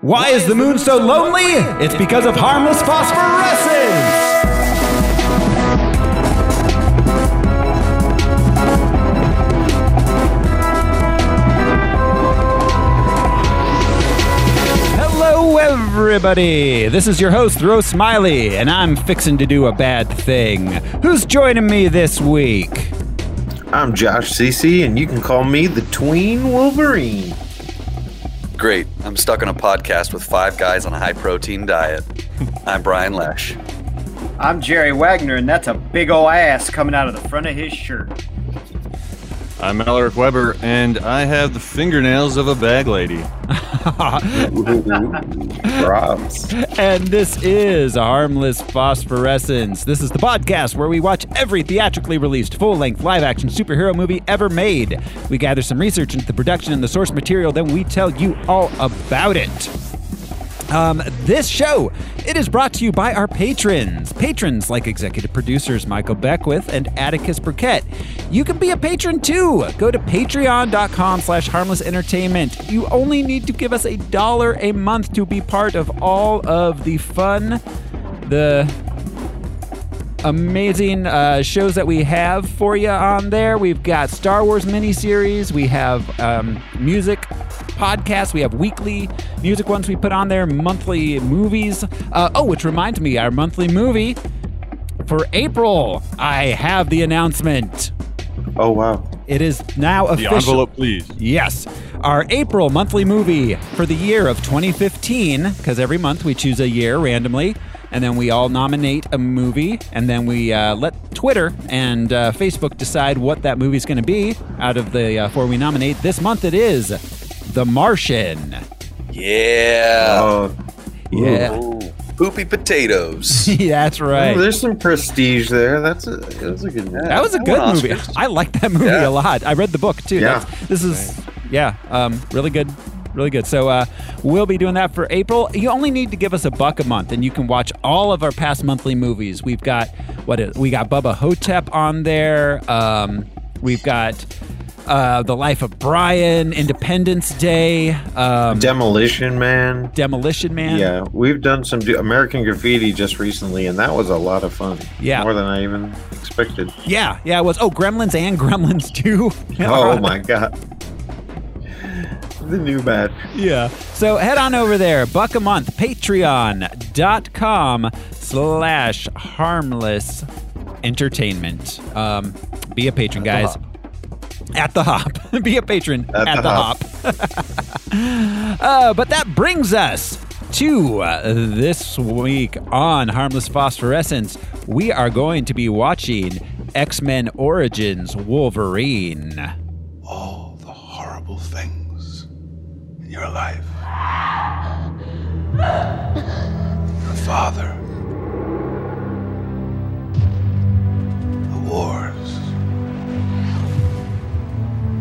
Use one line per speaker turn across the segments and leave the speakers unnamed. Why is the moon so lonely? It's because of harmless phosphorescence! Hello, everybody! This is your host, Ro Smiley, and I'm fixing to do a bad thing. Who's joining me this week?
I'm Josh CC, and you can call me the Tween Wolverine.
Great. I'm stuck on a podcast with five guys on a high protein diet. I'm Brian Lesh.
I'm Jerry Wagner, and that's a big ol' ass coming out of the front of his shirt.
I'm Alaric Weber, and I have the fingernails of a bag lady.
Robs.
And this is Harmless Phosphorescence. This is the podcast where we watch every theatrically released full length live action superhero movie ever made. We gather some research into the production and the source material, then we tell you all about it. Um, this show, it is brought to you by our patrons. Patrons like executive producers Michael Beckwith and Atticus Burkett. You can be a patron too. Go to patreon.com slash harmless entertainment. You only need to give us a dollar a month to be part of all of the fun, the amazing uh, shows that we have for you on there. We've got Star Wars miniseries. We have um, music podcasts. We have weekly music ones we put on there, monthly movies. Uh, oh, which reminds me, our monthly movie for April. I have the announcement.
Oh, wow.
It is now
The
official.
envelope, please.
Yes. Our April monthly movie for the year of 2015, because every month we choose a year randomly, and then we all nominate a movie, and then we uh, let Twitter and uh, Facebook decide what that movie's going to be out of the uh, four we nominate. This month it is The Martian.
Yeah.
Oh,
Yeah.
Ooh, poopy potatoes.
That's
oh,
right.
there's some prestige there. That's a, that was a good one.
That was a
I
good
want
movie.
Oscars.
I like that movie
Yeah.
a lot. I read the book too.
Yeah.
That's- this is, yeah, um, really good, really good. So uh, we'll be doing that for April. You only need to give us a buck a month, and you can watch all of our past monthly movies. We've got what is, we got Bubba Hotep on there. Um, we've got uh, the Life of Brian, Independence Day, um,
Demolition Man.
Demolition Man.
Yeah, we've done some do- American Graffiti just recently, and that was a lot of fun.
Yeah.
More than I even expected.
yeah, yeah, It was oh Gremlins and Gremlins Two.
Oh, my God. The new bat.
Yeah. So head on over there, buck a month, patreon.com slash harmless entertainment. Um, be a patron, guys. At the hop. be a patron at, the, hop. uh, but that brings us to uh, this week on Harmless Phosphorescence. We are going to be watching X Men Origins Wolverine.
all the horrible things in your life. The father. The wars.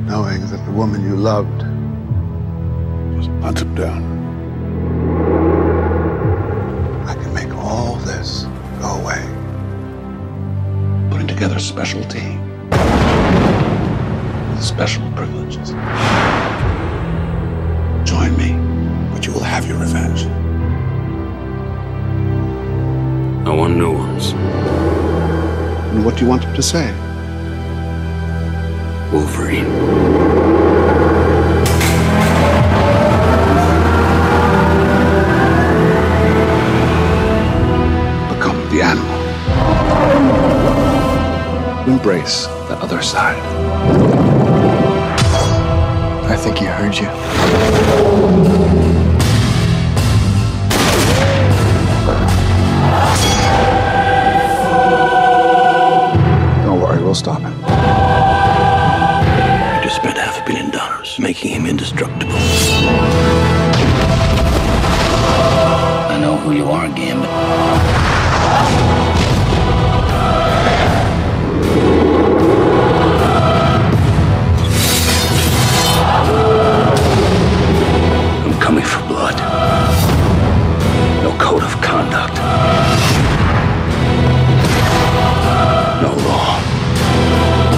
Knowing that the woman you loved was hunted down. I can make all this go away. Putting together a special team with special privileges. Join me, but you will have your revenge.
I want new ones.
And what do you want him to say?
Wolverine.
Become the animal. Embrace the other side. I think he heard you. Don't worry, we'll stop him.
I just spent half a billion dollars making him indestructible. I know who you are, Gambit. I'm coming for blood. No code of conduct. No law.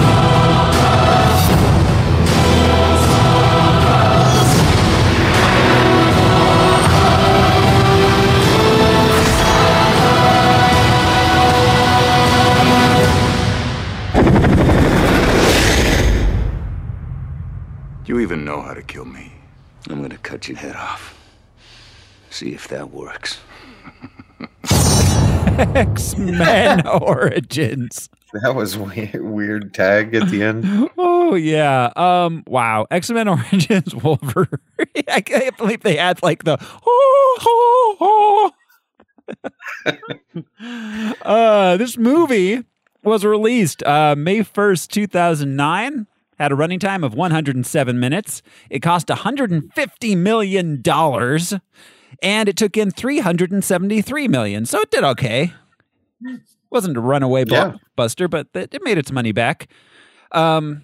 know how to kill me.
I'm gonna cut your head off. See if that works.
X Men Origins.
That was we- weird tag at the end.
Oh yeah. Um. Wow. X Men Origins Wolverine. I can't believe they had like the. Oh, oh, oh. uh, this movie was released uh, May first, two thousand nine. Had a running time of 107 minutes. It cost 150 million dollars, and it took in 373 million. So it did okay. Wasn't a runaway
Yeah.
blockbuster, but it it made its money back. Um,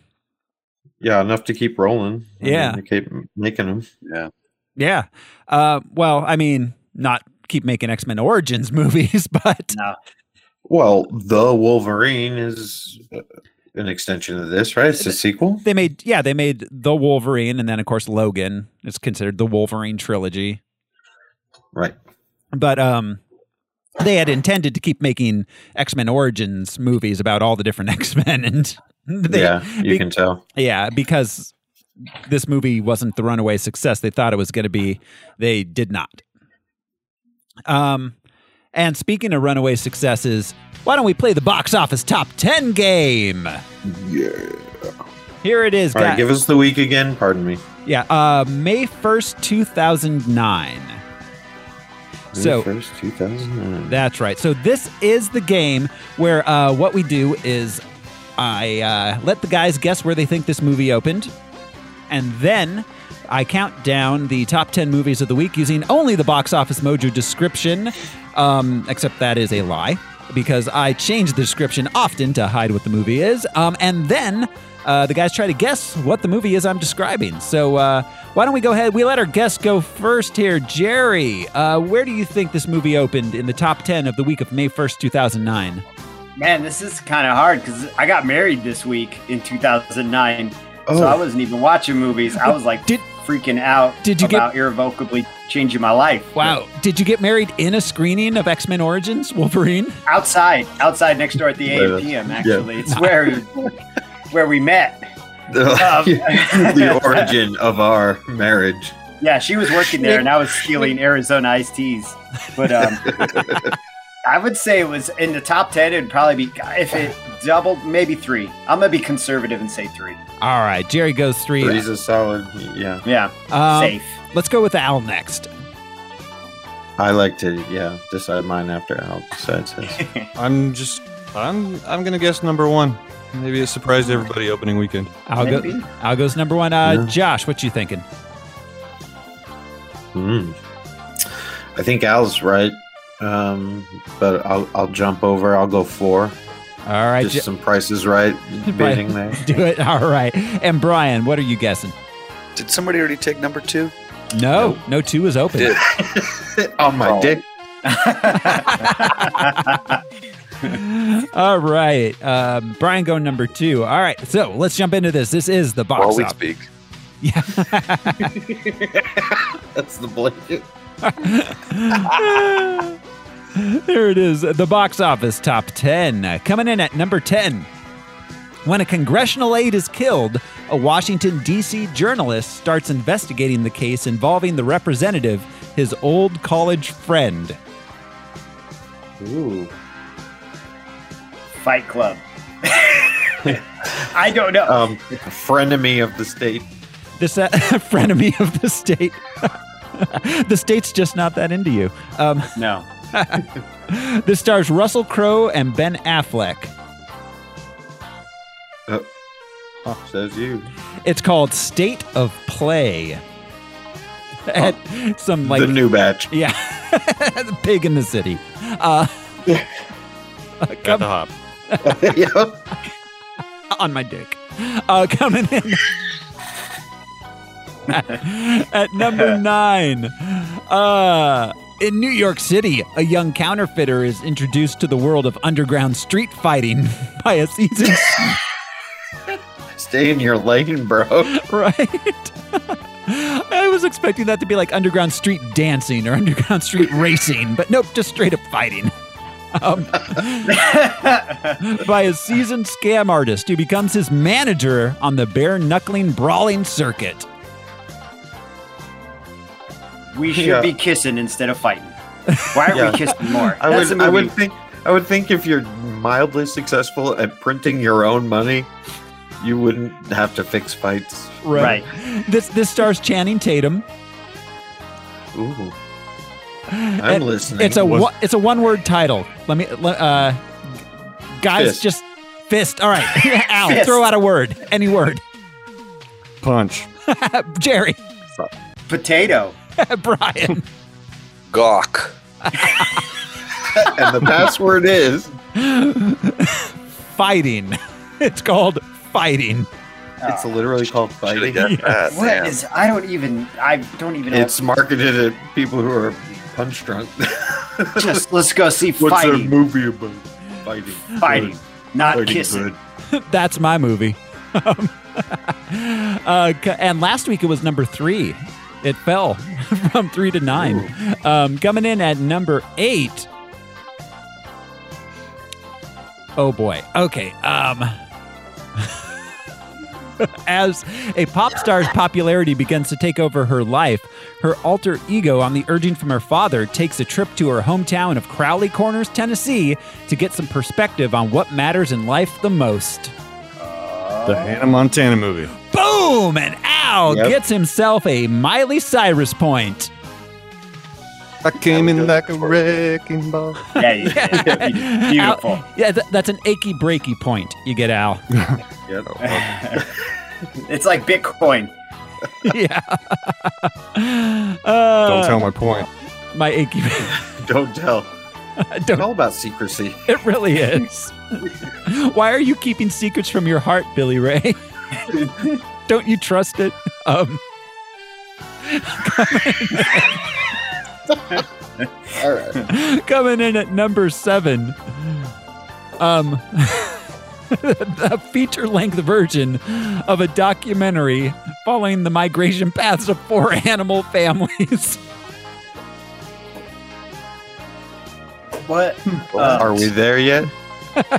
Yeah, enough to keep rolling. I mean,
Yeah.
they keep making them.
yeah. Uh, well, I mean, not keep making X Men Origins movies, but
Well, the Wolverine is uh, an extension of this, right? It's a sequel.
they made, yeah, they made The Wolverine, and then, of course, Logan is considered the Wolverine trilogy.
Right.
But um, they had intended to keep making X Men Origins movies about all the different X Men. And they,
yeah, you
be-
can tell.
Yeah, because this movie wasn't the runaway success they thought it was going to be. They did not. Um, and speaking of runaway successes, why don't we play the box office top 10 game?
Yeah.
Here it is,
All right,
guys.
give us the week again. Pardon me.
yeah, uh, May 1st, 2009. So,
first two thousand.
That's right. So this is the game where uh, what we do is I uh, let the guys guess where they think this movie opened, and then I count down the top ten movies of the week using only the box office mojo description. Um, except that is a lie because I change the description often to hide what the movie is, um, and then. Uh, the guys try to guess what the movie is I'm describing. So uh, why don't we go ahead? We let our guests go first here. Jerry, uh, where do you think this movie opened in the top 10 of the week of May 1st, 2009?
Man, this is kind of hard because I got married this week in 2009,
Oh.
so I wasn't even watching movies. I was like
Did-
freaking out
Did you get-
about irrevocably changing my life.
Wow. Did you get married in a screening of X Men Origins Wolverine?
Outside, outside next door at the
Yeah.
AAPM. Actually, it's where where we met. Um,
the origin of our marriage.
Yeah, she was working there, and I was stealing Arizona iced teas. But um, I would say it was in the top ten. It'd probably be if it doubled, maybe three. I'm gonna be conservative and say three.
All right. Jerry goes three.
Three's a solid. Yeah,
Yeah,
Um,
safe.
Let's go with Al next.
I like to. Yeah, decide mine after Al decides his.
I'm just. I'm. I'm gonna guess number one. Maybe it surprised everybody opening weekend.
Al, go,
Maybe.
Al goes number one. Uh,
Yeah.
Josh, what you thinking?
Hmm. I think Al's right, um, but I'll I'll jump over. I'll go four.
All right.
Just some prices right bidding there.
Je- do it. All right. And Brian, what are you guessing?
Did somebody already take number two?
No, no two is open.
Did
On my
Oh.
dick.
All right. Um, Brian go number two. All right. So let's jump into this. This is the box
while we
office.
speak?
That's the blanket.
there it is. The box office top 10. Coming in at number 10. When a congressional aide is killed, a Washington, D.C. journalist starts investigating the case involving the representative, his old college friend.
Ooh.
Fight Club. I don't know.
Um, frenemy of the state.
This uh, frenemy of the state. the state's just not that into you. Um,
no.
this stars Russell Crowe and Ben Affleck.
Oh, says you.
It's called State of Play. And some like
the new batch.
yeah, the pig in the city. Uh,
Got the hop.
yep.
on my dick. Uh, coming in at number nine. Uh, in New York City, a young counterfeiter is introduced to the world of underground street fighting by a seasoned
Stay in your lane, bro.
right? I was expecting that to be like underground street dancing or underground street racing, but nope, just straight up fighting. Um, by a seasoned scam artist who becomes his manager on the bare knuckling brawling circuit.
We should
Yeah.
be kissing instead of fighting. Why aren't
Yeah.
we kissing more?
I
That's
would,
a
I would
movie.
think, I would think if you're mildly successful at printing your own money, you wouldn't have to fix fights.
Right.
This this stars Channing Tatum.
Ooh, I'm
And
listening.
It's a
Was-
one- it's a one word title. Let me let- uh, guys
Fist.
just fist. All right, Al,
Fist.
throw out a word, any word.
Punch.
Jerry,
Potato.
Brian,
Gawk.
and the password is
fighting. It's called fighting.
it's literally called
Should have
fighting.
got that.
What
damn.
is- I don't even. I don't even. know.
It's marketed at people who are punch drunk.
just let's go see
What's their
fighting,
movie about? Fighting.
fighting, not
Fighting
kissing.
good.
That's my movie. uh, c- and last week it was number three. It fell from three to nine. Um, coming in at number eight. Oh boy. Okay. Um, as a pop star's popularity begins to take over her life, her alter ego, on the urging from her father, takes a trip to her hometown of Crowley Corners, Tennessee, to get some perspective on what matters in life the most.
The Hannah Montana movie.
Boom! And Al
Yep.
gets himself a Miley Cyrus point.
I came in like a wrecking ball.
Yeah, you did. You did. beautiful.
Al- yeah, th- that's an achy breaky point you get, Al.
Yeah.
It's like Bitcoin.
yeah. Uh,
Don't tell my point.
my achy.
Don't tell.
Don't
It's all about secrecy.
It really is. Why are you keeping secrets from your heart, Billy Ray? Don't you trust it? Um,
All right.
coming in at number seven, um, the feature-length version of a documentary following the migration paths of four animal families.
What?
Are we there yet?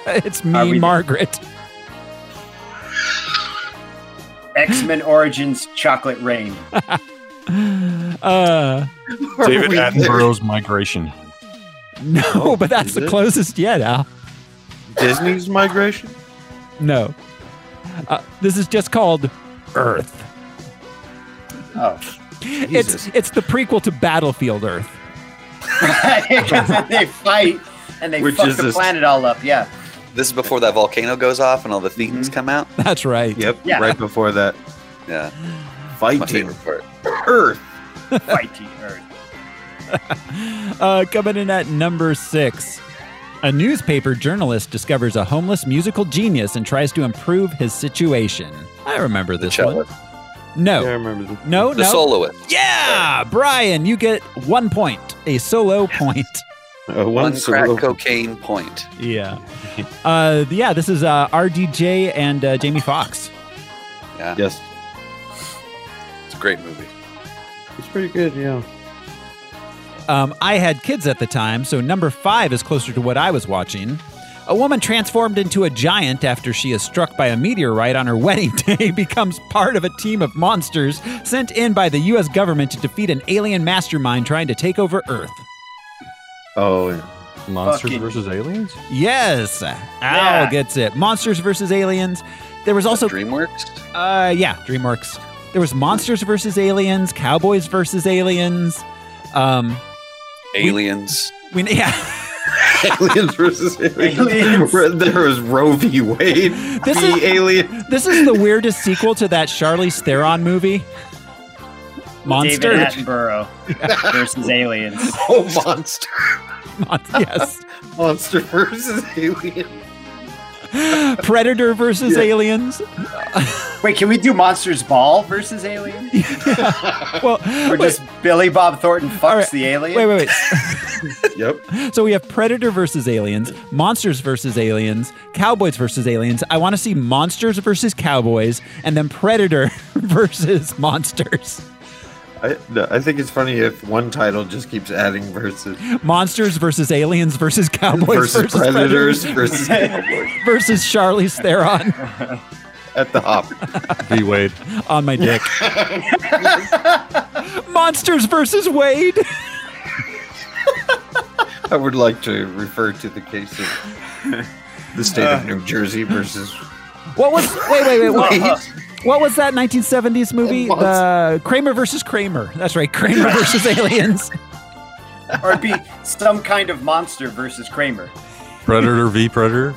it's
Are
me,
we-
Margaret.
X Men Origins Chocolate Rain.
Uh,
Are
David
we there?
Attenborough's migration.
no,
Oh,
but that's
is
the
it?
closest yet, Al.
Disney's migration?
No, uh, this is just called Earth.
Oh.
It's it's the prequel to Battlefield Earth.
they fight and they
Which
fuck
is
the
this-
planet all up. Yeah.
This is before that volcano goes off and all the
Mm-hmm.
thetans come out.
That's right.
Yep.
Yeah.
Right before that.
Yeah, that's my
Fighting
favorite part.
Earth.
Fighting Earth.
Uh, coming in at number six, a newspaper journalist discovers a homeless musical genius and tries to improve his situation. I remember
The
this one.
cello,
No,
Yeah, I remember the
Oh. no,
the
no.
soloist.
yeah, Brian, you get one point, a solo point.
Uh,
One crack
solo-
cocaine point.
Yeah. Uh, yeah. This is uh, RDJ and uh, Jamie Foxx.
Yeah,
Yes.
it's a great movie.
It's pretty good, yeah.
Um, I had kids at the time, so number five is closer to what I was watching. A woman transformed into a giant after she is struck by a meteorite on her wedding day becomes part of a team of monsters sent in by the U.S. government to defeat an alien mastermind trying to take over Earth.
Oh, yeah.
Monsters
Fucking-
versus aliens?
Yes, Al
Yeah.
gets it. Monsters versus aliens. There was also,
DreamWorks.
uh, yeah, DreamWorks. There was monsters versus aliens, cowboys versus aliens. Um,
Aliens.
we yeah.
aliens versus
Aliens.
aliens. there was Roe v. Wade.
This
the
is-
alien.
This is the weirdest sequel to that Charlize Theron movie. Monster.
David Attenborough versus aliens.
Oh, monster.
Mon- yes.
Monster versus alien.
Predator versus aliens.
Wait, can we do Monsters Ball versus aliens?
Well,
Or
wait,
just Billy Bob Thornton fucks
All right.
the alien?
wait, wait,
Yep.
wait. So we have Predator versus aliens, Monsters versus aliens, Cowboys versus aliens. I want to see Monsters versus Cowboys, and then Predator versus Monsters.
I, no, I think it's funny if one title just keeps adding versus
Monsters versus aliens versus Cowboys
versus,
versus,
predators versus
versus Charlize Theron.
at the hop.
D Wade.
on my dick. Monsters versus Wade.
I would like to refer to the case of the state of New Jersey versus
What was? Wait, wait, wait. What,
Wade.
what was that 1970s movie?
What?
The Kramer versus Kramer. That's right. Kramer versus aliens.
or it'd be some kind of monster versus Kramer.
Predator v Predator.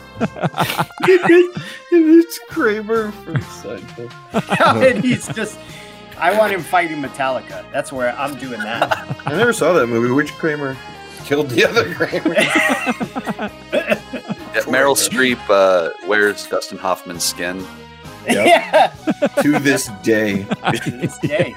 it's Kramer from Seinfeld.
and he's just, I want him fighting Metallica. That's where I'm doing that.
I never saw that movie. Which Kramer killed the other Kramer?
Yeah, Meryl Streep uh, wears Dustin Hoffman's skin.
Yeah,
to this day.
it's gay.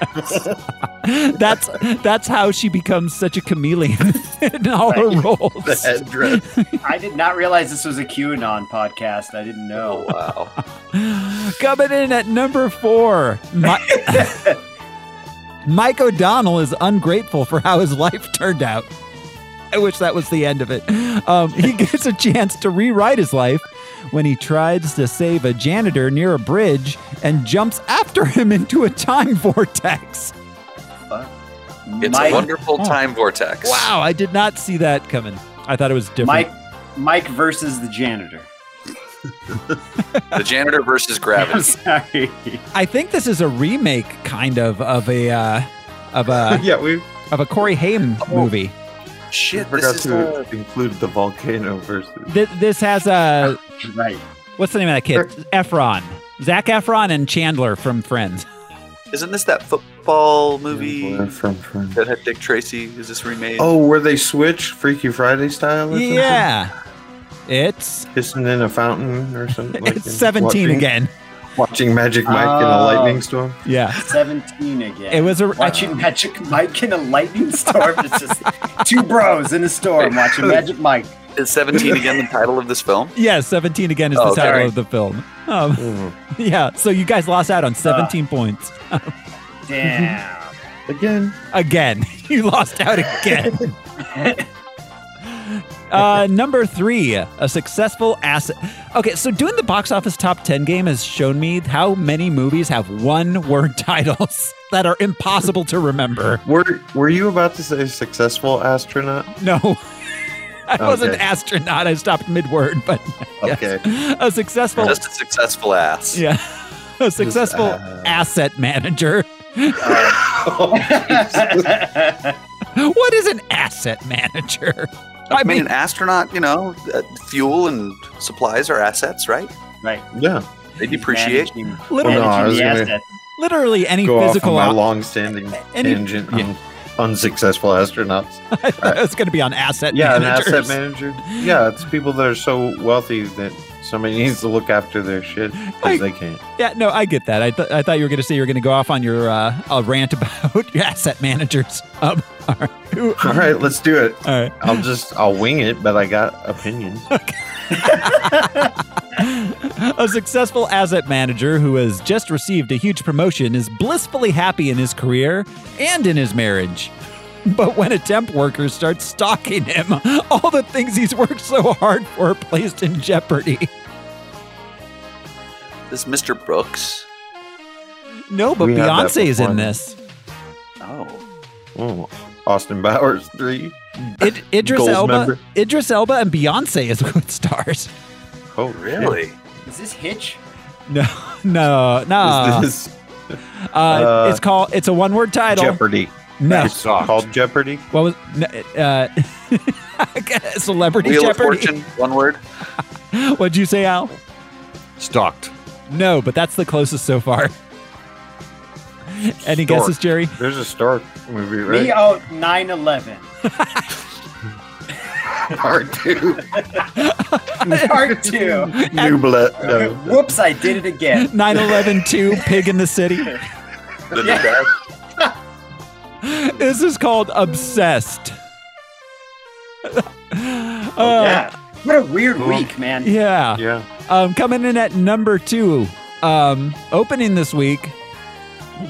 That's that's how she becomes such a chameleon in all her
Right.
The
roles.
headdress.
I did not realize this was a QAnon podcast. I didn't
Oh
know.
wow!
Coming in at number four, Mi- Mike O'Donnell is ungrateful for how his life turned out. I wish that was the end of it. Um, he gets a chance to rewrite his life when he tries to save a janitor near a bridge and jumps after him into a time vortex.
It's
Mike,
a wonderful
Oh.
time vortex.
Wow, I did not see that coming. I thought it was different.
Mike, Mike versus the janitor.
The janitor versus gravity.
I'm sorry.
I think this is a remake, kind of, of a uh, of a
yeah, we
of a Corey Haim movie.
Shit,
forgot
this is
to
uh,
include the volcano versus.
Th- this has uh,
Right.
what's the name of that kid? Efron, Zach Efron, and Chandler from Friends.
isn't this that football movie
From, from.
that had Dick Tracy? Is this remade?
Oh, where they switch Freaky Friday style? Or something?
Yeah, it's
Pissing in a fountain or something. like
it's
in-
seventeen
watching-
again.
Watching Magic Mike in a
Oh.
lightning storm.
Yeah,
17 again.
it was a.
Watching Magic Mike in a lightning storm. It's just two bros in a storm watching Magic Mike.
Is 17 again the title of this film?
yeah, seventeen again is
Oh,
the title
sorry.
of the film. Um,
Mm.
yeah, so you guys lost out on seventeen points
Damn.
Again,
again. you lost out again. uh, number three, a successful asset. Okay, so doing the box office top 10 game has shown me how many movies have one word titles that are impossible to remember.
were were you about to say successful astronaut?
No. I wasn't
Okay.
astronaut. I stopped mid word, but yes.
Okay.
a successful
Just a successful ass.
Oh. yeah, a successful
uh,
asset manager.
That's
What is an asset manager?
I mean, an astronaut, you know, uh, fuel and supplies are assets, right?
Yeah.
They depreciate.
Managing,
Literally-
Well, no, I was
managing the
gonna-
assets.
literally any
Go off on
physical
my
op-
long-standing
any-
tangent on unsuccessful astronauts.
it's going to be on asset
yeah,
managers.
an asset manager. Yeah, it's people that are so wealthy that somebody needs to look after their shit
I-
because they can't.
Yeah, no, I get that. I, th- I thought you were going to say you were going to go off on your uh, a rant about your asset managers. Um, all right. Who-
All right, let's do it.
all right.
I'll just I'll wing it, but I got opinions.
A successful asset manager who has just received a huge promotion is blissfully happy in his career and in his marriage. But when a temp worker starts stalking him, all the things he's worked so hard for are placed in jeopardy.
This Mr. Brooks.
No, but
We had that
Beyonce is
before.
in this.
Oh,
Oh, Austin Bowers three.
Id- Idris
Gold
Elba,
member.
Idris Elba, and Beyonce is with stars.
Oh,
really?
Is this Hitch?
No, no, no.
Shit. Is this
uh,
uh,
it's called. It's a one-word title.
Jeopardy?
No,
It's called Jeopardy.
what was no, uh, celebrity
Wheel
Jeopardy?
of Fortune, one word.
What'd you say, Al?
Stalked.
No, but that's the closest so far. Any guesses, Jerry?
There's a Stark movie, right?
Me out 9 11.
Part two.
Part 2.
New blood. No.
Whoops, I did it again.
911 2 Pig in the City.
The Nevada-
This is called Obsessed. Uh,
yeah. What a weird week, man.
yeah.
Yeah.
Um, coming in at number two, um, opening this week,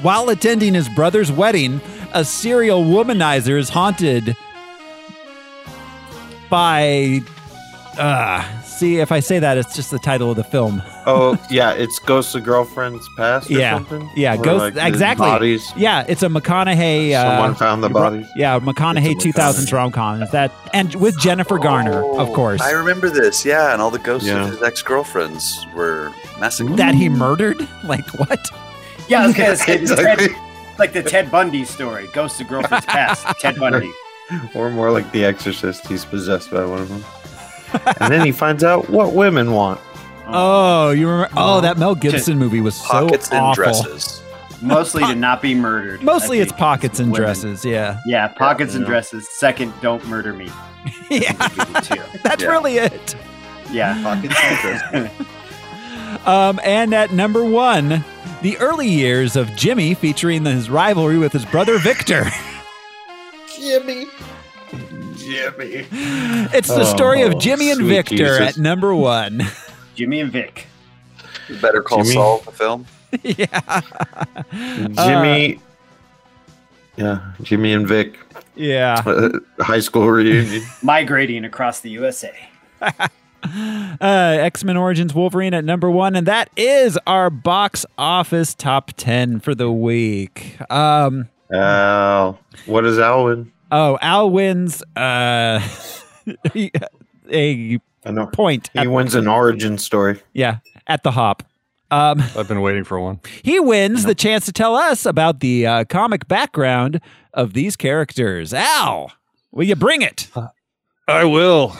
while attending his brother's wedding, a serial womanizer is haunted by Ah, see, if I say that, it's just the title of the film.
Oh yeah, it's Ghosts of Girlfriends Past or
yeah,
something.
yeah,
Or,
ghost.
like, the
exactly.
Bodies.
Yeah, it's a McConaughey. Uh,
Someone found the bodies.
Yeah, McConaughey
It's a
2000s
McConaughey.
rom com. Is that and with Jennifer Garner, of
Oh,
course,
I remember this, yeah, and all the ghosts
Yeah.
of his ex girlfriends were massacred.
that he murdered. Like what?
Yeah, I was gonna say
It's
the
like-
Ted, like the Ted Bundy story, Ghost of Girlfriend's Past, Ted Bundy.
Or more like The Exorcist, he's possessed by one of them. and then he finds out what women want.
Oh, you remember? Oh, that Mel Gibson movie was so
Pockets and
awful.
dresses.
Mostly to not be murdered.
Mostly
I
it's
think.
pockets and
Women.
dresses. Yeah,
Yeah, pockets and
Yeah.
dresses. Second, don't murder me.
yeah,
Too.
that's
Yeah.
really it.
Yeah.
Pockets and dresses.
Um, and at number one, the early years of Jimmy featuring his rivalry with his brother Victor.
Jimmy.
It's the story
Oh,
of Jimmy and
sweet
Victor
Jesus.
at number one.
Jimmy and Vic.
Better Call
Jimmy.
Saul, the film.
yeah.
Jimmy.
Uh,
yeah, Jimmy and Vic.
Yeah.
Uh, high school reunion.
Migrating across the USA.
Uh, X Men Origins Wolverine at number one, and that is our box office top ten for the week. Um,
Al. What is Alwyn?
oh, Al wins uh, a
I know.
point.
He
At,
wins an origin story.
yeah, at the hop. Um,
I've been waiting for one.
he wins the chance to tell us about the uh, comic background of these characters. Al, will you bring it?
I will.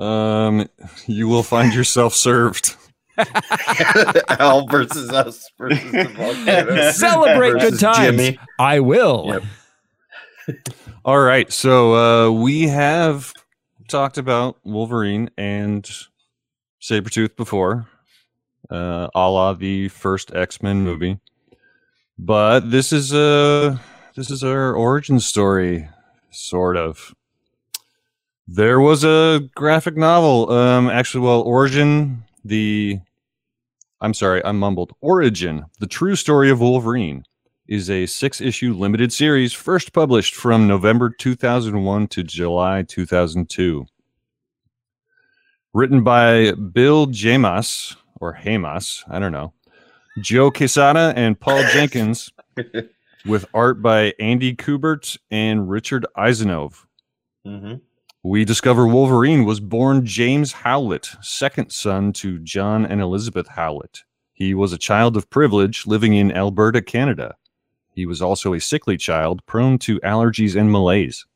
Um, you will find yourself served.
Al versus us versus the volcano.
Celebrate good
Versus
times.
Jimmy.
I will.
Yep.
All right, so uh, we have talked about Wolverine and Sabretooth before, uh, a la the first X Men movie, but this is uh this is our origin story, sort of. There was a graphic novel, um, actually, well, Origin, the, I'm sorry, I mumbled, Origin, the true story of Wolverine is a six issue limited series first published from November 2001 to July 2002. Written by Bill Jamas, or Hamas, I don't know, Joe Quesada and Paul Jenkins, with art by Andy Kubert and Richard Eisenove.
hmm
We discover Wolverine was born James Howlett, second son to John and Elizabeth Howlett. He was a child of privilege living in Alberta, Canada. He was also a sickly child prone to allergies and malaise.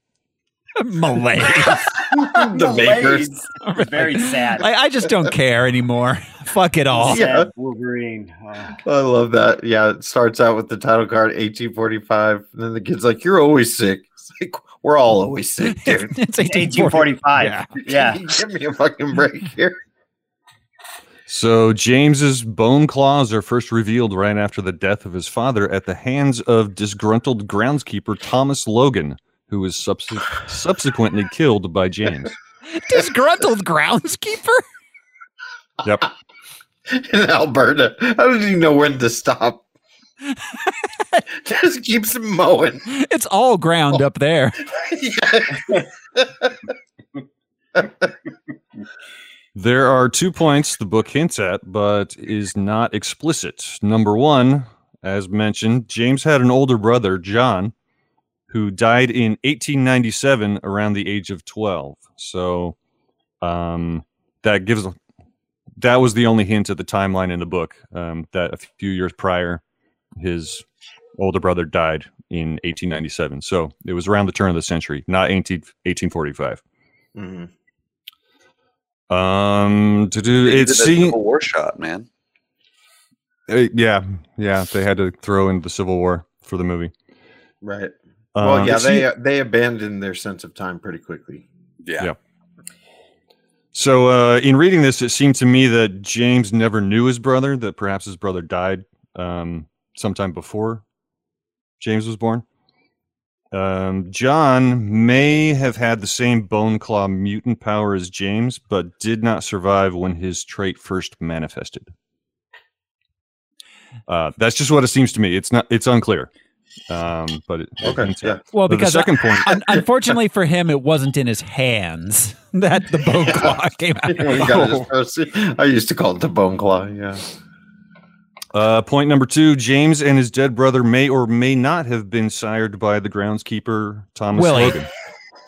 Malay.
The Bakers.
Malaise. Very sad.
I, I just don't care anymore. Fuck it all.
Yeah.
Sad Wolverine. Oh.
I love that. Yeah, it starts out with the title card 1845. And then the kid's like, You're always sick. It's like, We're all always sick, dude.
it's 1840.
1845.
Yeah.
yeah.
Give me a fucking break here.
So James's bone claws are first revealed right after the death of his father at the hands of disgruntled groundskeeper Thomas Logan, who was subse- subsequently killed by James.
Disgruntled groundskeeper?
Yep.
In Alberta. How did he know when to stop? Just keeps him mowing.
It's all ground up there.
There are two points the book hints at, but is not explicit. Number one, as mentioned, James had an older brother, John, who died in 1897 around the age of 12. So um, that gives that was the only hint at the timeline in the book um, that a few years prior, his older brother died in 1897. So it was around the turn of the century, not 18, 1845.
Mhm.
Um, to do
They
it
did a
seems
Civil war shot, man.
Uh, yeah, yeah, they had to throw in the Civil War for the movie.
Uh,
Right. well,
Um,
yeah,
it
they uh,
se-
they abandoned their sense of time pretty quickly.
Yeah.
Yeah. so, uh, in reading this, it seemed to me that James never knew his brother. That perhaps his brother died um, sometime before James was born. Um, John may have had the same bone claw mutant power as James, but did not survive when his trait first manifested. Uh, that's just what it seems to me. It's not. It's unclear. Um, but it,
Okay. Yeah.
Well,
But the
because uh,
second point.
un- unfortunately for him, it wasn't in his hands. that the bone claw came out.
We got his first- I used to call it the bone claw. Yeah.
Uh, point number two: James and his dead brother may or may not have been sired by the groundskeeper Thomas
Willie.
Logan.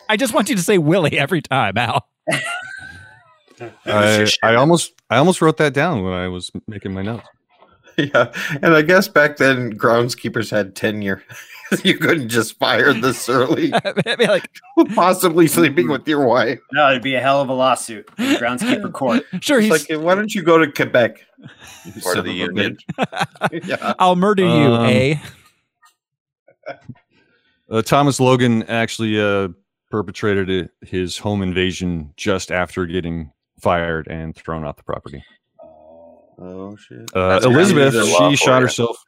I just want you to say Willie every time, Al.
I, I almost, I almost wrote that down when I was making my notes.
Yeah. And I guess back then groundskeepers had tenure. you couldn't just fire the surly,
I'd be like,
possibly sleeping with your wife.
No, it'd be a hell of a lawsuit. in Groundskeeper court.
sure, he's.
It's like, why don't you go to Quebec? You
Part of
son
the
a
union.
bitch. yeah.
I'll murder you,
Um,
eh?
Uh, Thomas Logan actually uh, perpetrated i- his home invasion just after getting fired and thrown off the property.
Oh, shit.
Uh,
That's what
Elizabeth,
I use the law
she
for,
shot
yeah.
herself.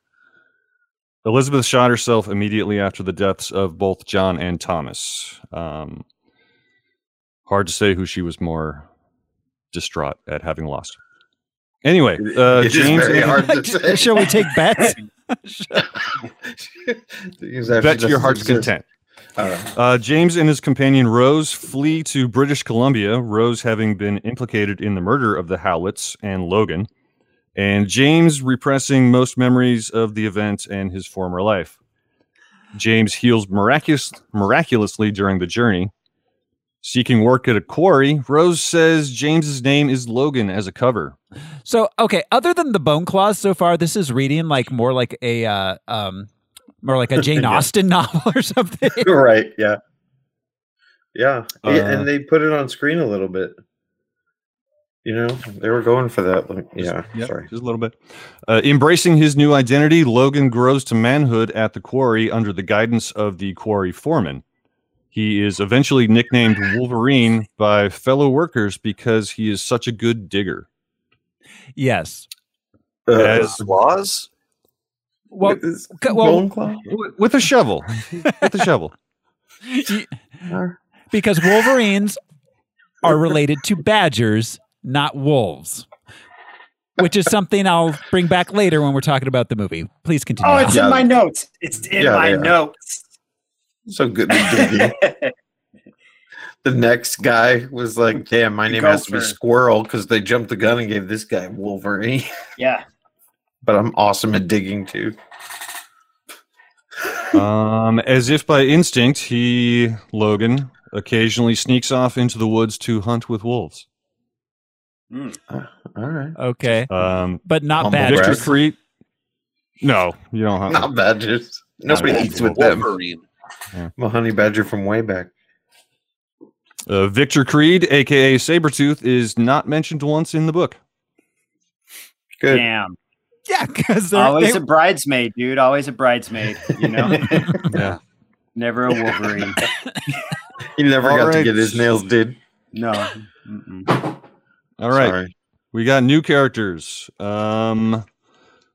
Elizabeth shot herself immediately after the deaths of both John and Thomas. Um, hard to say who she was more distraught at having lost. Anyway, uh,
It is
James
very
and-
hard to say.
Shall we take bets?
bet to your heart's content.
All right.
Uh, James and his companion Rose flee to British Columbia, Rose having been implicated in the murder of the Howletts and Logan, and James repressing most memories of the event and his former life. James heals miraculous, miraculously during the journey. Seeking work at a quarry, Rose says James's name is Logan as a cover.
So okay, other than the bone claws, so far this is reading like more like a uh, um, more like a Jane
Yeah.
Austen novel or something.
You're right. Yeah. Yeah. Yeah,
Uh,
and they put it on screen a little bit. You know, they were going for that. Like, yeah.
Yep,
Sorry.
Just a little bit. Uh, embracing his new identity, Logan grows to manhood at the quarry under the guidance of the quarry foreman. He is eventually nicknamed Wolverine by fellow workers because he is such a good digger.
yes.
Uh,
As,
Laws?
Well,
is
c- well,
bone claw?
with a shovel. with a shovel.
y- because wolverines are related to badgers, not wolves, which is something I'll bring back later when we're talking about the movie. Please continue.
Oh, it's
Yeah.
in my notes. It's in
Yeah,
my
they are.
notes.
So good. at digging. the next guy was like, damn, my
The
name has to be
gopher.
Squirrel because they jumped the gun and gave this guy Wolverine.
yeah.
but I'm awesome at digging too.
Um, as if by instinct, he, Logan, occasionally sneaks off into the woods to hunt with wolves.
All right.
okay,
Um,
but not
Humble
badgers.
Victor
Brag.
Crete. No, you don't hunt.
Not badgers. Nobody
bad.
eats with them.
Wolverine.
I'm a honey badger from way back.
Uh, Victor Creed, aka Sabretooth, is not mentioned once in the book.
Good.
Damn.
Yeah, because
Always a bridesmaid, dude. Always a bridesmaid. You know,
Yeah.
never a Wolverine.
He never got to
Alright.
get his nails did.
No. Mm-mm.
All right.
Sorry.
We got new characters. Um,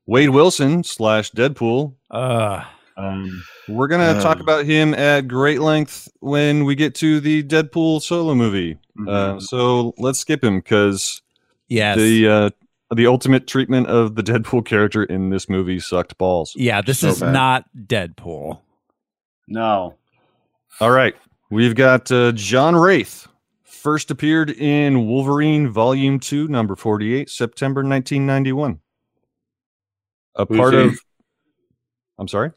Wade Wilson slash Deadpool.
uh,
Um, we're going to
Uh.
talk about him at great length when we get to the Deadpool solo movie. Uh, so let's skip him because
yes.
the, uh, the ultimate treatment of the Deadpool character in this movie sucked balls.
yeah, this
So
is
bad.
not Deadpool.
No.
All right. We've got uh, John Wraith. First appeared in Wolverine Volume 2, number 48, September 1991. A
Who's
part
he?
of. I'm sorry?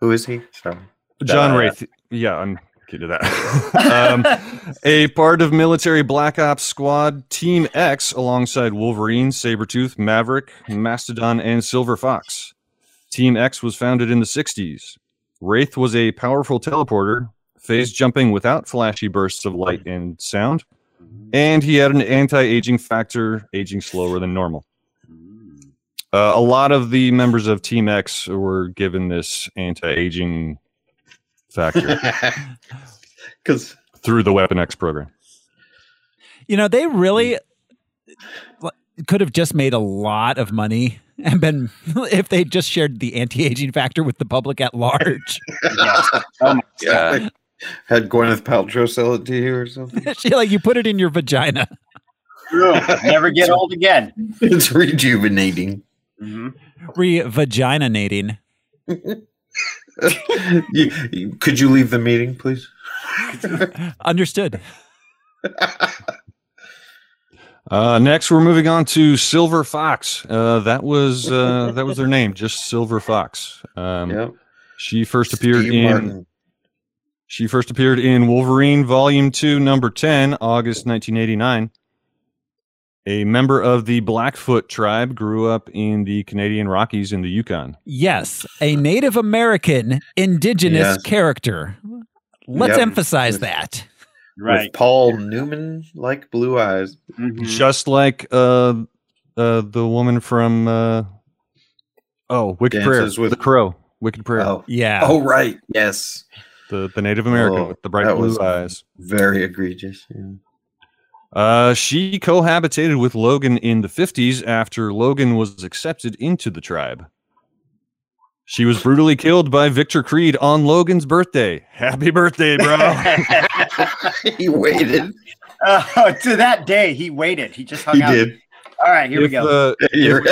Who is he? Sorry.
John
Uh,
Wraith. Yeah, I'm kidding that. um, a part of military Black Ops squad Team X alongside Wolverine, Sabretooth, Maverick, Mastodon, and Silver Fox. Team X was founded in the 60s. Wraith was a powerful teleporter, phase jumping without flashy bursts of light and sound,
Mm-hmm.
and he had an anti aging factor, aging slower than normal.
Mm-hmm.
Uh, a lot of the members of Team X were given this anti aging factor.
Because
through the Weapon X program.
You know, they really l- could have just made a lot of money and been if they just shared the anti-aging factor with the public at large.
Yeah.
had Gwyneth Paltrow sell it to you or something.
she like you put it in your vagina.
Never get old again. Mm-hmm.
it's rejuvenating.
Re-vaginating.
You- you- could you leave the meeting, please?
Understood.
Uh, next, we're moving on to Silver Fox. Uh, that was uh, that was their name, just Silver Fox. Um,
Yep.
She first appeared
Steve
in
Martin.
she first appeared in Wolverine Volume Two, Number Ten, August 1989. A member of the Blackfoot tribe grew up in the Canadian Rockies in the Yukon.
Yes, a Native American indigenous
Yes.
character. Let's
Yep.
emphasize that.
Right.
With Paul Newman like blue eyes.
Mhm.
Just like uh, uh, the woman from uh, oh, Wicked
Dances
Prayer,
with-
the Crow, Wicked Prayer,
Oh.
Yeah.
oh, right. Yes.
the the Native American
Oh,
with the bright
that
blue
was-
eyes.
Very egregious. yeah.
Uh, she cohabitated with Logan in the 50s after Logan was accepted into the tribe. She was brutally killed by Victor Creed on Logan's birthday. Happy birthday, bro.
he waited.
Oh, to that day, he waited. He just hung
He
out.
did.
All right, here we
If, uh,
go.
You're-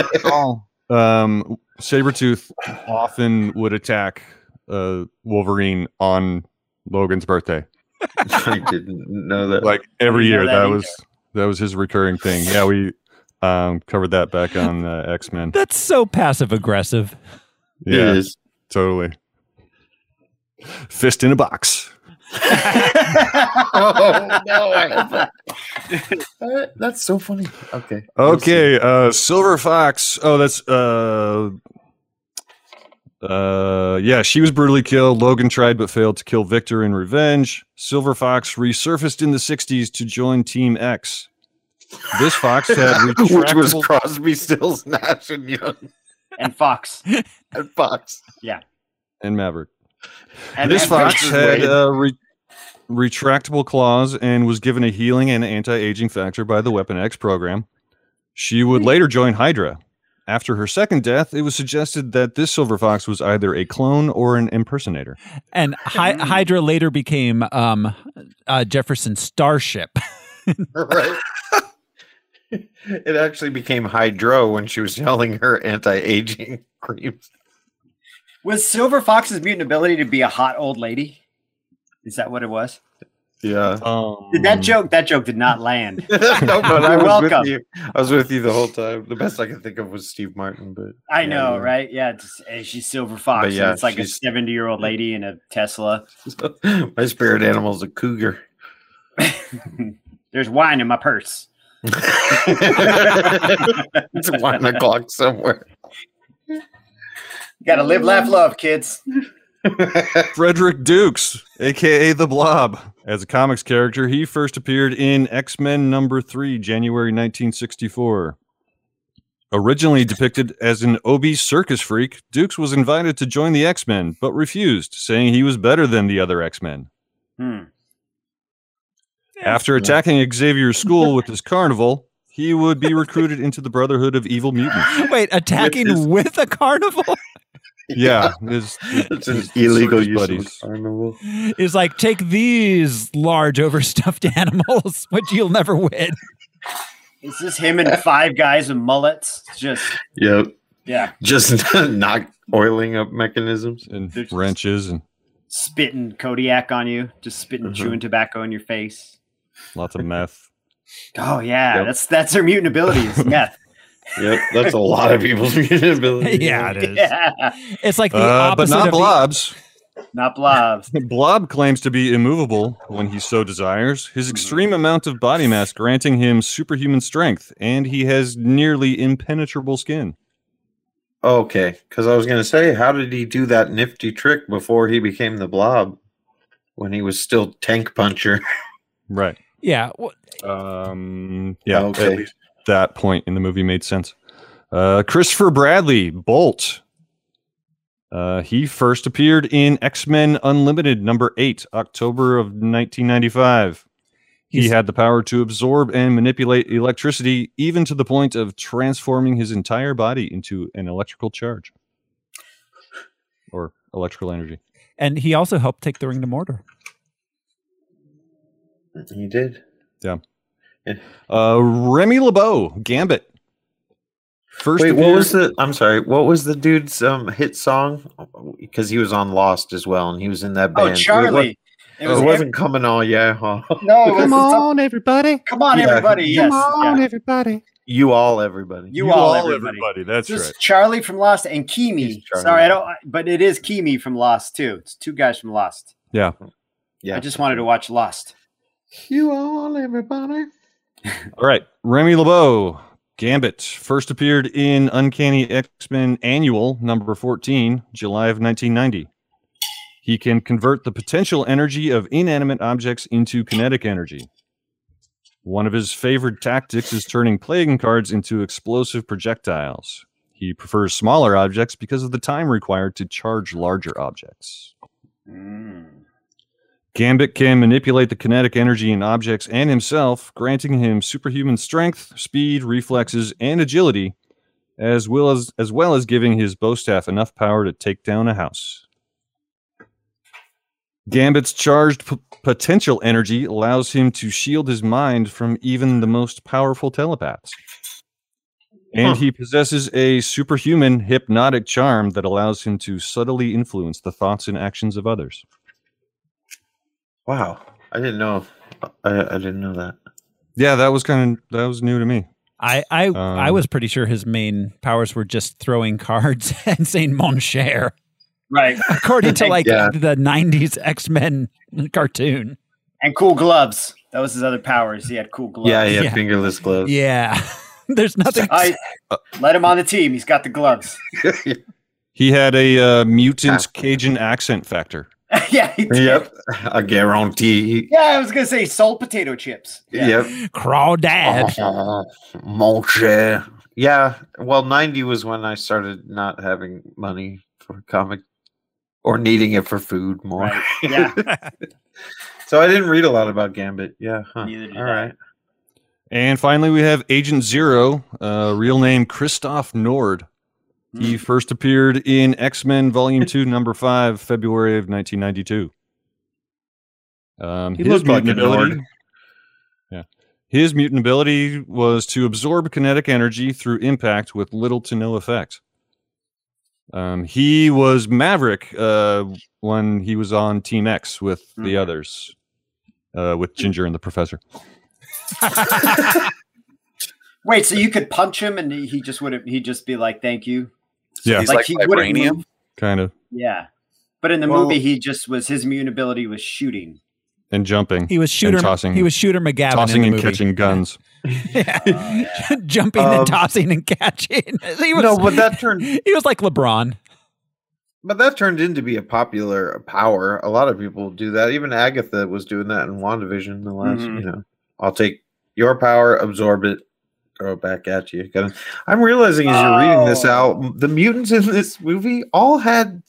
um, Sabretooth often would attack uh, Wolverine on Logan's birthday.
I didn't know that.
Like every
Didn't
year,
know that
that
either.
was that was his recurring thing. Yeah, we um, covered that back on uh, X Men.
That's so passive aggressive.
It
Yeah,
is.
Totally. Fist in a box.
Oh no! I haven't. Uh, That's so funny. Okay.
Okay, uh Silver Fox. Oh, that's uh uh yeah, she was brutally killed. Logan tried but failed to kill Victor in revenge. Silver Fox resurfaced in the 60s to join Team X. This fox had retractable
Which was Crosby, Stills, Nash, and Young
and Fox.
and Fox.
and Maverick.
And
this
and
fox
versus
had
Wade.
uh, re- retractable claws and was given a healing and anti-aging factor by the Weapon X program. She would later join Hydra. After her second death, it was suggested that this silver fox was either a clone or an impersonator.
And
Mm.
Hy- Hydra later became um, uh, Jefferson Starship.
Right. it actually became Hydro when she was yelling her anti-aging creams.
Was Silver Fox's mutant ability to be a hot old lady? Is that what it was?
Yeah.
Um,
Did
Mm.
that joke? That joke did not land.
no, but I
You're
was
welcome.
with you. I was with you the whole time. The best I could think of was Steve Martin, but
I
Yeah,
know,
yeah.
right? Yeah, it's, eh, she's Silver Fox.
But
and
yeah,
it's like a
she's-
seventy-year-old lady in a Tesla.
my spirit animal's a cougar.
There's wine in my purse.
it's one o'clock somewhere.
Got to live, laugh, love, kids.
Frederick Dukes, aka the Blob, as a comics character, he first appeared in X Men number three, January 1964. Originally depicted as an obese circus freak, Dukes was invited to join the X Men, but refused, saying he was better than the other X Men.
Hmm.
After attacking Xavier's school with his carnival, he would be recruited into the Brotherhood of Evil Mutants.
Wait, attacking
With his-
with a carnival
Yeah, his-
It's an
his
illegal
circus
use of
buddies.
a carnival.
is like take these large overstuffed animals, which you'll never win.
Is this him and five guys with mullets? Just
Yep.
yeah,
Just not oiling up mechanisms.
and wrenches and
spitting Kodiak on you, just spitting
Mhm.
chewing tobacco in your face.
lots of meth.
Oh yeah,
Yep.
that's that's her mutant ability. Is meth.
Yep, that's a lot of people's ability.
yeah, it is.
yeah,
It's like the
Uh, but
opposite
not
e-
of the-
blobs.
not blobs.
Blob claims to be immovable when he so desires, his extreme amount of body mass granting him superhuman strength, and he has nearly impenetrable skin.
Okay, because I was going to say, how did he do that nifty trick before he became the Blob? When he was still Tank Puncher.
Right.
yeah. wh-
Um, yeah.
Okay.
at least that point in the movie made sense. Uh, Christopher Bradley, Bolt. Uh, he first appeared in X Men Unlimited number eight, October of 1995. He
He's-
had the power to absorb and manipulate electricity, even to the point of transforming his entire body into an electrical charge or electrical energy.
And he also helped take the ring to mortar.
He did.
Uh, Remy LeBeau, Gambit. First
Wait, what
appeared-
was the? I'm sorry. What was the dude's um hit song? Because he was on Lost as well, and he was in that band.
Oh,
Wait, what-
Charlie. It
It,
was
was not coming all yeah, huh?
no, it was the top-
everybody.
come on,
Yeah.
everybody. Yes, yeah.
everybody.
You all, everybody.
you, all, everybody.
That's
Just
right.
Charlie from Lost and Kimi.
He's Charlie.
Sorry, I don't. But it is Kimi from Lost too. It's two guys from Lost.
Yeah.
yeah.
I just wanted to watch Lost.
you all, everybody.
All right. Remy LeBeau, Gambit, first appeared in Uncanny X Men Annual number 14, July of 1990. He can convert the potential energy of inanimate objects into kinetic energy. One of his favorite tactics is turning playing cards into explosive projectiles. He prefers smaller objects because of the time required to charge larger objects.
Mm.
Gambit can manipulate the kinetic energy in objects and himself, granting him superhuman strength, speed, reflexes, and agility, as well as as well as giving his bow staff enough power to take down a house. Gambit's charged p- potential energy allows him to shield his mind from even the most powerful telepaths. And he possesses a superhuman hypnotic charm that allows him to subtly influence the thoughts and actions of others.
Wow, I didn't know. I, I didn't know that.
Yeah, that was kind of that was new to me.
I I, I
Um,
was pretty sure his main powers were just throwing cards and saying "mon cher,"
Right,
according to like
Yeah.
the '90s X Men cartoon.
and cool gloves. That was his other powers. He had cool gloves.
Yeah, yeah,
Yeah.
fingerless gloves.
Yeah, there's nothing.
I
uh,
let him on the team. He's got the gloves.
He had a uh, mutant
Ah.
Cajun accent factor.
yeah, he did.
yep, I guarantee.
Yeah, I was gonna say salt potato chips. Yeah.
Yep.
Crawdad.
Oh, Mulcher. Yeah. Well, ninety was when I started not having money for comic or needing it for food more.
Right. Yeah.
So I didn't read a lot about Gambit. Yeah. Huh.
Neither did
All
I.
right.
And finally, we have Agent Zero, uh, real name Christoph Nord.
Hmm.
He first appeared in X Men Volume Two, Number Five, February of 1992. Um,
He
his
looked like
mutant
a Nord.
ability. Yeah, his mutant ability was to absorb kinetic energy through impact with little to no effect. Um, he was Maverick uh, when he was on Team X with the
Hmm.
Mhm.
others, uh, with Ginger and the Professor.
Wait, so you could punch him and he just wouldn't. He'd just be like, "Thank you."
Yeah.
He's like,
wouldn't
vibranium.
move.
Kind of.
Yeah, but in the
Well-
movie, he just was his immune ability was shooting.
and jumping,
He was shooter.
tossing-
he was shooter McGavin.
tossing
in
and
the movie.
catching guns.
Yeah.
yeah.
jumping
Um,
and tossing and catching. He was,
No, but that turned
he was like LeBron.
But that turned into be a popular power. A lot of people do that. Even Agatha was doing that in WandaVision. The last,
Mm-hmm.
Mhm.
you know, I'll take your power, absorb it, throw it back at you. Kinda- I'm realizing as you're reading this
Oh.
out, the mutants in this movie all had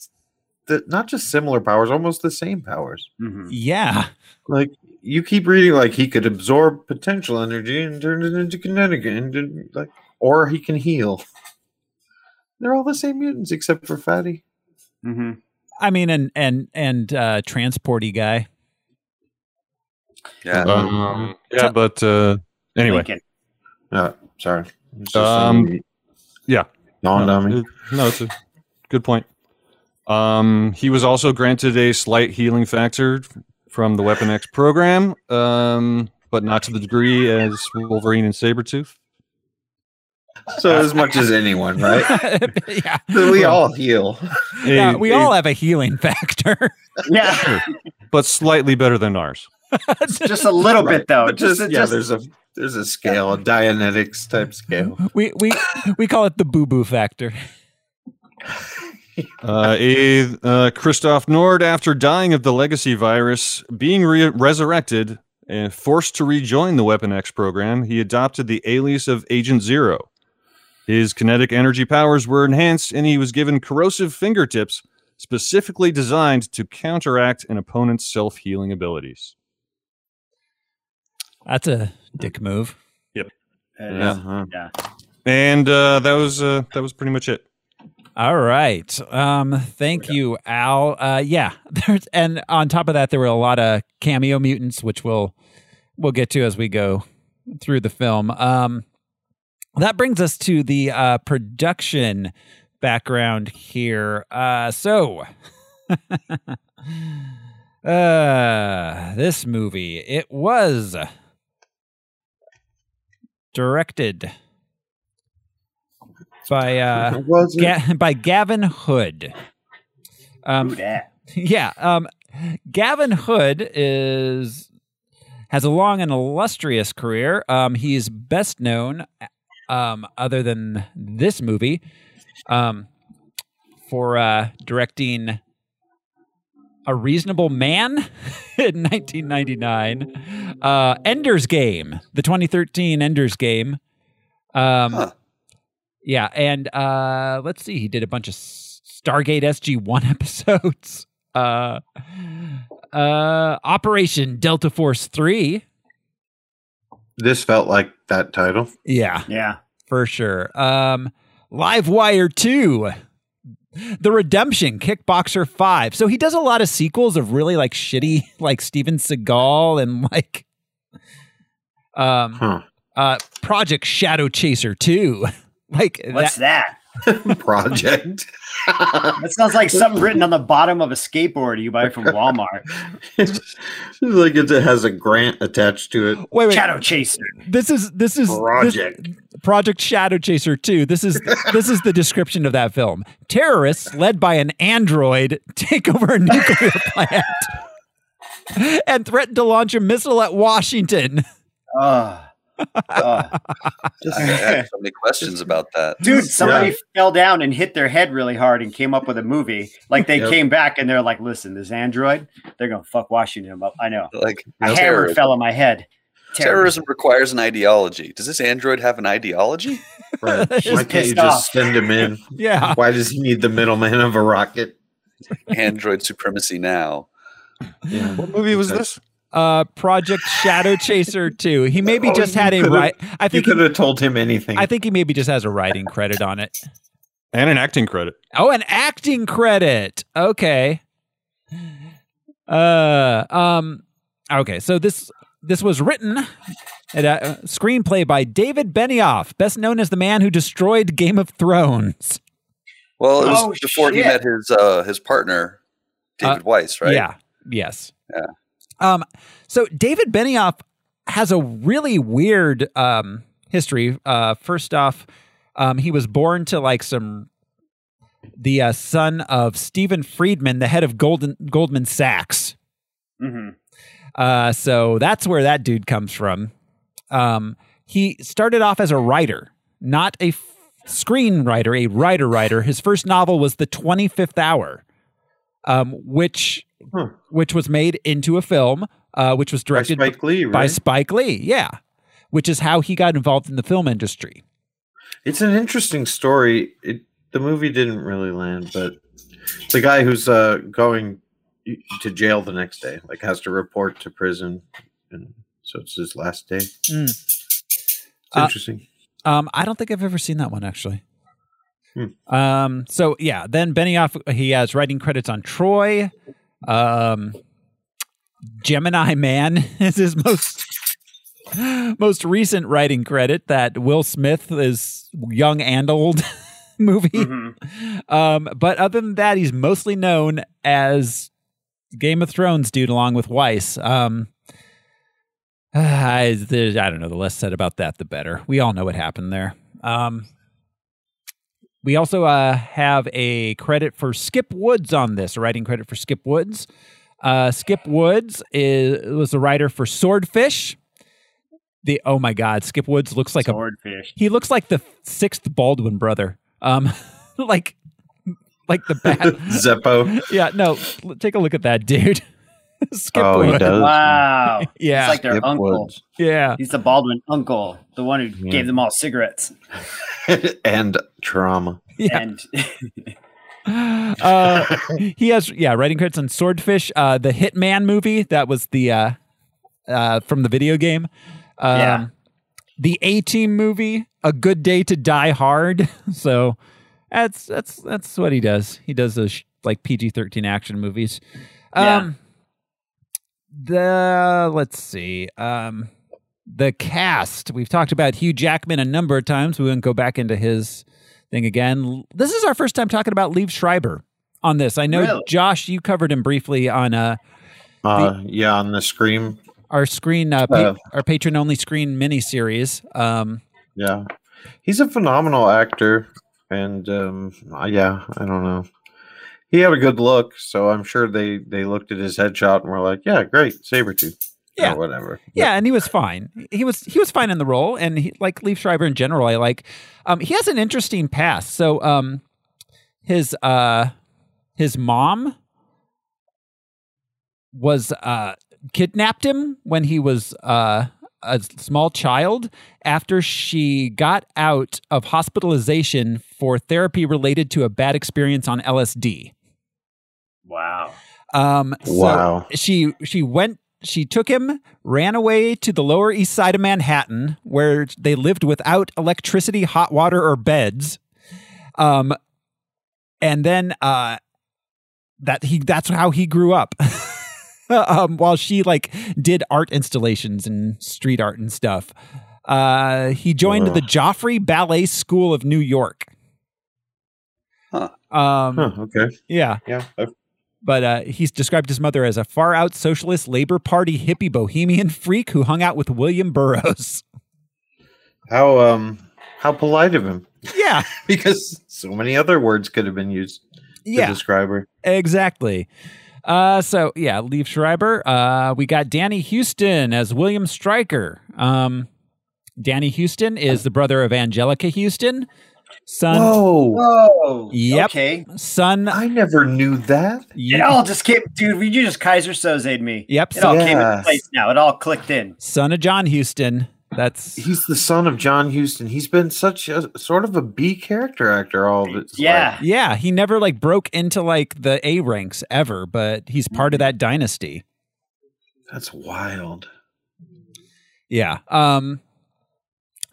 the, not just similar powers, almost the same powers.
Mhm.
Yeah,
Like you keep reading, like he could absorb potential energy and turn it into kinetic, and and, like, or he can heal. They're all the same mutants except for Fatty.
Mhm.
I mean, and and and uh, transporty guy.
Yeah.
Um, yeah, but uh, anyway,
Lincoln.
No, sorry. It's just
Um,
a-
yeah.
Dawned on me.
it- no, it's a good point. Um, he was also granted a slight healing factor from the Weapon X program, um, but not to the degree as Wolverine and Sabretooth.
So as much as anyone, right?
yeah,
we all heal.
Yeah,
A-
we all have a healing factor.
Yeah,
but slightly better than ours.
just a little bit though.
But just,
Just,
yeah,
just
there's a there's a scale, a Dianetics type scale.
we we we call it the boo boo factor.
Uh, a, uh, Christoph Nord, after dying of the legacy virus, being re- resurrected and forced to rejoin the Weapon X program, he adopted the alias of Agent Zero. His kinetic energy powers were enhanced, and he was given corrosive fingertips specifically designed to counteract an opponent's self healing abilities.
That's a dick move.
yeah.
And uh, that was uh, that was pretty much it.
All right. Um, thank you, Al. Uh, yeah. There's and on top of that, there were a lot of cameo mutants, which we'll we'll get to as we go through the film. Um, that brings us to the uh, production background here. Uh, so. Uh, this movie, it was directed by uh,
It wasn't-
Ga- by Gavin Hood. Um,
Who dat?
yeah. Um, Gavin Hood is has a long and illustrious career. Um, he's best known, um, other than this movie, um, for uh, directing A Reasonable Man in 1999, uh, Ender's Game, the 2013 Ender's Game. Um,
Huh.
Yeah, and uh, let's see, he did a bunch of S- Stargate SG One episodes uh, uh, Operation Delta Force 3.
This felt like that title.
Yeah,
Yeah.
for sure. Um, Live Wire 2. The Redemption, Kickboxer 5. So he does a lot of sequels of really like shitty, like Steven Seagal and like um
Huh.
uh Project Shadow Chaser 2. Like
What's
that,
that?
Project.
That sounds like something written on the bottom of a skateboard you buy from Walmart.
it's like it has a grant attached to it.
wait, wait.
Shadow Chaser.
This is this is this-
Project.
Project Shadow Chaser 2. This is this is the description of that film. Terrorists led by an android take over a nuclear plant and threaten to launch a missile at Washington.
Ugh. Ugh.
I have so many questions about that.
Ah. Dude, somebody fell down and hit their head really hard and came up with a movie. Like they
Yep.
came back and they're like, listen, this android, they're going to fuck Washington up. I know.
Like
A hammer
terrorism.
fell on my head.
terrorism requires an ideology. Does this android have an ideology?
Right. Why
She's
can't you
pissed
just
off.
send him in?
Yeah.
Why does he need the middleman of a rocket?
android supremacy now.
Yeah.
What movie was this?
Uh Project Shadow Chaser 2. He maybe
Oh,
just
you
had a
could've-
right I
You
think
could
he,
have told him anything.
I think he maybe just has a writing credit on it.
And an acting credit.
Oh, an acting credit. Okay. Uh um okay, so this this was written at a uh, screenplay by David Benioff, best known as the man who destroyed Game of Thrones.
Well, it was
Oh,
before he
shit.
met his uh, his partner, David Weiss, right?
Yeah. Yes.
Yeah.
Um so David Benioff has a really weird um history. Uh first off, um he was born to like some the uh, son of Stephen Friedman, the head of Golden Goldman Sachs.
hmm
Uh, so that's where that dude comes from. Um, he started off as a writer, not a f- screenwriter, a writer writer. His first novel was The 25th Hour, um, which
Huh.
which was made into a film, uh, which was
Hmm. By
directed by Spike,
Spike Lee, right?
Lee. Yeah, which is how he got involved in the film industry.
It's an interesting story. It, the movie didn't really land, but the guy who's uh, going to jail the next day, like, has to report to prison, and so it's his last day.
Mm.
It's
Uh,
interesting.
Um, I don't think I've ever seen that one actually.
Hmm.
Um, so yeah, then Benioff he has writing credits on Troy, um, Gemini Man is his most most recent writing credit. That Will Smith is young and old movie.
hmm
Um, but other than that, he's mostly known as Game of Thrones dude, along with Weiss. Um, I, there's- I don't know. The less said about that, the better. We all know what happened there. Um, we also uh, have a credit for Skip Woods on this, a writing credit for Skip Woods. Uh, Skip Woods is, was a writer for Swordfish. The oh my god, Skip Woods looks like a
Swordfish.
he looks like the sixth Baldwin brother. Um, like, like the bad.
Zeppo.
yeah, no. l- Take a look at that dude. Skip
Oh, he
Woods.
does.
Wow.
Yeah.
He's like their
Skip
uncle.
Woods.
Yeah.
He's the Baldwin uncle, the one who
Yeah.
gave them all cigarettes.
and trauma.
Yeah.
And
Uh, he has yeah writing credits on Swordfish, uh, the Hitman movie that was the uh, uh, from the video game. Um,
Yeah.
The A Team movie, A Good Day to Die Hard. So that's that's that's what he does. He does those sh- like PG thirteen action movies.
Yeah.
Um, The let's see. Um, the cast we've talked about Hugh Jackman a number of times. We won't go back into his thing again. This is our first time talking about Liev Schreiber on this. I know
Really?
Josh, you covered him briefly on uh,
Uh, yeah, on the Scream.
Our screen, uh, pa-
Uh.
our patron only screen mini series. Um,
Yeah, he's a phenomenal actor, and um, uh, yeah, I don't know. He had a good look, so I'm sure they they looked at his headshot and were like, "Yeah, great, Sabretooth." or
Yeah.
whatever.
Yeah, and he was fine. He was he was fine in the role, and he, like Leaf Schreiber in general, I like. Um, he has an interesting past. So, um, his uh, his mom was uh kidnapped him when he was uh a small child after she got out of hospitalization for therapy related to a bad experience on LSD.
Wow.
Um, so
Wow.
She she went. She took him, ran away to the Lower East Side of Manhattan, where they lived without electricity, hot water, or beds. Um, and then uh, that he that's how he grew up. um, while she like did art installations and street art and stuff. Uh, he joined
Wow.
the Joffrey Ballet School of New York.
Huh.
Um,
Huh, okay.
yeah.
Yeah. I've-
But uh, he's described his mother as a far out socialist Labor Party hippie bohemian freak who hung out with William Burroughs.
How um how polite of him,
yeah,
because so many other words could have been used to
yeah,
describe her.
exactly. Uh, so yeah, Leif Schreiber. Uh, we got Danny Houston as William Stryker. Um, Danny Houston is the brother of Angelica Houston, son,
Whoa!
Whoa.
Yep.
Okay.
son.
I never knew that.
It all just came, dude. We you just Kaiser Soze'd me.
Yep,
It all came into
Yes.
place now. It all clicked in.
son of John Houston. That's
He's the son of John Houston. He's been such a sort of a B character actor all of his
Yeah.
Yeah, he never like broke into like the A ranks ever, but he's part of that dynasty.
life. That's wild.
Yeah. Um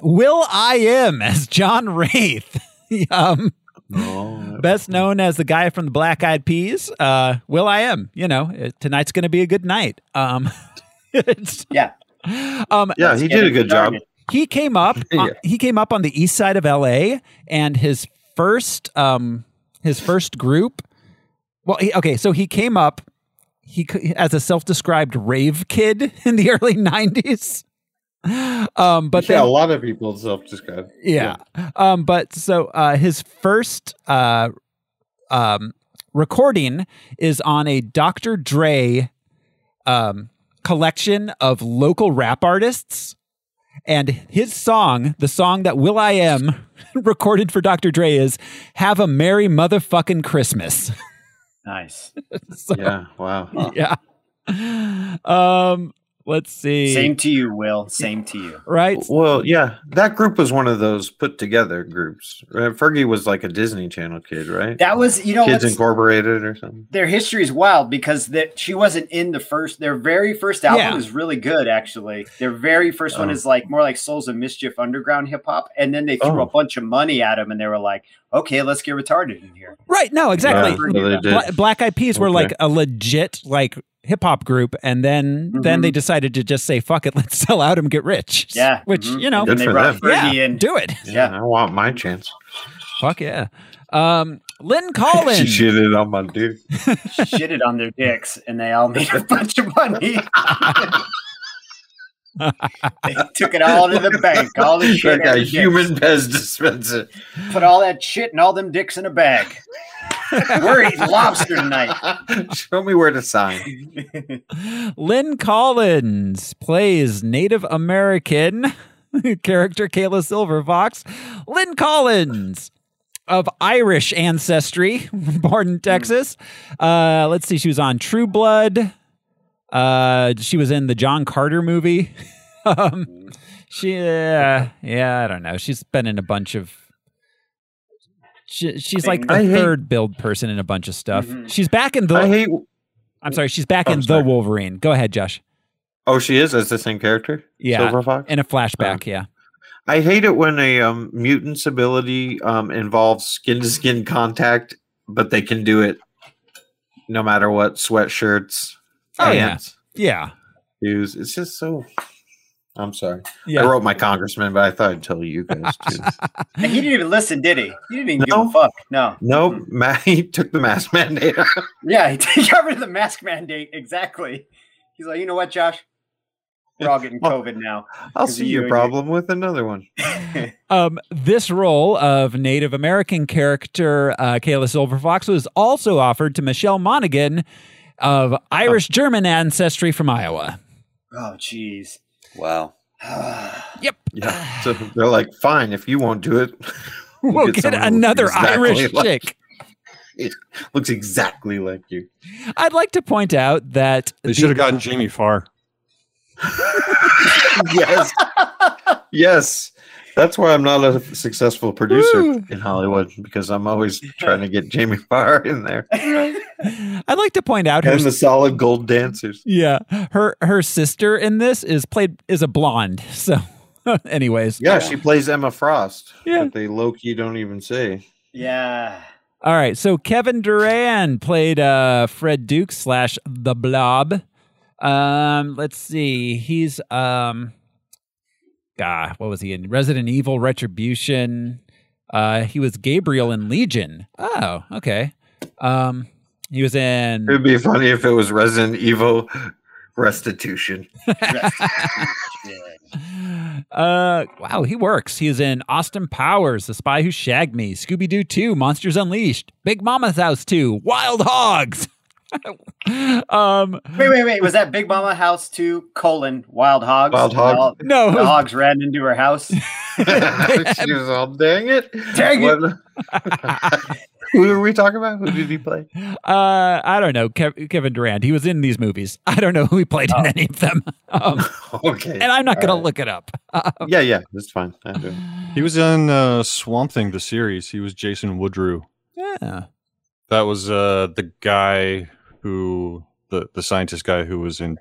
Will I am as John Wraith. um
Oh,
best known as the guy from the Black Eyed Peas. Uh Will I am, you know, uh, tonight's going to be a good night. Um it's-
Yeah.
Um
yeah, he did a good job.
he came up
Yeah.
he came up on the east side of LA and his first um his first group well he, okay so he came up he c- as a self-described rave kid in the early 90s um but
yeah,
then
a lot of people self-describe.
yeah. Um, but so uh, his first uh, um, recording is on a Dr. Dre um, collection of local rap artists. And his song, the song that Will I Am recorded for Dr. Dre is Have a Merry Motherfucking Christmas.
Nice.
so,
Yeah, wow.
yeah. Um, let's see.
Same to you, Will. Same to you.
Right?
Well, yeah, that group was one of those put together groups. right? Fergie was like a Disney Channel kid, right?
That was, you know,
Kids
what's-
Incorporated or something.
their history is wild because that she wasn't in the first. Their very first album
Yeah.
is really good, actually. Their very first one
Oh.
is like more like Souls of Mischief underground hip hop, and then they threw
Oh.
a bunch of money at them, and they were like, "Okay, let's get retarded in here."
Right. No, exactly.
Yeah, so they did.
Bla- Black Eyed Peas were
Okay.
like a legit like hip hop group, and then then
Mhm.
they decided to just say fuck it, let's sell out and get rich.
Yeah,
which
mhm.
you know,
Good
and they
for
brought
them.
Fergie
yeah,
in.
do it.
Yeah,
Yeah.
I want my chance.
Fuck yeah. Um, Lynn
She
Collins.
shitted on my dude.
shitted on their dicks and they all made a bunch of money. they took it all to the bank, all the shit,
Like a
every dick.
human Pez dispenser.
put all that shit and all them dicks in a bag. We're eating lobster tonight.
Show me where to sign.
Lynn Collins plays Native American character Kayla Silverfox. Lynn Collins of Irish ancestry, born in Texas. Uh, let's see, she was on True Blood. Uh, she was in the John Carter movie. um, she, uh, yeah, I don't know. She's been in a bunch of. She, she's like the
I hate- Mm-hmm.
third build person in a bunch of stuff.
Mhm.
She's back in the.
I hate.
I'm sorry, she's back
Oh,
in
sorry.
The Wolverine. Go ahead, Josh.
Oh, she is as the same character.
Yeah.
Silver Fox.
In a flashback, yeah.
I hate it when a um, mutant's ability um, involves skin to skin contact, but they can do it no matter what sweatshirts,
Oh, yeah.
pants,
Yeah.
shoes. It's just so I'm sorry. I
Yeah.
wrote my congressman, but I thought I'd tell you guys too.
And he didn't even listen, did he? He didn't even
No.
give a fuck. No.
nope, Matt, he took the mask mandate.
Yeah, he t- got rid of the mask mandate. Exactly. He's like, you know what, Josh? We're all
Oh.
getting COVID now.
I'll
Is
see
it you
your
and
problem with another one.
Um, this role of Native American character uh, Kayla Silverfox was also offered to Michelle Monaghan of Irish German ancestry from Iowa.
Oh, jeez.
Wow.
Yep.
Yeah. So they're like, fine, if you won't do it,
We'll, get,
someone who looks
another
exactly
Irish
like-
chick.
Looks exactly like you.
I'd like to point out that
They
the-
should have gotten Jamie Farr.
yes. Yes. That's why I'm not a successful producer
Woo.
in Hollywood because I'm always trying to get Jamie Farr in there
I'd like to point out her
and the solid gold dancers.
yeah her her sister in this is played is a blonde. So, anyways,
Yeah, she plays Emma Frost.
Yeah.
But they low key don't even say.
Yeah.
All right, so Kevin Duran played uh, Fred Duke slash the Blob. Um, let's see, he's um, ah, what was he in? Resident Evil Retribution. Uh, he was Gabriel in Legion. Oh, okay. Um, he was in.
It would be funny if it was Resident Evil Restitution.
uh, wow, he works. He is in Austin Powers, The Spy Who Shagged Me, Scooby Doo 2, Monsters Unleashed, Big Mama's House 2, Wild Hogs. um,
Wait, wait, wait. Was that Big Mama House 2 colon Wild Hogs?
Wild Hog.
All-
no, it
The
was
hogs ran into her house.
she was all, dang it.
Dang it.
What- Who are we talking about? Who did he play?
Uh, I don't know. Kev- Kevin Durant. He was in these movies. I don't know who he played in any of them. Um,
Okay.
and I'm not going
Oh. All
to
right.
look it up.
Yeah, yeah, that's fine. I do.
He was in uh, Swamp Thing, the series. He was Jason Woodrue.
Yeah.
That was uh, the guy who the the scientist guy who was in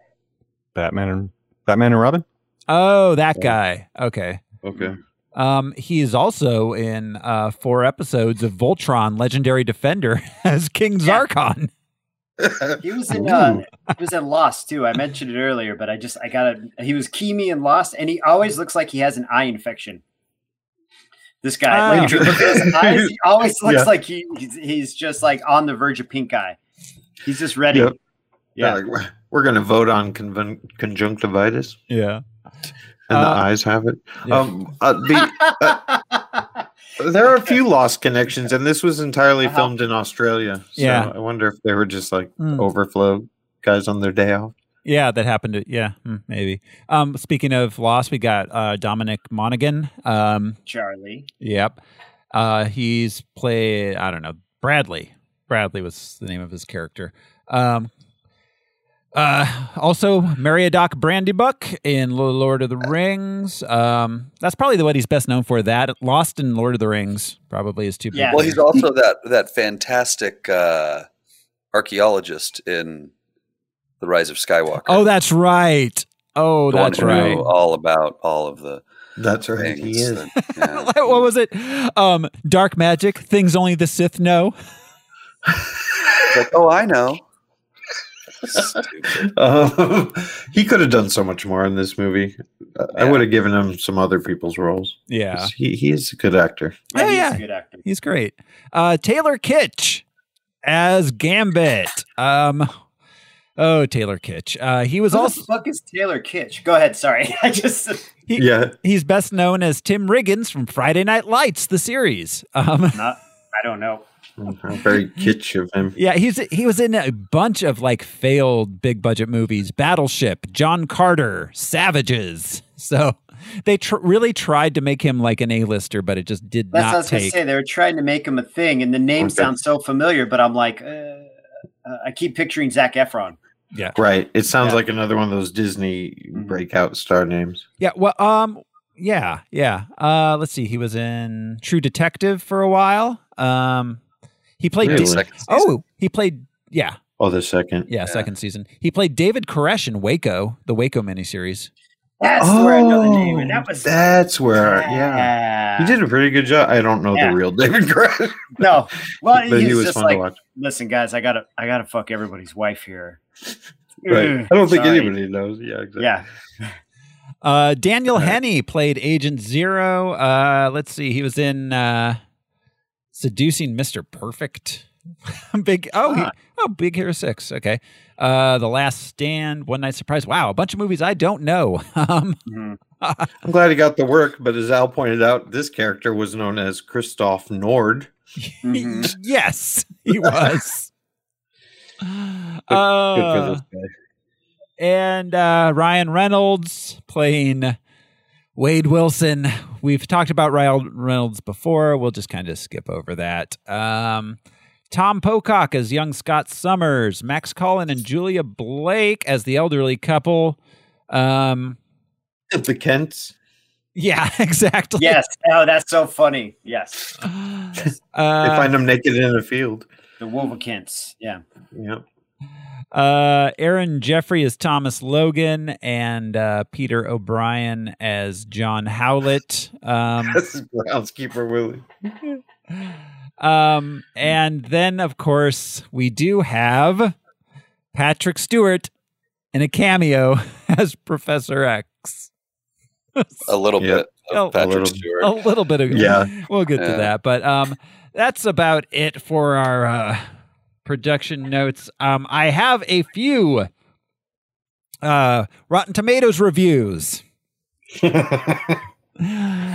Batman and Batman and Robin.
Oh, that guy. Okay.
Okay.
Um, he is also in uh, four episodes of Voltron: Legendary Defender as King
Yeah.
Zarkon.
He was in uh, he was in Lost too. I mentioned it earlier, but I just I gotta he was Kimi in Lost, and he always looks like he has an eye infection. This guy, like, if you look at
Ah.
his eyes, he always looks
Yeah.
like he he's, he's just like on the verge of pink eye. He's just ready.
Yep.
Yeah.
They're like, "We're- we're going to vote on convin- conjunctivitis,
Yeah.
and
Uh,
the eyes have it.
yeah.
Um, uh, the,
uh,
there are a few lost connections, and this was entirely
Uh-huh.
filmed in Australia. So
Yeah.
I wonder if they were just like
Mm.
overflow guys on their day off.
Yeah, that happened. To, yeah, hmm, maybe. Um, speaking of loss, we got uh, Dominic Monaghan. Um,
Charlie.
Yep. Uh, he's played, I don't know, Bradley. Bradley was the name of his character. Um, uh, also, Meriadoc Brandybuck in L- Lord of the Rings. Um, that's probably the what he's best known for. That Lost in Lord of the Rings probably is too big.
Yeah.
Well, he's also that that fantastic uh, archaeologist in the Rise of Skywalker.
oh, that's right. Oh,
The one
that's
who
right.
knew all about all of the
That's right.
things.
He is.
that- yeah.
what was it? Um, dark magic, things only the Sith know.
It's like, oh, I know. Stupid.
Um, he could have done so much more in this movie. Uh, I
Yeah.
would have given him some other people's roles.
Yeah,
He, he is a good actor.
Yeah,
he's
yeah.
a good actor.
He's great. Uh, Taylor Kitsch as Gambit. Um, oh, Taylor Kitsch. Uh, he was
Who
also
the fuck is Taylor Kitsch? Go ahead. Sorry, I just
He-
yeah.
he's best known as Tim Riggins from Friday Night Lights, the series. Um,
not. I don't know.
I'm Mm-hmm. very kitsch of him.
yeah, he's he was in a bunch of like failed big budget movies: Battleship, John Carter, Savages. So they tr- really tried to make him like an A-lister, but it just did
That's what I
not
was gonna
take.
say. They were trying to make him a thing, and the name
Okay.
sounds so familiar, but I'm like, uh, uh, I keep picturing Zach Efron.
Right. It sounds
Yeah.
like another one of those Disney
Mhm.
breakout star names.
Yeah. Well, um, yeah, yeah. Uh, let's see. He was in True Detective for a while. Um, he played.
Really?
Da-
Second season.
oh, he played. Yeah,
Oh, the second.
yeah,
Yeah.
Second season. He played David Koresh in Waco, the Waco miniseries.
That's where I know the name. And that was
that's Oh, where. Yeah. He did a pretty good job. I don't know
Yeah.
the real David Koresh,
no. Well,
but
he's
he was
just
fun
like,
to watch.
listen, guys, I gotta, I gotta fuck everybody's wife here.
Right.
Ugh,
I don't think
mm, sorry.
anybody knows. Yeah, exactly.
Yeah,
Uh, Daniel Henney played Agent Zero. Uh, let's see, he was in uh, Seducing Mr. Perfect. big oh he, oh Big Hero Six. Okay, uh, The Last Stand, One Night Surprise. Wow, a bunch of movies I don't know. um,
Mm-hmm.
I'm glad he got the work, but as Al pointed out, this character was known as Christoph Nord. Mm-hmm.
Mhm.
yes, he was.
Good, good
Uh,
for this guy.
and uh, Ryan Reynolds playing Wade Wilson. We've talked about Ryan Reynolds before. We'll just kind of skip over that. Um, Tom Pocock as young Scott Summers, Max Collin and Julia Blake as the elderly couple. Um,
The Kents.
yeah, exactly.
Yes. Oh, that's so funny. Yes.
They
Uh,
find him naked in a field.
The Wolverkins. Yeah.
Yeah.
Uh, Aaron Jeffrey as Thomas Logan and uh, Peter O'Brien as John Howlett. Um,
That's his groundskeeper Willie.
um, and then, of course, we do have Patrick Stewart in a cameo as Professor X.
A little
Yeah.
bit
Oh, a
of Patrick
little-
Stewart.
a little bit of
Yeah.
We'll get to
Yeah.
that, but um, that's about it for our uh, production notes. Um, I have a few uh Rotten Tomatoes reviews.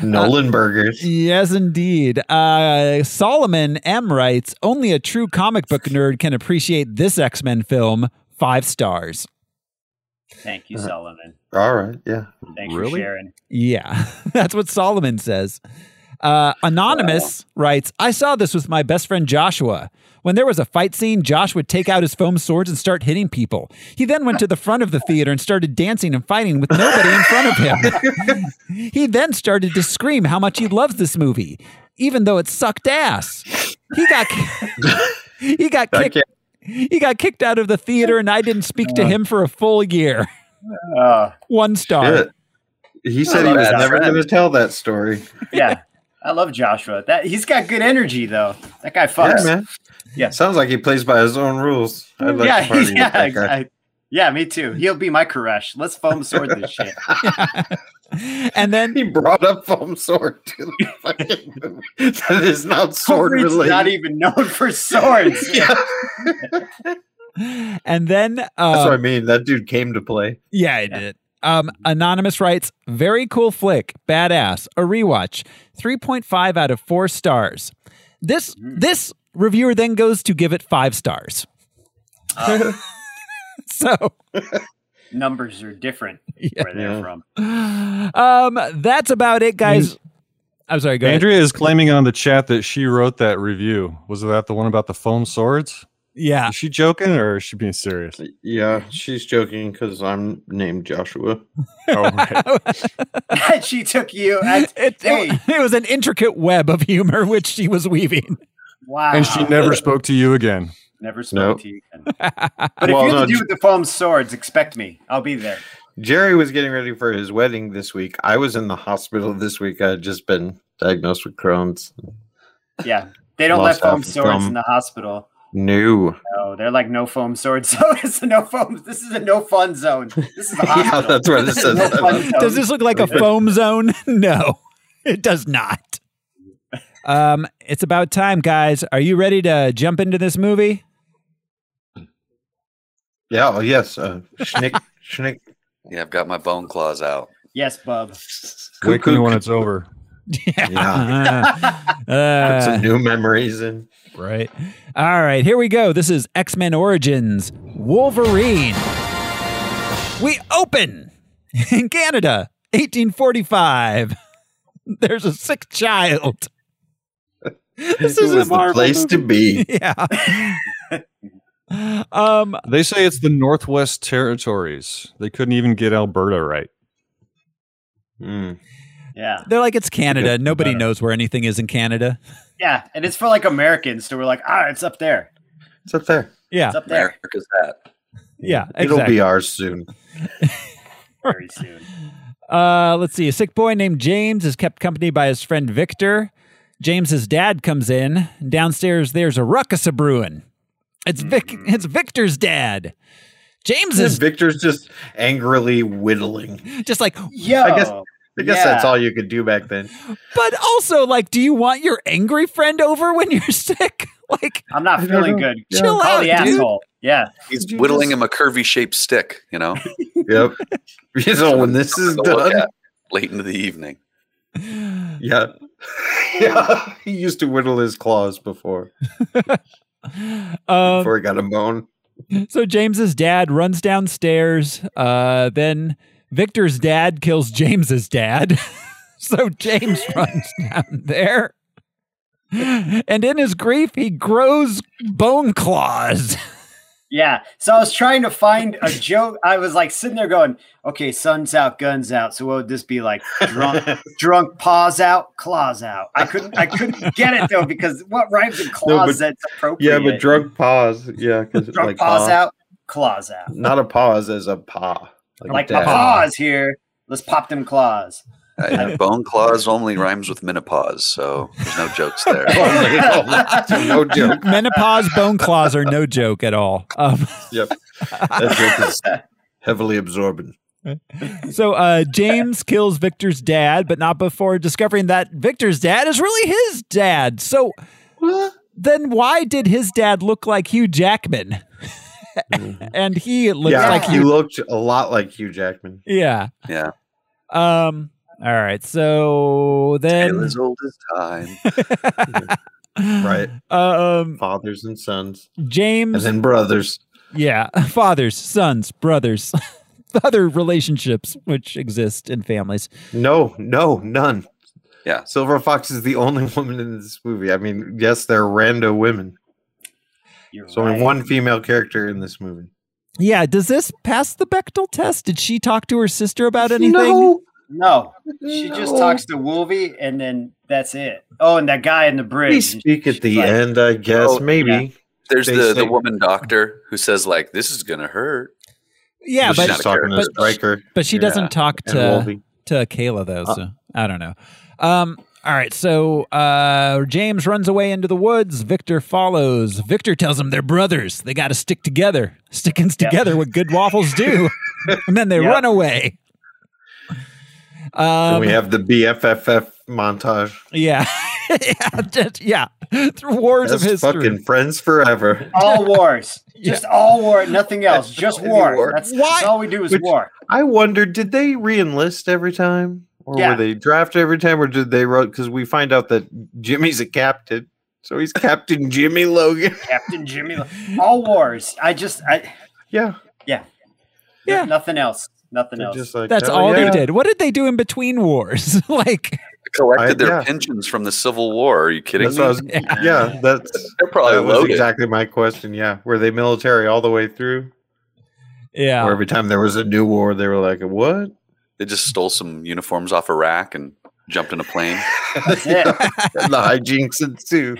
Nolan Burgers.
Uh, Yes, indeed. Uh, Solomon M writes, "Only a true comic book nerd can appreciate this X Men film." Five stars.
Thank
Uh-huh.
you, Solomon.
All right. Yeah.
Thank
Really?
you, Sharon.
Yeah, that's what Solomon says. Uh, Anonymous writes, I saw this with my best friend Joshua. When there was a fight scene, Josh would take out his foam swords and start hitting people. He then went to the front of the theater and started dancing and fighting with nobody in front of him. he then started to scream how much he loves this movie, even though it sucked ass. He got he got
I
kicked he got kicked out of the theater and I didn't speak to him for a full year.
Oh,
One star.
Shit. He said he
love
was
that
never
friend.
going to tell that story.
yeah. I love Joshua. That he's got good energy though. That guy
Yeah,
fucks. Yeah,
man.
Yeah.
Sounds like he plays by his own rules. I'd like
yeah,
to party with that guy.
I- yeah, me too. He'll be my Koresh. Let's foam sword this shit.
And then
He brought up foam sword to the fucking movie. That is not sword
Wolverine's
related.
not even known for swords.
yeah,
And then,
that's what I
um,
mean. That dude came to play.
yeah, I did. Um, Anonymous writes, very cool flick, badass, a rewatch, 3.5 out of four stars. This,
Hmm.
this reviewer then goes to give it five stars. so,
Uh, Numbers are different where they're
Yeah.
from.
um, that's about it, guys. I'm sorry, go ahead.
Andrea is claiming on the chat that she wrote that review. Was that the one about the foam swords?
Yeah.
Is she joking or is she being serious?
Yeah, she's joking because I'm named Joshua.
Oh, right.
she took you. At,
It, it,
hey,
it was an intricate web of humor which she was weaving.
wow.
And she never spoke to you again.
never spoke
Nope.
to you. Again. But
Well,
if you're
no,
the dude
J-
with the foam swords, expect me. I'll be there.
Jerry was getting ready for his wedding this week. I was in the hospital this week. I had just been diagnosed with Crohn's.
Yeah. They don't
Lost
let foam
half the
swords
thumb.
in the hospital.
New.
No, they're like no foam sword zone. It's a no foam. This is a no fun zone. This is a
Yeah,
hospital.
that's what it
This is
says.
no fun zone.
Does this look like a foam zone? No, it does not. Um, it's about time, guys. Are you ready to jump into this movie?
Yeah, oh, yes. Uh, schnick, schnick.
Yeah, I've got my bone claws out.
yes, bub.
Wait till
cuckoo.
when it's over.
Yeah,
Uh,
put some new memories in.
right. All right, here we go. This is X Men Origins Wolverine. We open in Canada, 1845. There's a sick child. This
It
is a
was the
Marvel
place to be.
Yeah. um,
They say it's the Northwest Territories. They couldn't even get Alberta right.
Mm.
Yeah.
They're like, it's Canada. Nobody knows where anything is in Canada.
Yeah. And it's for like Americans. So we're like, ah, it's up there.
It's up there.
Yeah.
It's up there
America's hat.
Yeah.
It'll
Exactly.
be ours soon.
very soon.
Uh, let's see. A sick boy named James is kept company by his friend Victor. James's dad comes in.
Hmm.
Downstairs, there's a ruckus a brewing. It's Vic. It's Victor's dad. James
And
is
Victor's just angrily whittling.
just like,
Yo,
I guess- I guess that's
Yeah.
all you could do back then.
but also like, do you want your angry friend over when you're sick? Like,
I'm not
I don't
feeling
know.
good.
Yeah.
chill
Call
out,
the
dude.
asshole. Yeah.
He's
Could you
whittling
just-
him a curvy shaped stick, you know?
Yep. You know, when this is
Something to look
done.
at Late into the evening.
Yeah. yeah. He used to whittle his claws before
Um,
before he got a bone.
so James's dad runs downstairs. Uh, then Victor's dad kills James's dad. so James runs down there. And in his grief, he grows bone claws.
Yeah. So I was trying to find a joke. I was like sitting there going, okay, sun's out, guns out. So what would this be like? Drunk, drunk, paws out, claws out. I couldn't, I couldn't get it though because what rhymes with
but-
claws that's
Yeah,
appropriate?
but drug paws. Yeah, because
drunk,
like
paws
paw-
out, claws out.
Not a pause as a paw.
Like my
dad.
paws here. Let's pop them claws.
Uh, bone claws only rhymes with menopause, so there's no jokes there.
Oh,
Oh.
no joke.
Menopause bone claws are no joke at all. Um,
Yep. That joke is heavily absorbent.
so uh, James kills Victor's dad, but not before discovering that Victor's dad is really his dad. So then why did his dad look like Hugh Jackman? and he looks
yeah,
like
he
Hugh.
looked a lot like Hugh Jackman.
Yeah.
Yeah.
Um. All right. So
Tale
then,
as old as time.
Right.
Um.
Fathers and sons, and
James.
then brothers.
Yeah, fathers, sons, brothers, other relationships which exist in families.
No, no, none.
Yeah.
Silver Fox is the only woman in this movie. I mean, yes, they're rando women.
You're
There's only
right.
one female character in this movie.
Yeah, does this pass the Bechtel test? Did she talk to her sister about anything?
No, she just talks to Wolvie and then that's it. Oh, and that guy in the bridge.
We speak
She's
at the
like,
end, I guess.
Oh,
Maybe.
yeah.
There's
They
the,
say-
the woman doctor who says, like, this is going to hurt.
Yeah,
She's
She's
but uh,
not
just
a
talking to
character.
Striker
but she
yeah,
doesn't talk
and
to
Wolvie.
to Kayla though, so I don't know. Um all right, so uh, James runs away into the woods. Victor follows. Victor tells him they're brothers. They got to stick together. Stickins
Yeah.
together, what good waffles do. and then they
Yeah.
run away.
And
Um,
we have the BFFF montage.
Yeah. yeah. just- yeah. Through wars
That's
of history.
fucking friends forever.
All wars,
Yeah.
just all war, nothing else, just war.
War.
That's,
Why-
that's all we do is
Which-
war.
I wonder, did they re-enlist every time, or
Yeah.
were they drafted every time, or did they wrote? Because we find out that Jimmy's a captain, so he's Captain Jimmy Logan.
Captain Jimmy. Lo- All wars. I just, I
yeah,
Yeah.
nothing else. Nothing
they're
else.
just like
That's
"Hell
all
yeah."
they did. What did they do in between wars? like,
Collected
I-
their
yeah.
pensions from the Civil War. Are you kidding
That's
me?
what I was-
Yeah.
yeah, that's
They're probably
that was
loaded.
exactly my question. Yeah, were they military all the way through,
yeah.
or every time there was a new war, they were like, "What?"
They just stole some uniforms off a rack and jumped in a plane.
That's it.
And the hijinks ensue.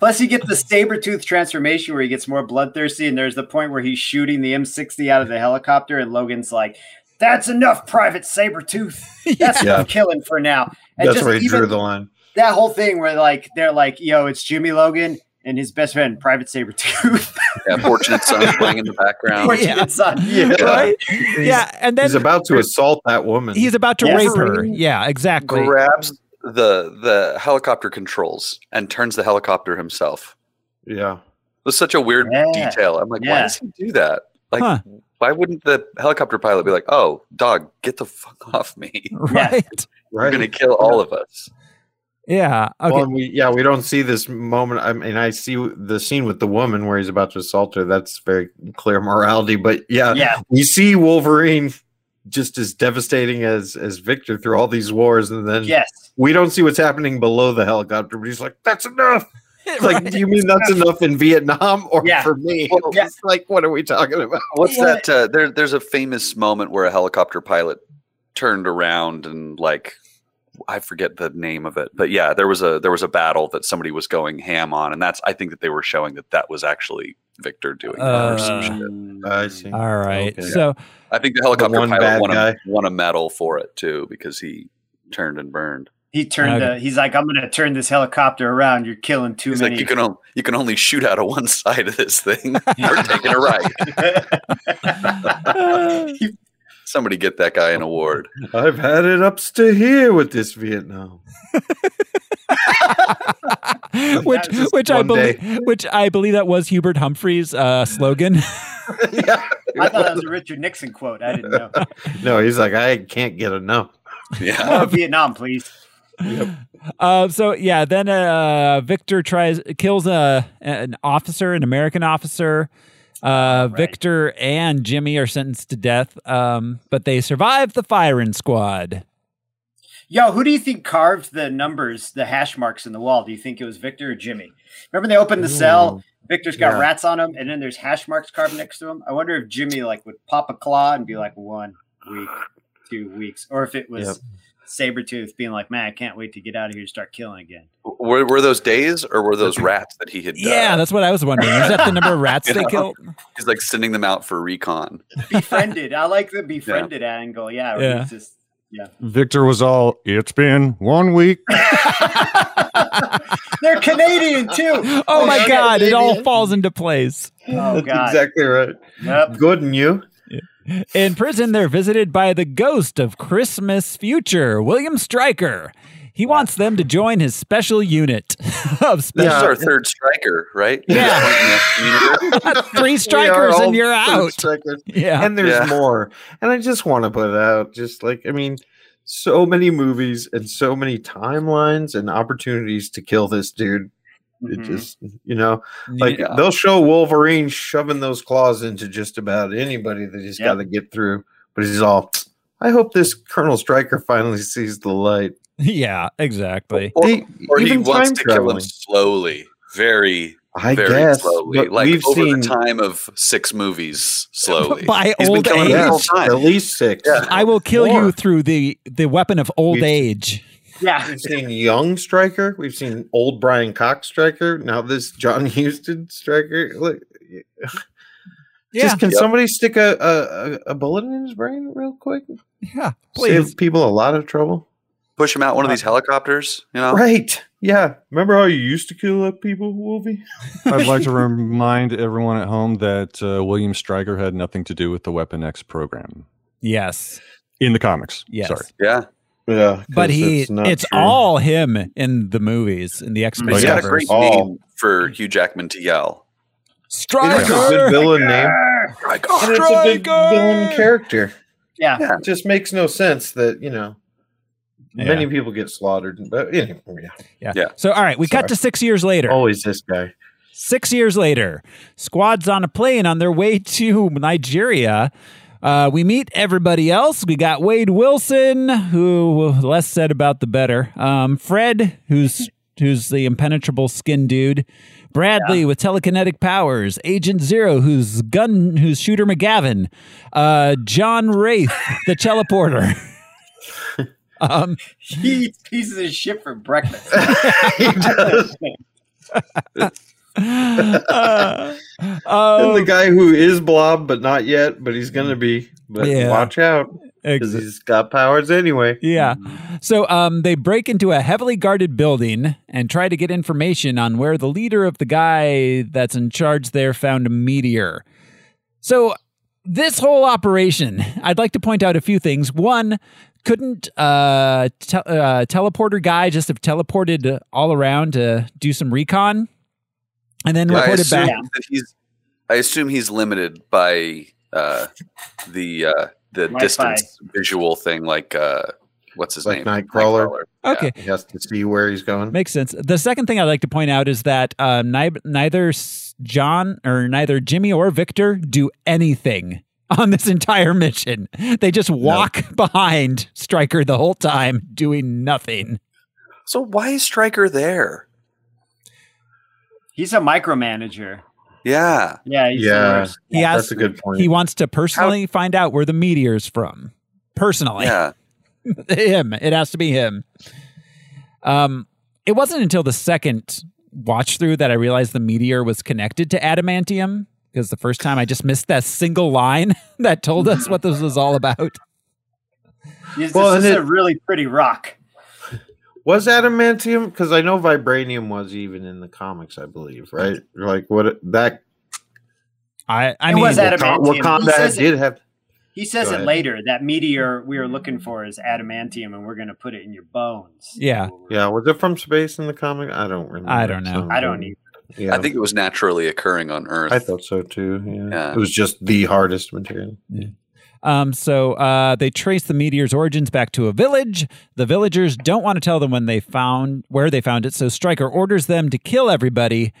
Plus, you get the saber tooth transformation where he gets more bloodthirsty, and there's the point where he's shooting the M60 out of the helicopter, and Logan's like, "That's enough, Private Sabretooth. That's
Yeah.
enough killing for now." And
That's
just
where he
even
drew the line.
that whole thing where like they're like, "Yo, it's Jimmy Logan." And his best friend, Private Sabretooth.
Yeah, fortunate son playing in the background.
Fortunate son.
Right? Yeah. And then
he's about to assault that woman.
he's about to
Yes.
rape her. Yeah, exactly.
Grabs the the helicopter controls and turns the helicopter himself.
yeah.
It was such a weird
Yeah.
detail. I'm like, why
Yeah.
does he do that? Like,
Huh.
why wouldn't the helicopter pilot be like, "Oh, dog, get the fuck off me!
Yeah.
Right.
You're
Right.
gonna kill all of us."
Yeah. Okay.
Well, and we, yeah, we don't see this moment. I mean, I see the scene with the woman where he's about to assault her. That's very clear morality. But yeah,
Yeah.
we see Wolverine just as devastating as as Victor through all these wars, and then
Yes.
we don't see what's happening below the helicopter. But he's like, "That's enough." It's
Right.
like, do you mean that's enough in Vietnam or
Yeah.
for me?
Well,
yeah.
It's like, what are we talking about?
What's
Well,
that? Uh, there, there's a famous moment where a helicopter pilot turned around and like, I forget the name of it, but yeah, there was a there was a battle that somebody was going ham on, and that's I think that they were showing that that was actually Victor doing that or some
Uh,
shit.
I see.
All right.
Okay.
So,
I think the helicopter
one
pilot
bad
won
guy.
a, won a medal for it too because he turned and burned.
He turned.
Okay.
The, he's like, I'm gonna turn this helicopter around. You're killing too
He's
many.
like, you can only you can only shoot out of one side of this thing or taking a right. Somebody get that guy an award.
I've had it up to here with this Vietnam.
which
was just
which I
one
believe which I believe that was Hubert Humphrey's uh, slogan.
yeah.
I thought that was a Richard Nixon quote. I didn't know.
No, he's like, I can't get enough.
Yeah.
More Vietnam, please.
Uh, so yeah, then uh, Victor tries kills a an officer, an American officer. Uh, Victor and Jimmy are sentenced to death, um, but they survive the firing squad.
Yo, who do you think carved the numbers, the hash marks in the wall? Do you think it was Victor or Jimmy? Remember they opened the cell. Victor's got
yeah.
rats on him, and then there's hash marks carved next to him. I wonder if Jimmy like would pop a claw and be like one week, two weeks, or if it was
Yep.
Sabretooth being like, "Man, I can't wait to get out of here and start killing again."
Were, were those days or were those rats that he had?
Yeah,
done?
that's what I was wondering. Is that the number of rats
You
they
know?
killed?
he's like sending them out for recon.
Befriended. I like the befriended angle. Yeah, where
Yeah.
he's just
Victor was all, it's been one week.
they're Canadian too.
Oh, my
shit,
god, it all
idiot.
falls into place.
Oh
That's
god.
exactly right.
Yep.
Good and you.
In prison, they're visited by the ghost of Christmas future, William Stryker. He wants them to join his special unit of
This
special
is our third striker, right?
Yeah.
Yeah.
three
We are
strikers
all
and you're
third
out.
strikers.
Yeah.
And there's
Yeah.
more. And I just want to put it out. Just like, I mean, so many movies and so many timelines and opportunities to kill this dude. It
Mhm.
just, you know, like
Yeah.
they'll show Wolverine shoving those claws into just about anybody that he's
Yep.
got to get through. But he's all, I hope this Colonel Stryker finally sees the light.
Yeah, exactly.
Or,
They-
or he
even
wants
time
to kill him
traveling.
slowly, very,
I
very
guess.
slowly.
but
Like
we've
over
seen
the time of six movies, slowly.
By
He's been
old
killing
age,
the whole
yes,
time.
at least six.
Yeah.
I will kill you
More.
through the the weapon of old
We've-
age.
Yeah.
We've seen young striker. We've seen old Brian Cox striker. Now this John Houston striker. Look,
Yeah,
just can
Yep.
somebody stick a, a a- a bullet in his brain real quick?
yeah. Please.
Save people a lot of trouble.
Push him out one of these helicopters, you know?
Right? Yeah. Remember how you used to kill up people, Wolvie?
I'd like to remind everyone at home that uh, William Stryker had nothing to do with the Weapon X program
Yes.
in the comics.
Yes.
Sorry.
Yeah.
Yeah.
But
'cause
he,
that's not
it's
true.
all him in the movies, in the X Men
He's
yeah,
got
universe.
a great
Oh.
name for Hugh Jackman to yell.
It is a good
Striker.
villain name,
Like,
and it's a good
Stryker!
villain character.
Yeah.
It just makes no sense that you know
Yeah.
many people get slaughtered. But anyway, yeah.
Yeah.
Yeah.
So, all right, we cut
Sorry.
to six years later.
always this guy.
Six years later, squad's on a plane on their way to Nigeria. Uh, we meet everybody else. We got Wade Wilson, who the less said about the better. Um, Fred, who's who's the impenetrable skin dude. Bradley with telekinetic powers. Agent Zero, who's gun, who's shooter McGavin. Uh, John Wraith, the teleporter. um,
He eats pieces of shit for breakfast.
he does.
uh,
And
oh,
the guy who is Blob, but not yet, but he's gonna be. But
Yeah.
watch out
oh, ex-
because he's got powers anyway.
Yeah.
Mm-hmm.
So um, they break into a heavily guarded building and try to get information on where the leader of the guy that's in charge there found a meteor. So this whole operation, I'd like to point out a few things. One, couldn't uh, te- uh, teleporter guy just have teleported all around to do some recon and then
Yeah, I
reported
assume
back?
that he's. I assume he's limited by uh, the uh, the
Wi-Fi.
distance visual thing, like uh, what's his
Like
name?
Nightcrawler.
Yeah.
Okay.
He has to see where he's going.
Makes sense. The second thing I'd like to point out is that uh, ni- neither S- John or neither Jimmy or Victor do anything on this entire mission. They just walk behind Stryker the whole time, doing nothing.
So why is Stryker there?
He's a micromanager.
Yeah.
Yeah, he's the
Yeah.
worst.
He
That's
has,
a good point.
he wants to personally find out where the meteor's from. Personally,
Yeah.
him. It has to be him. Um, it wasn't until the second watch through that I realized the meteor was connected to adamantium because the first time I just missed that single line that told us what this was all about.
He's
Well,
this
and
is
it-
a really pretty rock.
Was adamantium? Because I know vibranium was even in the comics, I believe, right? Like what that
I, I
It
mean,
was Adam- Adamantium. He
Wakanda
says it-
did have.
He says
Go
it
ahead.
later. That meteor we are looking for is adamantium, and we're going to put it in your bones.
Yeah.
Yeah, was it from space in the comic? I don't remember.
I don't know.
I don't either.
Yeah,
I think it was naturally occurring on Earth.
I thought so too. Yeah.
Yeah.
it was just the hardest material.
Um, so uh, they trace the meteor's origins back to a village. The villagers don't want to tell them when they found where they found it, so Stryker orders them to kill everybody.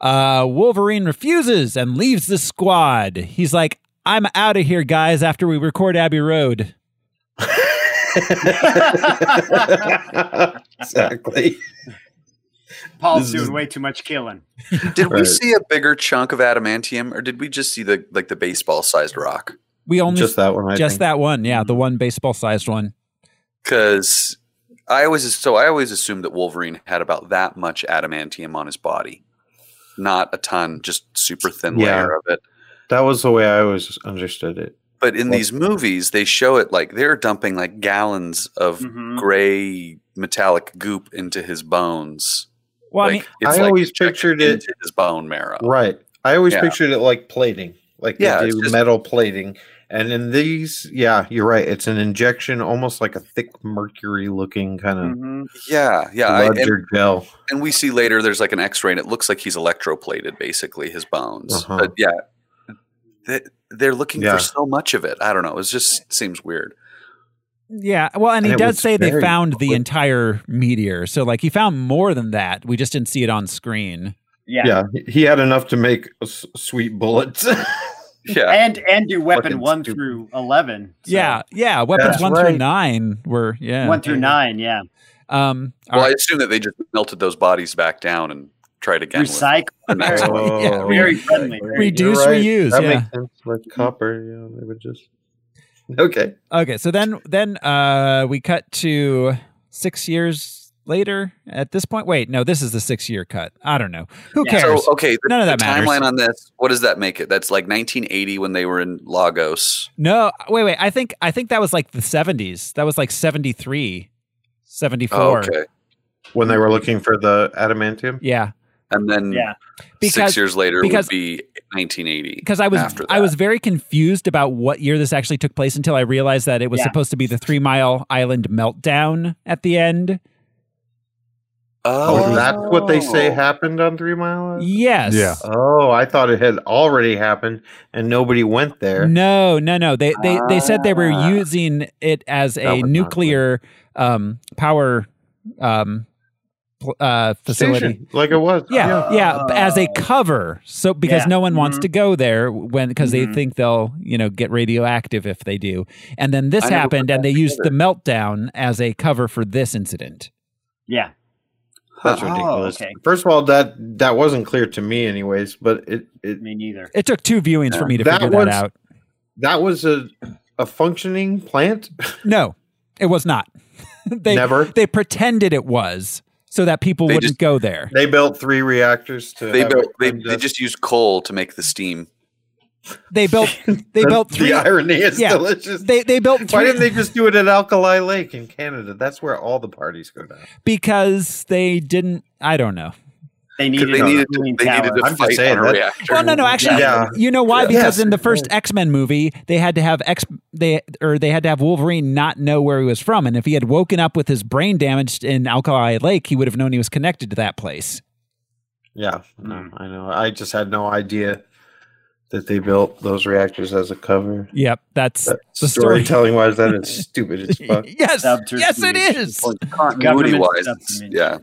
Uh, Wolverine refuses and leaves the squad. He's like, "I'm out of here, guys. After we record Abbey Road."
exactly.
Paul's
This is-
doing way too much killing.
Did we
Right.
see a bigger chunk of adamantium, or did we just see the like the baseball sized rock?
We only
just that one. I
just
think. Mm-hmm.
that one, yeah, the one baseball-sized one.
Because I always so I always assumed that Wolverine had about that much adamantium on his body, not a ton, just super thin
Yeah.
layer of it.
That was the way I always understood it.
But in
Well-
these movies, they show it like they're dumping like gallons of
Mm-hmm.
Mhm.
gray metallic goop into his bones.
Well, I
like,
mean,
I always pictured it-
into his bone marrow.
Right. I always
Yeah.
pictured it like plating, like
Yeah,
they
it's
do
just-
metal plating. And in these, yeah, you're right. It's an injection, almost like a thick mercury looking kind of
Mhm.
Yeah, Mm, yeah. I- and,
larger gel.
and we see later there's like an X-ray, and it looks like he's electroplated, basically his bones.
Uh-huh.
But yeah, they, they're looking
Yeah.
for so much of it. I don't know. It just seems weird.
yeah. Well, and he
And it
does
was
say they
very
found the
quick.
entire meteor, so like he found more than that. We just didn't see it on screen.
Yeah.
Yeah. he had enough to make s- sweet bullets.
Yeah,
And and do weapon
Fucking
one
stupid.
through eleven. So
Yeah, yeah. Weapons
That's
one through
right.
nine were yeah.
One through nine. Yeah.
Um, all
well, I
right.
assume that they just melted those bodies back down and tried again. with
Recycle.
the next one.
yeah,
Oh,
Very friendly.
you're
Very
Reduce, reuse,
That
yeah.
makes sense.
Mm.
Like copper, yeah, they would just. Okay.
okay. So then, then uh, we cut to six years later. At this point, wait, no, this is the six-year cut. I don't know. Who
Yeah.
cares?
So okay, the,
None of that
the
matters.
timeline on this. What does that make it? That's like 1980 when they were in Lagos.
no, wait, wait. I think I think that was like the seventies. That was like 73, 74.
Oh, okay,
When they were looking for the adamantium?
Yeah,
and then
Yeah.
because
six years later
because-
would be 1980.
because I was
after
I
that.
was very confused about what year this actually took place until I realized that it was
Yeah.
supposed to be the Three Mile Island meltdown at the end.
Oh, that's what they say happened on Three Mile Island?
Yes.
Yeah.
Oh, I thought it had already happened and nobody went there.
No, no, no. They they they said they were
Ah.
using it as
That
a
would not
nuclear um, power um, pl- uh, facility.
Station, like it was.
Yeah, yeah, b- as a
Oh.
cover. So because
Yeah.
no one wants
Mhm.
to go there when because they
Mhm.
think they'll you know get radioactive if they do. And then this
I never
happened,
put
and
that
they used the meltdown as a cover for this incident.
Yeah.
That's
Oh,
ridiculous.
okay.
First of all, that that wasn't clear to me, anyways. But it it
Me neither.
It took two viewings for me to
That
figure that
was-
out.
that was a a functioning plant.
No, it was not. they
Never.
they pretended it was so that people
They
wouldn't
just-
go there.
They built three reactors to.
They
have uh,
built. They,
it
they just used coal to make the steam.
They built they
The-
built three
The irony is
yeah.
delicious.
They they built three
Why didn't they just do it at Alkali Lake in Canada? That's where all the parties go down.
because they didn't. I don't know.
They
'Cause
needed
They
a
needed,
cooling
they
tower.
needed to
I'm just
fight
saying
on a
that-
reactor.
Well, no, no. Actually,
Yeah.
you know why?
Yeah.
Because
Yes.
in the first X Men movie, they had to have X they or they had to have Wolverine not know where he was from, and if he had woken up with his brain damaged in Alkali Lake, he would have known he was connected to that place.
Yeah,
Hmm.
no, I know. I just had no idea that they built those reactors as a cover.
Yep, that's
But
the story.
storytelling wise, that is stupid as fuck.
yes,
Subterfuge.
yes, it is.
continuity wise,
Government
it's-
supplement.
yeah.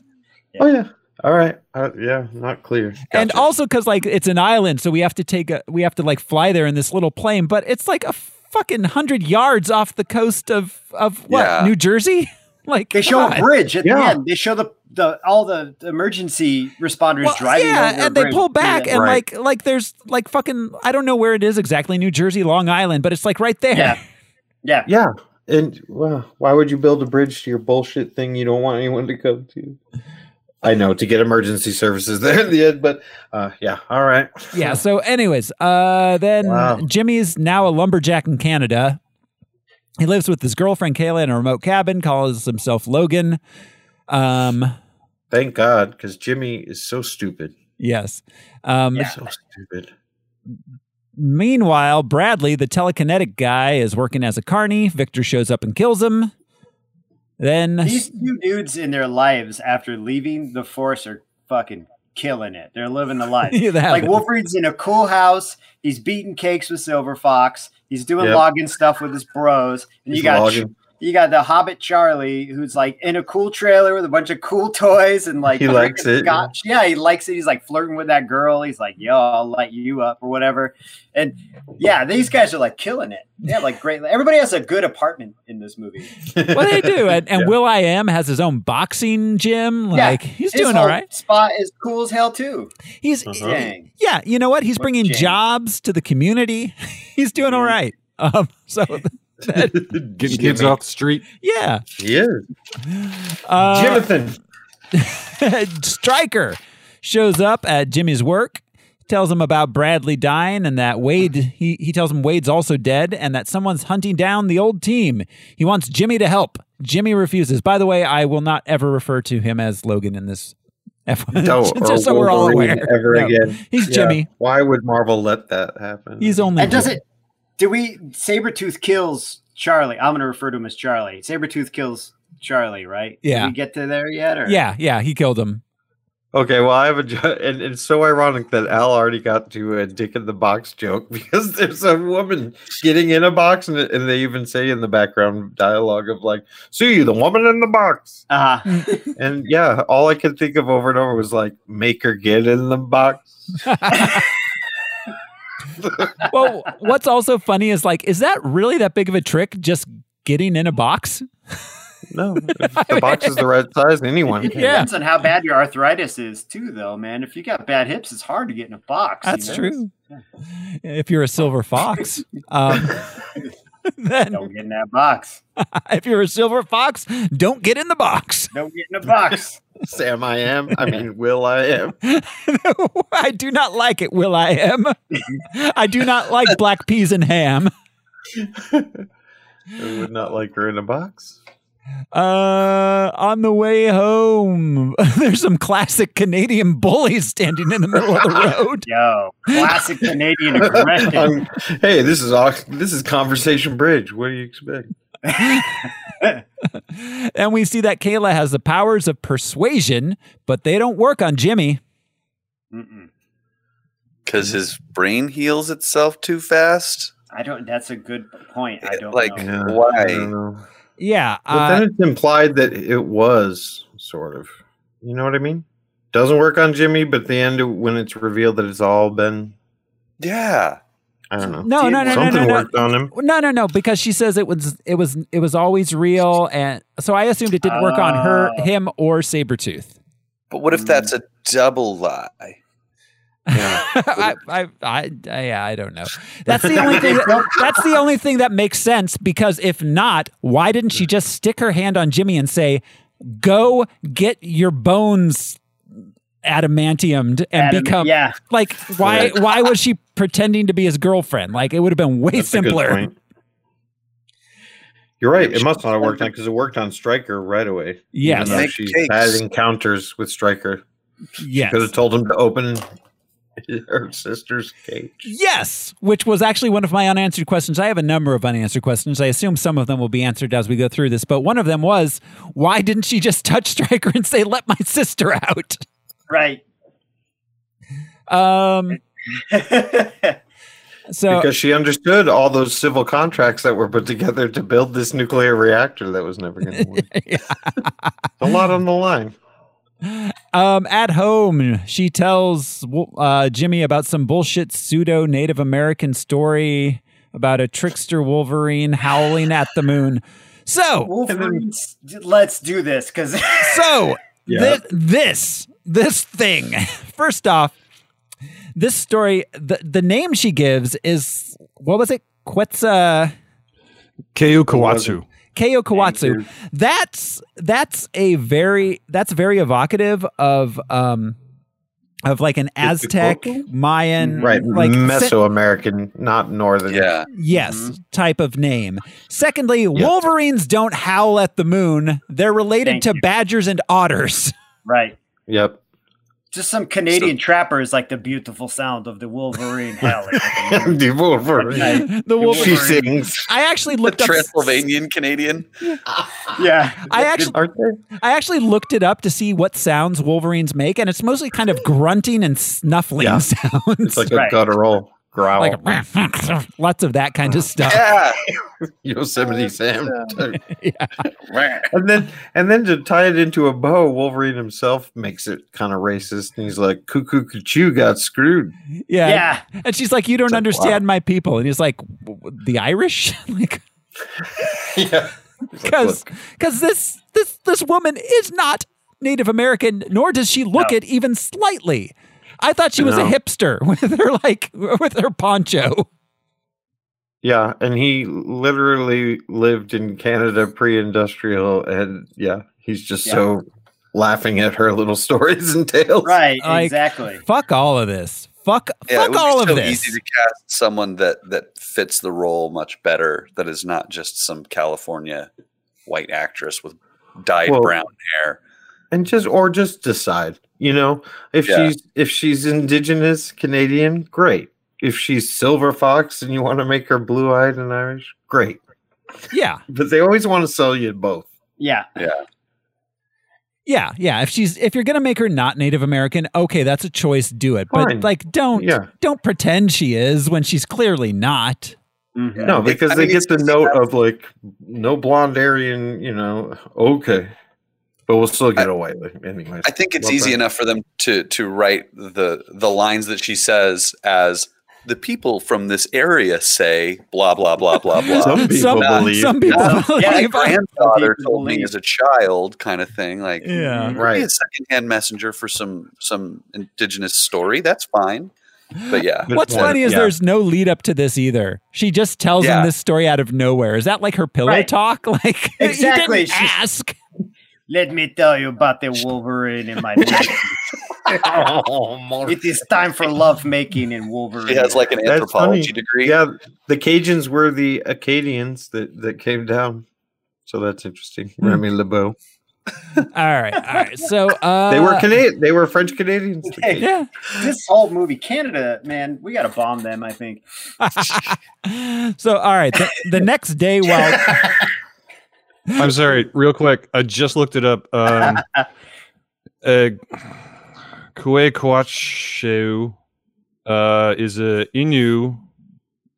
Oh yeah. All right. Uh, yeah. Not clear.
And
Gotcha.
also because like it's an island, so we have to take a we have to like fly there in this little plane, but it's like a fucking hundred yards off the coast of of what
Yeah.
New Jersey. Like
They show
God.
a bridge at
Yeah.
the end. They show the, the all the emergency responders
Well,
driving.
yeah,
over a
and they
bridge.
pull back,
Yeah.
and
Right.
like, like there's like fucking, I don't know where it is exactly, New Jersey, Long Island, but it's like right there.
Yeah. yeah,
Yeah. And well, why would you build a bridge to your bullshit thing you don't want anyone to come to? I know to get emergency services there at the end, but uh, yeah, all right.
Yeah, So, anyways, uh, then
Wow.
Jimmy's now a lumberjack in Canada. He lives with his girlfriend Kayla in a remote cabin, calls himself Logan. Um,
Thank God, because Jimmy is so stupid.
yes. Um,
So stupid.
Meanwhile, Bradley, the telekinetic guy, is working as a carny. Victor shows up and kills him. Then
These two dudes in their lives after leaving the force are fucking killing it. They're living the life.
Yeah, they have
like
it.
Wolverine's in a cool house. He's beating cakes with Silver Fox. He's doing
Yep.
logging stuff with his bros. And
He's
you got Ch-
logging.
you got the Hobbit Charlie, who's like in a cool trailer with a bunch of cool toys and like
He likes
freaking
it.
Scotch. Yeah, he likes it. He's like flirting with that girl. He's like, "Yo, I'll light you up" or whatever. And yeah, these guys are like killing it. They have like great. Everybody has a good apartment in this movie.
what do they do? And, and Will I Am has his own boxing gym.
Yeah,
Like he's
His
doing
whole
all right.
Spot is cool as hell too.
He's
Uh-huh.
Dang.
yeah. You know what? He's
What
bringing
James?
jobs to the community. he's doing all right. Um, so
Getting kids off the street.
yeah,
He is.
uh,
Jonathan.
Striker shows up at Jimmy's work. Tells him about Bradley dying and that Wade. He he tells him Wade's also dead and that someone's hunting down the old team. He wants Jimmy to help. Jimmy refuses. By the way, I will not ever refer to him as Logan in this. F1.
No, or
just so we're all
Wolverine
aware.
ever
No.
again.
He's
Yeah.
Jimmy.
Why would Marvel let that happen?
He's only.
And does it? Do we? Sabretooth kills Charlie. I'm going to refer to him as Charlie. Sabretooth kills Charlie, right? Did
Yeah.
we get to there yet? Or?
Yeah, yeah, he killed him.
Okay, well, I have a jo- and it's so ironic that Al already got to a dick in the box joke because there's a woman getting in a box, and, and they even say in the background dialogue of like, "See you, the woman in the box."
Uh,
And yeah, all I could think of over and over was like, "Make her get in the box."
Well, what's also funny is like, is that really that big of a trick? Just getting in a box?
No, if the box is the right size, anyone.
it
Can.
Yeah.
depends on how bad your arthritis is, too, though, man. If you got bad hips, it's hard to get in a box. you
That's
know?
true. If you're a silver fox, um, then
Don't get in that box.
if you're a silver fox, don't get in the box.
Don't get in a box.
Sam, I am. I mean, Will, I am.
I do not like it, Will I am. I do not like black peas and ham.
I would not like her in a box.
Uh, on the way home, there's some classic Canadian bullies standing in the middle of the road.
Yo, classic Canadian aggression.
Um, hey, this is au- this is conversation bridge. What do you expect?
and we see that Kayla has the powers of persuasion, but they don't work on Jimmy.
Mm-mm.
because his brain heals itself too fast.
I don't. That's a good point. I don't
Like-
know.
Yeah, I
Why?
don't know.
Yeah.
But
Uh,
then it's implied that it was sort of. You know what I mean? Doesn't work on Jimmy, but at the end it- when it's revealed that it's all been,
Yeah,
I don't know,
no, no, no, no,
something
no, no.
worked on him.
No, no, no, because she says it was it was it was always real and so I assumed it didn't work on her,
Oh.
him or Sabretooth.
but what
Mm.
if that's a double lie?
I, I, I, I, yeah, I don't know. That's the only thing that, that's the only thing that makes sense because if not, why didn't she just stick her hand on Jimmy and say, "Go get your bones adamantiumed and
Adam-
become
yeah.
Like why why was she pretending to be his girlfriend? Like it would have been way
That's a good
simpler.
point. You're right. It must not have worked on because it worked on Stryker right away.
Yes.
even though
Make
she
cakes.
had encounters with Stryker. Could
Yes.
have told him to open her sister's cage.
Yes, which was actually one of my unanswered questions. I have a number of unanswered questions. I assume some of them will be answered as we go through this, but one of them was why didn't she just touch Stryker and say let my sister out?
Right.
Um so
because she understood all those civil contracts that were put together to build this nuclear reactor that was never going to work. a lot on the line.
um at home she tells uh Jimmy about some bullshit pseudo Native American story about a trickster wolverine howling at the moon. So,
Wolverines, let's do this because
So thi- this this thing. First off, this story. The the name she gives is what was it? Quetzal.
Ku Kawatsu.
Keio Kawatsu. That's that's a very that's very evocative of um of like an Aztec, Mayan,
right?
Mm, like se-
Mesoamerican, not northern.
Yeah.
yes type of name. Secondly, Wolverines don't howl at the moon. They're related
Thank
to
you.
badgers and otters.
Right.
Yep.
Just some Canadian trapper is like the beautiful sound of the Wolverine hell.
The Wolverine.
Right.
the Wolverine.
She sings.
I actually
The
looked up.
Transylvanian Canadian.
yeah.
I actually,
Aren't they?
I actually looked it up to see what sounds Wolverines make, and it's mostly kind of grunting and snuffling
Yeah.
sounds.
It's like
Right.
a guttural growl.
Like, lots of that kind of stuff.
Yeah.
Yosemite Sam.
uh,
type.
Right.
and then and then to tie it into a bow, Wolverine himself makes it kind of racist, and he's like, "Cuckoo, cuckoo, got screwed."
Yeah.
Yeah.
And she's like, "You don't
like,
understand my people," and he's like, "W- w- "The Irish, like,
Yeah,
because because this this this woman is not Native American, nor does she look
No.
it even slightly." I thought she was a
No.
hipster with her like with her poncho.
yeah, and he literally lived in Canada pre-industrial, and yeah, he's just so laughing at her little stories and tales.
Right.
Like,
exactly.
Fuck all of this. Fuck
Yeah, it would
fuck
be
all of
so
this.
easy to cast someone that that fits the role much better. That is not just some California white actress with dyed
Well-
brown hair.
and just or just decide you know if
Yeah.
she's if she's indigenous canadian great if she's silver fox and you want to make her blue-eyed and irish great
yeah.
but they always want to sell you both
Yeah.
Yeah, yeah. If she's if you're gonna make her not Native American, okay, that's a choice. Do it, but
Fine.
like don't
Yeah.
don't pretend she is when she's clearly not.
Mhm.
no
It-
because
I
they
mean,
get the
it's-
note of like no blonde aryan you know okay but we'll still get away with it anyways
I think it's
Well
easy
done.
enough for them to to write the the lines that she says as the people from this area say blah blah blah blah blah.
Some people
some,
believe.
some people
Yeah.
believe.
Yeah,
my
I've-
grandfather
people
told me
believe.
as a child, kind of thing. Like,
Yeah.
you could
Right.
be a secondhand messenger for some some indigenous story. That's fine. But yeah,
Good
What's
point.
funny is
Yeah.
there's no lead up to this either. She just tells
Yeah.
him this story out of nowhere. Is that like her pillow
Right.
talk? Like
Exactly.
you didn't
She-
ask.
Let me tell you about the Wolverine in my life.
oh, Mor-
it is time for love making in Wolverine.
she has like an
That's
anthropology
funny.
degree.
yeah the cajuns were the acadians that that came down so that's interesting
Hmm.
remy lebeau
All right, all right. So uh,
They were Canadian. They were French Canadians.
Yeah.
this whole movie, Canada, man, we gotta bomb them. I think.
so all right. The, the next day, while
I'm sorry, real quick. I just looked it up. Um, uh, Kuekwachshu, uh is a Innu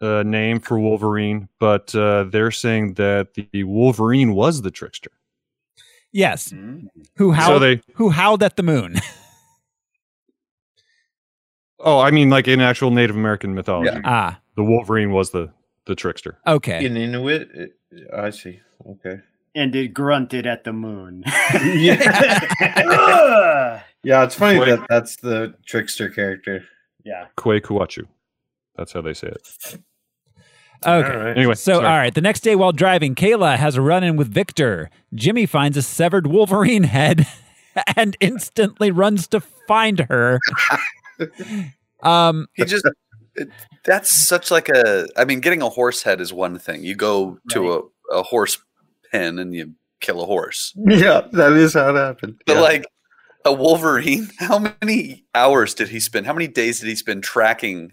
uh, name for Wolverine, but uh, they're saying that the Wolverine was the trickster.
yes, who howled,
So they.
who howled at the moon?
Oh, I mean, like in actual Native American mythology,
ah,
the Wolverine was the the trickster.
okay.
In Inuit, I see. Okay.
And it grunted at the moon. Ugh.
Yeah, it's funny
Wait.
that that's the trickster character.
yeah.
Kuekwachshu. That's how they say it.
Okay.
All right.
Anyway,
So,
sorry.
all right, the next day while driving, Kayla has a run in with Victor. Jimmy finds a severed Wolverine head and instantly runs to find her. um,
he just it, that's such like a. I mean, getting a horse head is one thing. You go to a, a horse pen and you kill a horse.
Yeah, that is how it happened.
But
Yeah.
like a Wolverine, how many hours did he spend? How many days did he spend tracking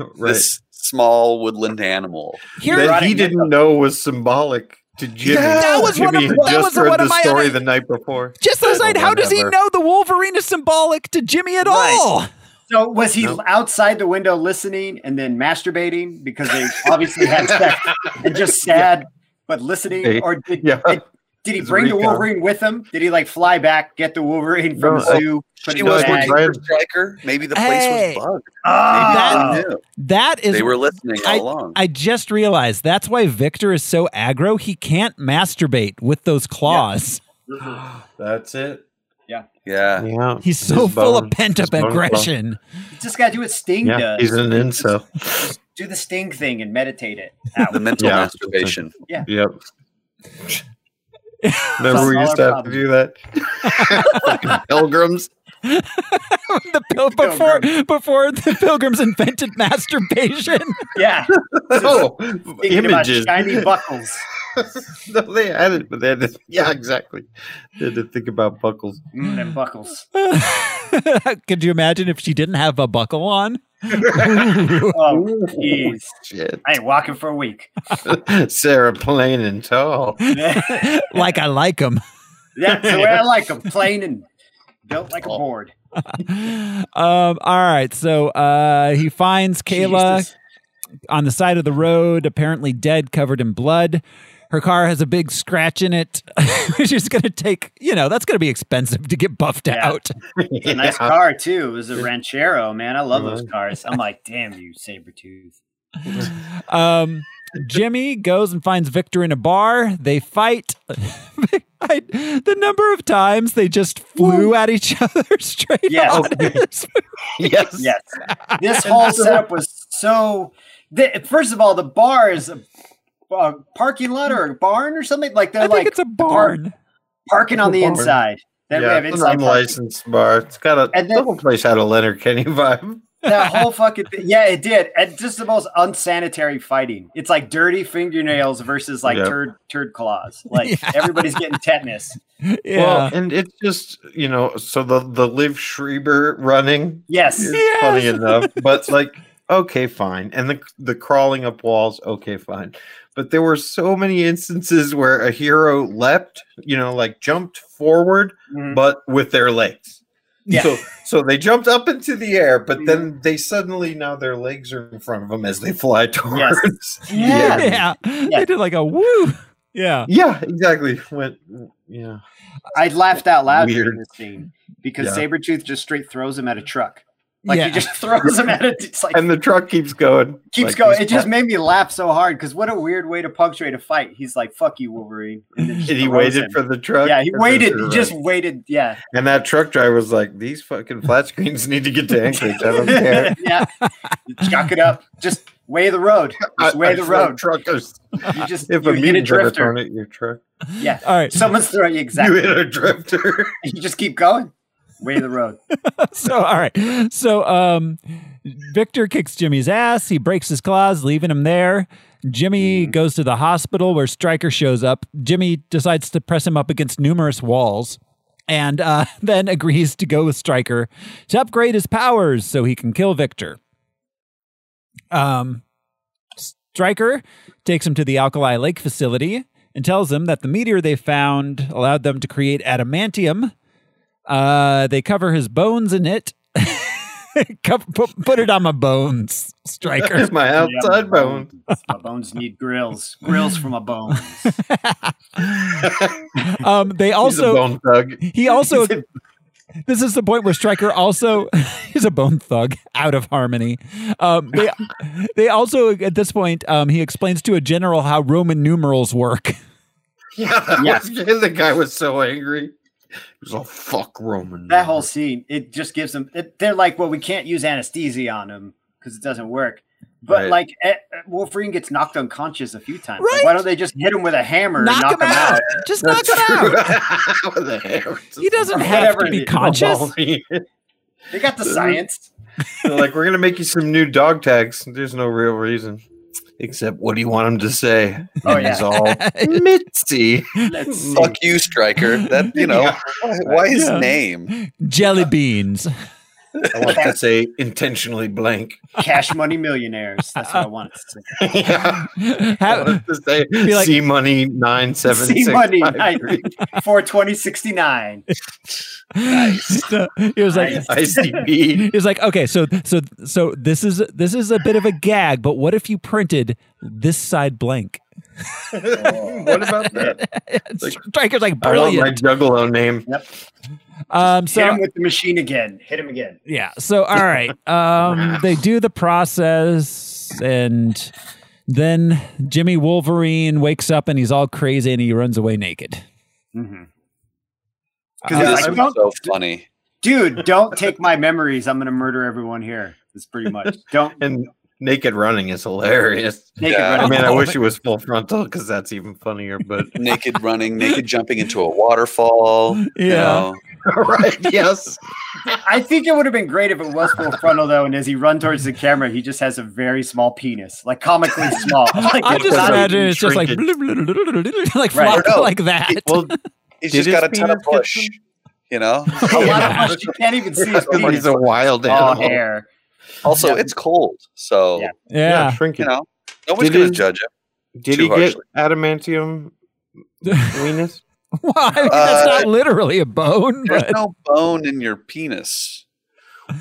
right.
this small woodland animal?
here,
that he
Erotic
didn't know was symbolic to Jimmy.
Yeah.
That was one
Jimmy
of-
had
that
just
was
heard
one of
the
my
story
other-
the night before.
just last
Oh,
night, how does he
whatever.
know the Wolverine is symbolic to Jimmy at
Right.
all?
So was he
Nope.
outside the window listening and then masturbating because they obviously had sex and just sad but listening?
Hey,
Or did,
Yeah.
did, did he
It's
bring the
Rico.
Wolverine with him? Did he like fly back, get the Wolverine from
No,
the
I-
zoo? put it
She
in a
was
no,
bag?
working
I-
for Stryker. Maybe the place
Hey. uh,
was bugged.
Ah,
Maybe they knew.
That is
they were listening all
I-
along.
I just realized that's why Victor is so aggro. He can't masturbate with those claws.
That's it.
yeah.
Yeah.
He's so
His
full of
bone-
pent up
his bone claw.
aggression.
you just gotta do what Sting
Yeah,
does.
he's an incel.
do the Sting thing and meditate it.
The mental
Yeah.
masturbation.
Yep. Remember we
Solve
used
our
to have to
problem.
do that? Pilgrims.
the pil- before before the pilgrims invented masturbation.
Yeah.
Oh,
Thinking about
images.
shiny buckles.
no, they had it, but they had to, yeah, exactly. They had to think about buckles.
Mm, them buckles.
Could you imagine if she didn't have a buckle on?
Oh, jeez.
Shit.
I ain't walking for a week.
Sarah plain and tall.
That's
Like I like them.
the way I like them, plain and built
Oh,
like a board.
Um, all right. So uh, he finds Kayla
Jesus.
on the side of the road, apparently dead, covered in blood. Her car has a big scratch in it, which is going to take, you know, that's going to be expensive to get buffed
Yeah.
out.
It's a nice
Yeah.
car too. It was a Ranchero, man. I love those cars. I'm like, damn you, Sabretooth.
Um, Jimmy goes and finds Victor in a bar. They fight. I, the number of times they just flew at each other straight
Yes.
on. in this
Yes.
Yes. This whole setup was so. The, first of all, the bar is a, a parking lot or a barn or something. Like they're
I think
like
it's a barn.
parking on the
Barn.
inside. Then we
yeah,
have
it's
inside
an
parking.
unlicensed bar. It's got a
And
and
then-
the whole place had a Leonard Kenny vibe.
that whole fucking thing. Yeah, it did. And just the most unsanitary fighting. It's like dirty fingernails versus like
Yeah.
turd turd claws. Like everybody's getting tetanus.
Yeah.
Well, and it's just you know, so the the Liv Schreiber running
Yes.
is
Yes.
funny enough, but like okay, fine, and the the crawling up walls, okay, fine, but there were so many instances where a hero leapt, you know, like jumped forward,
Mhm.
but with their legs.
Yeah. Mm-hmm.
So so they jumped up into the air, but then they suddenly now their legs are in front of them as they fly towards.
yeah.
Yeah.
They did like a woo. Yeah.
Yeah, exactly. Went yeah.
I laughed out loud during
Weird.
this scene because
Yeah.
Sabretooth just straight throws him at a truck. Like
yeah.
he just throws him at it. It's like
And the truck keeps going.
keeps
Like,
going.
he's
It just made me laugh so hard because what a weird way to punctuate a fight. He's like, "Fuck you, Wolverine." And, then just
And he
throws
waited
him.
for the truck.
Yeah, he
and
waited.
then
He
threw
just
it.
waited. Yeah.
and that truck driver was like, "These fucking flat screens need to get to Anchorage. I don't care.
yeah. Chuck it up. Just way the road. Just
I-
way
I
the
feel like
road.
Truckers.
You just
If
you
a
hit a
meat
drifter.
drifter on it, your truck.
Yeah.
All right.
Someone's throwing you exactly.
You hit a drifter.
You just keep going. Way the road.
so all right so um victor kicks jimmy's ass he breaks his claws leaving him there jimmy goes to the hospital where stryker shows up jimmy decides to press him up against numerous walls and uh, then agrees to go with stryker to upgrade his powers so he can kill victor um stryker takes him to the alkali lake facility and tells him that the meteor they found allowed them to create adamantium uh, they cover his bones in it. Cup- put, put it on my bones, Striker.
That's my outside
Yeah, my
bone.
bones- My bones need grills. Grills for my bones.
um, they
He's a
also
bone thug.
he also this is the point where Stryker also is a bone thug out of harmony. Um, they they also at this point um, he explains to a general how Roman numerals work.
Yeah, that
Yeah.
was- the guy was so angry. He was all fuck Roman.
That whole scene, it just gives them. It, they're like, well, we can't use anesthesia on him because it doesn't work. But
Right.
like, eh, eh, Wolverine gets knocked unconscious a few times. Like, why
Right.
don't they just hit him with a hammer
knock,
and
him out. Just knock
That's
him out.
true. With a hammer.
He doesn't
Or
have
whatever
to be
it is.
conscious.
They got the science.
They're like, we're gonna make you some new dog tags. There's no real reason, except what do you want him to say?
Oh,
And he's
yeah.
all Mitzi.
Let's
Fuck you, Striker. That you know, why, why his
Yeah.
name?
Jelly beans.
I want to say intentionally blank.
cash money millionaires. That's what I wanted to say.
yeah. I
How-
want to say
Be like-
C money nine seven
C
six
money
five three.
for twenty sixty nine.
So, he was like,
ICB.
He was like, okay, so so so this is this is a bit of a gag, but what if you printed this side blank?
what about that? Like,
Striker's like
I want my
brilliant.
juggalo name.
Um,
Hit him
so
with the machine again. Hit him again.
yeah, so all right, um, they do the process, and then Jimmy Wolverine wakes up and he's all crazy and he runs away naked.
Mm-hmm.
Because
Uh,
this
Uh, it's like,
was
don't,
so funny.
dude, don't take my memories. I'm gonna murder everyone here. It's pretty much don't
And naked running is hilarious.
naked
Yeah.
I
running.
mean, I wish it was full frontal because that's even funnier. But
Naked running, naked jumping into a waterfall. you
Yeah.
know.
right, yes,
I think it would have been great if it was full frontal though, and as he runs towards the camera, he just has a very small penis, like comically small. Like,
I
it's
just
not-
imagine it's just like
shrinkage.
like
Right.
flop,
No.
like that.
Well,
He's
Did
just got a
his
ton of
penis get
push. You know.
a lot of us, you can't even see his
because
penis.
he's a wild
All
animal.
hair.
Also,
Yeah.
it's cold, so
Yeah.
yeah.
shrinkage.
you know no one's
Did
going
he-
to judge him.
Did
Too
he get
harshly.
adamantium weenus?
Well, I mean, that's
Uh,
not literally a bone,
There's
but
no bone in your penis.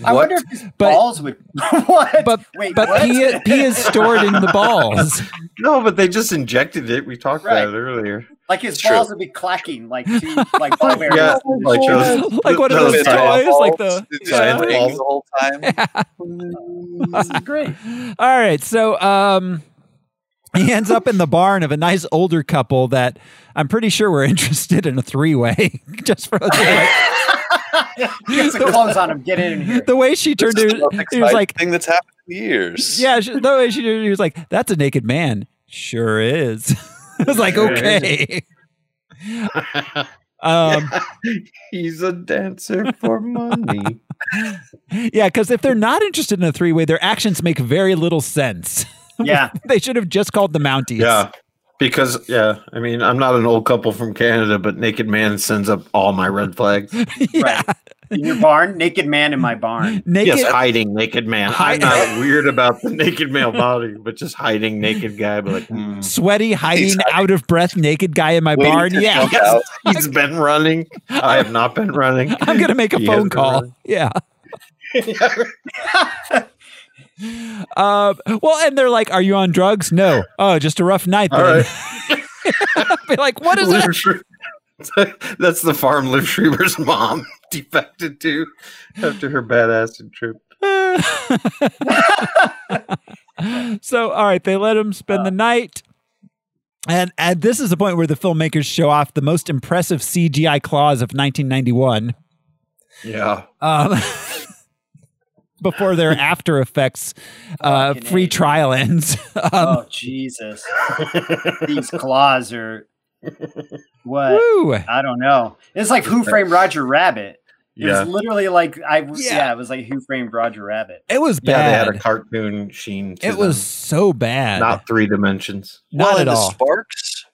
I wonder if his
But-
balls would. what?
but
Wait,
but
what?
pee, pee is stored in the balls.
No, but they just injected it. We talked
Right.
about it earlier.
like his
It's true.
balls would be clacking like two like ball bearings.
Yeah, like those.
like one of
Those
those
giant
toys, like the
giant
yeah.
things the whole time.
This is great. All right, so um, he ends up in the barn of a nice older couple that I'm pretty sure were interested in a three way. Just for the,
Get some clothes on him. Get in here.
the way she
This
turned,
is
to,
the most
he was
exciting
like,
thing that's happened in years.
"Yeah." She, the way she did, it, he was like, "That's a naked man." Sure is. I was like,
Sure is.
"Okay." um,
He's a dancer for money.
Yeah, because if they're not interested in a three way, their actions make very little sense.
Yeah,
they should have just called the Mounties.
yeah. Because yeah, I mean, I'm not an old couple from Canada, but Naked Man sends up all my red flags.
Yeah.
in your barn, naked man in my barn.
Naked.
yes, hiding naked man.
Hide-
I'm not weird about the naked male body, but just hiding naked guy. But like, hmm,
Sweaty, hiding,
He's
out of breath, naked guy in my
Waiting
barn.
to
Yeah,
jump out.
he's been running. I have not been running.
I'm gonna make a
He
phone
hasn't
call.
been
Yeah.
running.
Um, well, and they're like, "Are you on drugs?" No. Oh, just a rough night.
All
then."
right.
Be like, "What is that?"
Liv Schre- That's the farm Liv Schreiber's mom defected to after her bad acid trip.
so all right they let him spend
Uh.
the night and, and this is the point where the filmmakers show off the most impressive cgi claws of 1991
Yeah.
um, before their after effects uh,
Fucking
free
A.
trial ends Um,
oh Jesus! These claws are
Oh,
what?
Woo.
I don't know. It's like Who Framed Roger Rabbit. It
Yeah.
was literally like I was.
Yeah.
Yeah. it was like Who Framed Roger Rabbit.
it was
Yeah, they
bad
had a cartoon sheen. To
it was so bad
them. not three dimensions.
Not
well,
at
and
all
the sparks.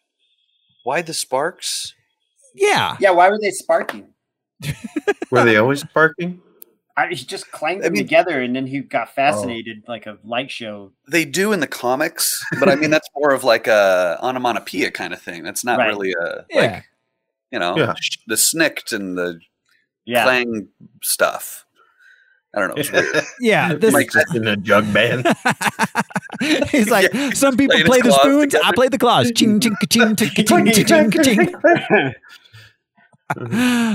Why the sparks?
yeah
Yeah, why were they sparking?
Were they always barking?
I, he just clanked
I
them
mean- Oh.
together, and then he got fascinated like a light show.
They do in the comics, but I mean that's more of like a onomatopoeia kind of thing. That's not
Right.
really a
yeah
like you know
Yeah.
sh- the snicked and the
Yeah,
clang stuff. I don't know. It's weird.
yeah this
like just in a jug band.
He's like, some people
Playing
play
his
the
claws
spoons, I
together.
play the claws. Ching, ching, ching, ching, ching, ching, ching. Um,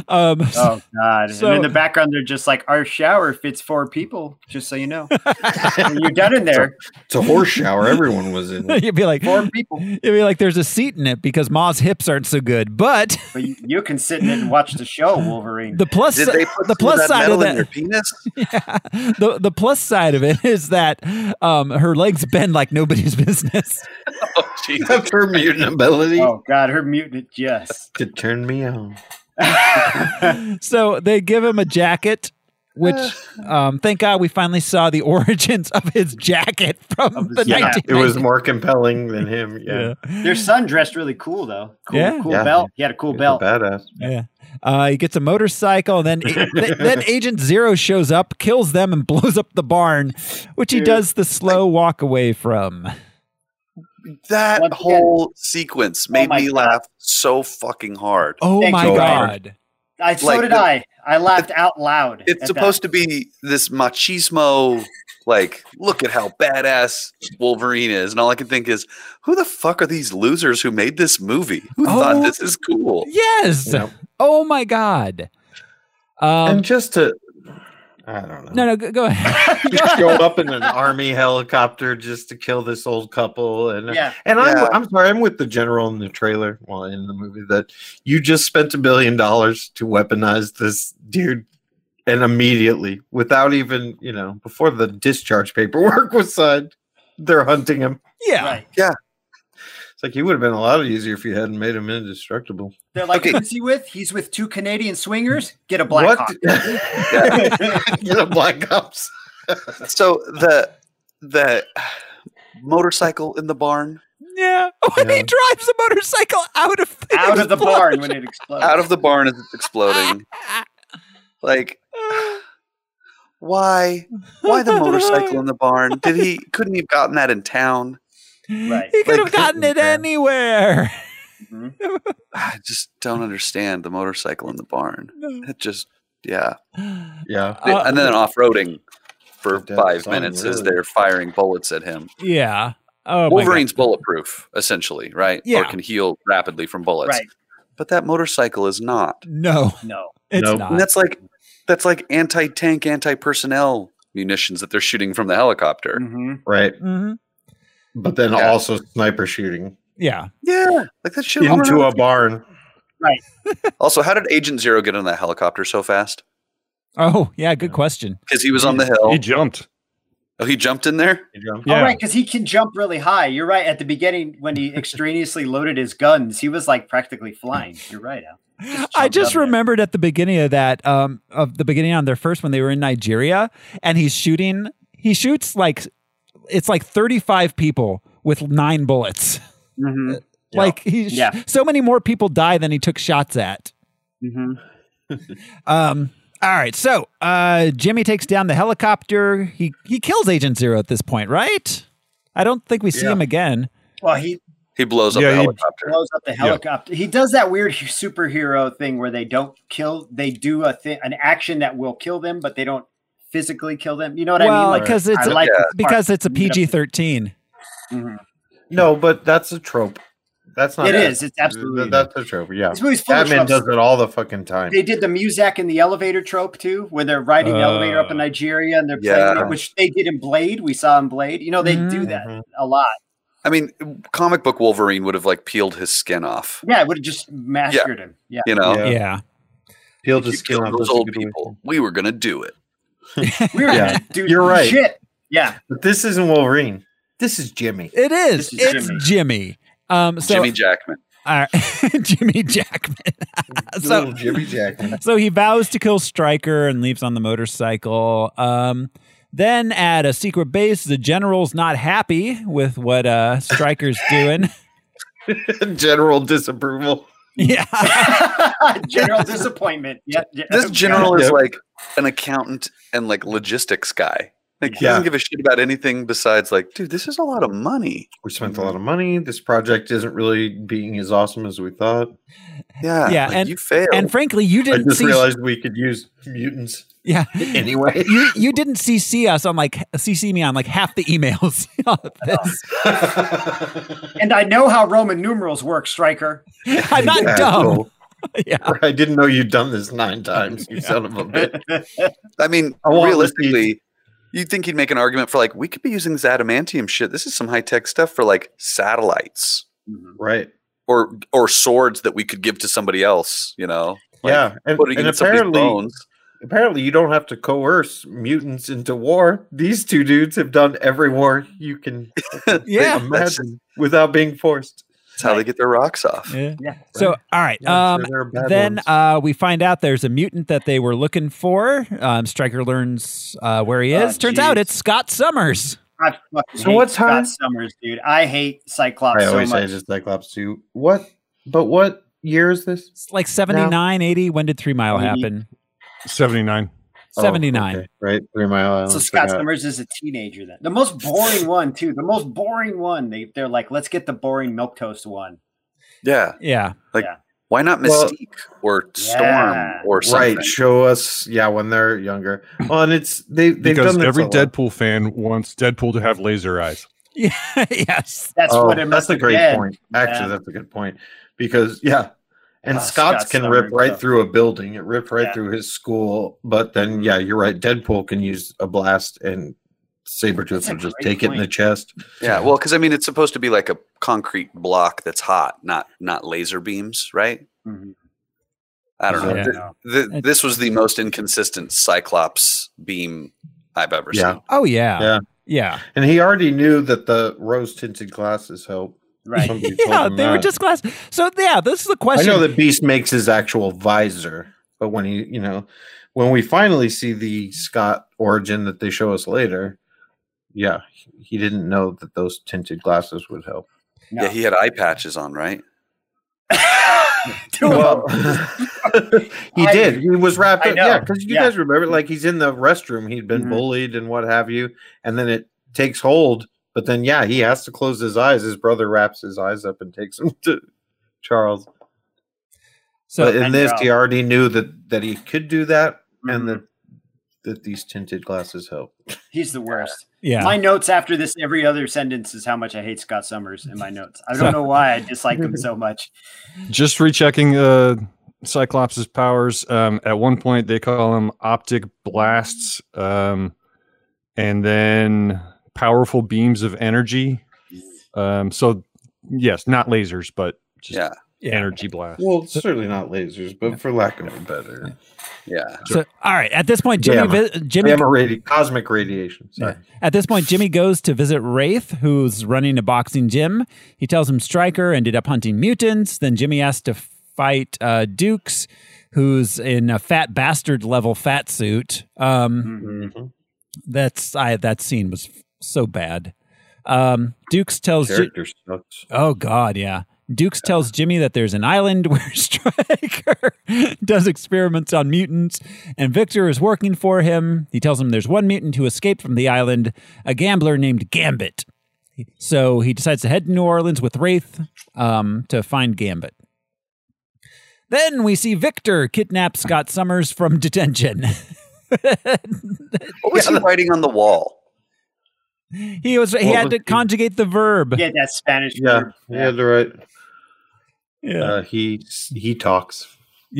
Oh God!
So-
and in the background, they're just like, "Our shower fits four people." Just so you know, When you're done in there.
it's a horse shower. Everyone was in. it.
you'd be like,
Four
you'd
people,
be like, there's a seat in it because Ma's hips aren't so good. But
but you, you can sit in it and watch the show, Wolverine.
the plus,
Did they put
the
some of
plus
that
side
metal
of
in your
that,
penis?
the the plus side of it is that um, her legs bend like nobody's business.
Oh, geez.
Her mutant ability
oh God, her mutant. Yes.
to turn me on.
so they give him a jacket. Which, um, thank God, we finally saw the origins of his jacket from
Of his
the
jacket.
Yeah,
1990s.
it was more compelling than him. Yeah,
Their son dressed really cool though. Cool,
Yeah.
cool
Yeah.
belt. He had a cool
He's a
belt.
badass.
Yeah. Uh, he gets a motorcycle, and then th- then Agent Zero shows up, kills them, and blows up the barn, which he
Dude.
does the slow walk away from.
That
Once again-
whole sequence made
my
me
God.
laugh so fucking hard.
Oh
Thank
my
you, Ryan.
god!
I, so
Like
did
the-
I. I laughed out loud.
It's supposed to be this machismo, like, look at how badass Wolverine is. And all I can think is, who the fuck are these losers who made this movie? Who
Oh.
thought this is cool?
Yes.
You know?
Oh my god. Um.
and just to, I don't know.
No, no. Go, go ahead.
just show up in an army helicopter just to kill this old couple and
Yeah.
and I'm,
Yeah.
I'm sorry i'm with the general in the trailer well in the movie that you just spent a billion dollars to weaponize this dude and immediately without even you know before the discharge paperwork was signed they're hunting him
Yeah.
Right.
It's like he would have been a lot easier if you hadn't made him indestructible.
They're like,
Okay.
who's he with? He's with two Canadian swingers. Get a black hawk.
Get a black ops.
So the the motorcycle in the barn,
Yeah. When
Yeah.
he drives the motorcycle out of the
out of the barn when it explodes.
out of the barn as it's exploding. Like, why? Why the motorcycle in the barn? Did he? Couldn't he have gotten that in town?
Right.
He could have
Like,
gotten it
yeah.
anywhere.
Mhm.
I just don't understand the motorcycle in the barn. It just, yeah.
Yeah.
Uh,
and then off roading for
It does
five
sound
minutes as
really-
they're firing bullets at him.
yeah. Oh, my God.
Wolverine's bulletproof, essentially, right? Or
Yeah.
can heal rapidly from bullets.
Right.
But that motorcycle is not.
No,
No.
it's
Nope.
not.
And that's like that's like anti-tank, anti-personnel munitions that they're shooting from the helicopter.
Mhm.
Right.
Mhm.
But then
Yeah.
also sniper shooting
Yeah.
Yeah, like that shit.
into a barn.
also, how did Agent Zero get on the helicopter so fast?
Oh, yeah. Good question.
Because he was on the
He
hill.
jumped.
Oh, he jumped in there.
You know?
All right, because he can jump really high. You're right. At the beginning, when he extraneously loaded his guns, he was like practically flying. You're right. Al.
I
jumped
just
up there.
remembered at the beginning of that, um, of the beginning on their first one, they were in Nigeria, and he's shooting. He shoots like it's like thirty-five people with nine bullets. Mm-hmm,
Yeah.
Like he, sh-
Yeah.
so many more people die than he took shots at. mm-hmm. Um. All right. So, uh, Jimmy takes down the helicopter. He he kills Agent Zero at this point, right? I don't think we see
Yeah.
him again.
Well, he
He blows up
Yeah,
the
he-
helicopter.
blows up the helicopter. He does that weird superhero thing where they don't kill. They do a thing, an action that will kill them, but they don't physically kill them. You know what I mean?
well,
Like,
because it's
I like
Yeah.
this part.
because it's a PG thirteen.
Mhm.
No, but that's a trope. That's not
It
bad.
is. It's absolutely.
Th- that's a trope. Yeah.
this movie's full of
Batman
tropes.
does it all the fucking time.
They did the Muzak in the elevator trope too, where they're riding the elevator up in
Uh,
Nigeria and they're
yeah.
playing it, which they did in Blade. We saw in Blade. You know, they do
Mhm.
that
Mhm.
a lot.
I mean, comic book Wolverine would have like peeled his skin off.
Yeah, it would have just massacred him. Yeah.
You know,
Yeah.
Yeah.
Peeled
You
his skin
killed
off
those
that's a
old
good way to-
people. We were gonna do it.
We were
Yeah.
gonna do
You're right.
shit. Yeah.
But this isn't Wolverine. This is Jimmy.
It is.
This is
it's Jimmy.
Jimmy.
Um, so
Jimmy Jackman.
all right. Jimmy Jackman. so
Little Jimmy Jackman.
so he vows to kill Stryker and leaves on the motorcycle. Um, then at a secret base, the general's not happy with what uh, Stryker's doing.
General disapproval.
yeah.
general disappointment. Yeah. yeah.
This general is
Yep.
like an accountant and like logistics guy. Like he
Yeah.
doesn't give a shit about anything besides like, dude, this is a lot of money.
We spent a lot of money. This project isn't really being as awesome as we thought.
Yeah,
Yeah,
like,
and-
you failed.
And frankly, you
I
didn't
just
see.
realized we could use mutants
yeah.
anyway.
You you didn't CC us on like CC me on like half the emails of this.
And I know how Roman numerals work, Striker.
I'm not
Yeah,
dumb.
cool.
Yeah.
I didn't know you'd done this nine times, you son of a bitch.
I mean,
I want
realistically, you'd think he'd make an argument for like, we could be using this adamantium shit. This is some high tech stuff for like satellites
Right.
or or swords that we could give to somebody else. You know? Like,
yeah. And,
Putting
and
in somebody's
apparently,
bones.
apparently, you don't have to coerce mutants into war. These two dudes have done every war you can
Yeah.
That's-
imagine without being forced.
That's how they get their rocks off.
yeah.
Yeah.
So all right.
Yeah,
Um,
so they're bad
then
ones.
uh, we find out there's a mutant that they were looking for. Um, Stryker learns uh, where he
Ah,
Oh,
is. Turns out
geez.
it's Scott Summers.
I fucking
So
hate
what's
Scott
her-
Summers, dude. I hate Cyclops
I
so
always
much.
say just Cyclops too. What? But what year is this?
It's like 79, 80. When did Three Mile
Mhm.
happen?
79.
Oh,
79.
okay, right, Three Mile Island.
So Scott
forgot.
Summers is a teenager then. The most boring one too. The most boring one. They they're like, let's get the boring milk toast one.
Yeah.
Yeah.
Why not
Well-
Mystique or Storm
Yeah.
or something?
Right, show us. Yeah, when they're younger. Well, and it's they they've
Because
done this
every
a lot.
Deadpool fan wants Deadpool to have laser eyes.
Yeah. yes.
That's
Oh,
what it must
that's a
have
great
been.
point. Actually,
Yeah.
that's a good point because yeah, and
Ah,
Scott's
Scott
can
Summers,
rip right
though.
through a building. It ripped right
Yeah.
through his school, but then yeah, you're right. Deadpool can use a blast, and
That's
Sabretooth
a
will just
great
take it in the
point.
chest.
Yeah, well, because I mean, it's supposed to be like a concrete block that's hot, not not laser beams, right?
Mhm.
I don't know.
Yeah.
Th- th-
It's-
this was the most inconsistent Cyclops beam I've ever
Yeah.
seen.
Oh yeah.
Yeah.
Yeah.
And he already knew that the rose tinted glasses help.
Right.
Somebody told
Yeah,
him
they were
that.
just glass. So yeah, this is the
I
question.
know that Beast makes his actual visor, but when he, you know, when we finally see the Scott origin that they show us later, yeah, he didn't know that those tinted glasses would help.
No.
Yeah, he had eye patches on, right?
Two of them.
he
I-
did. He was wrapped
I
up. Yeah,
know.
because you
Yeah.
guys remember, like he's in the restroom. He'd been
Mhm.
bullied and what have you, and then it takes hold. But then, yeah, he has to close his eyes. His brother wraps his eyes up and takes him to Charles.
so
but in
and
this,
you're
he already knew that that he could do that, and
Mhm.
that that these tinted glasses help.
He's the worst.
yeah,
My notes after this, every other sentence is how much I hate Scott Summers in my notes. I don't know why I dislike him so much.
Just rechecking uh, Cyclops' powers. Um, at one point, they call him optic blasts, um, and then powerful beams of energy. Um, so, yes, not lasers, but just
Yeah,
energy blasts.
Well, certainly not lasers, but for lack of a better,
yeah.
So, all right. At this point, Jimmy.
Gamma.
vi- Jimmy.
gamma radi- cosmic radiation. Sorry.
At this point, Jimmy goes to visit Wraith, who's running a boxing gym. He tells him Stryker ended up hunting mutants. Then Jimmy has to fight uh, Dukes, who's in a fat bastard level fat suit. Um,
Mhm.
That's I. That scene was f- so bad. Um, Dukes tells. Ji-
Character sucks.
Oh God, yeah. Dukes tells Jimmy that there's an island where Stryker does experiments on mutants, and Victor is working for him. He tells him there's one mutant who escaped from the island, a gambler named Gambit. So he decides to head to New Orleans with Wraith um, to find Gambit. Then we see Victor kidnap Scott Summers from detention.
What was he writing on the wall?
he was he
What
had
was
to
the-
conjugate the verb.
Yeah, that Spanish
Yeah,
word.
yeah, they're right.
Yeah.
Uh, he he talks.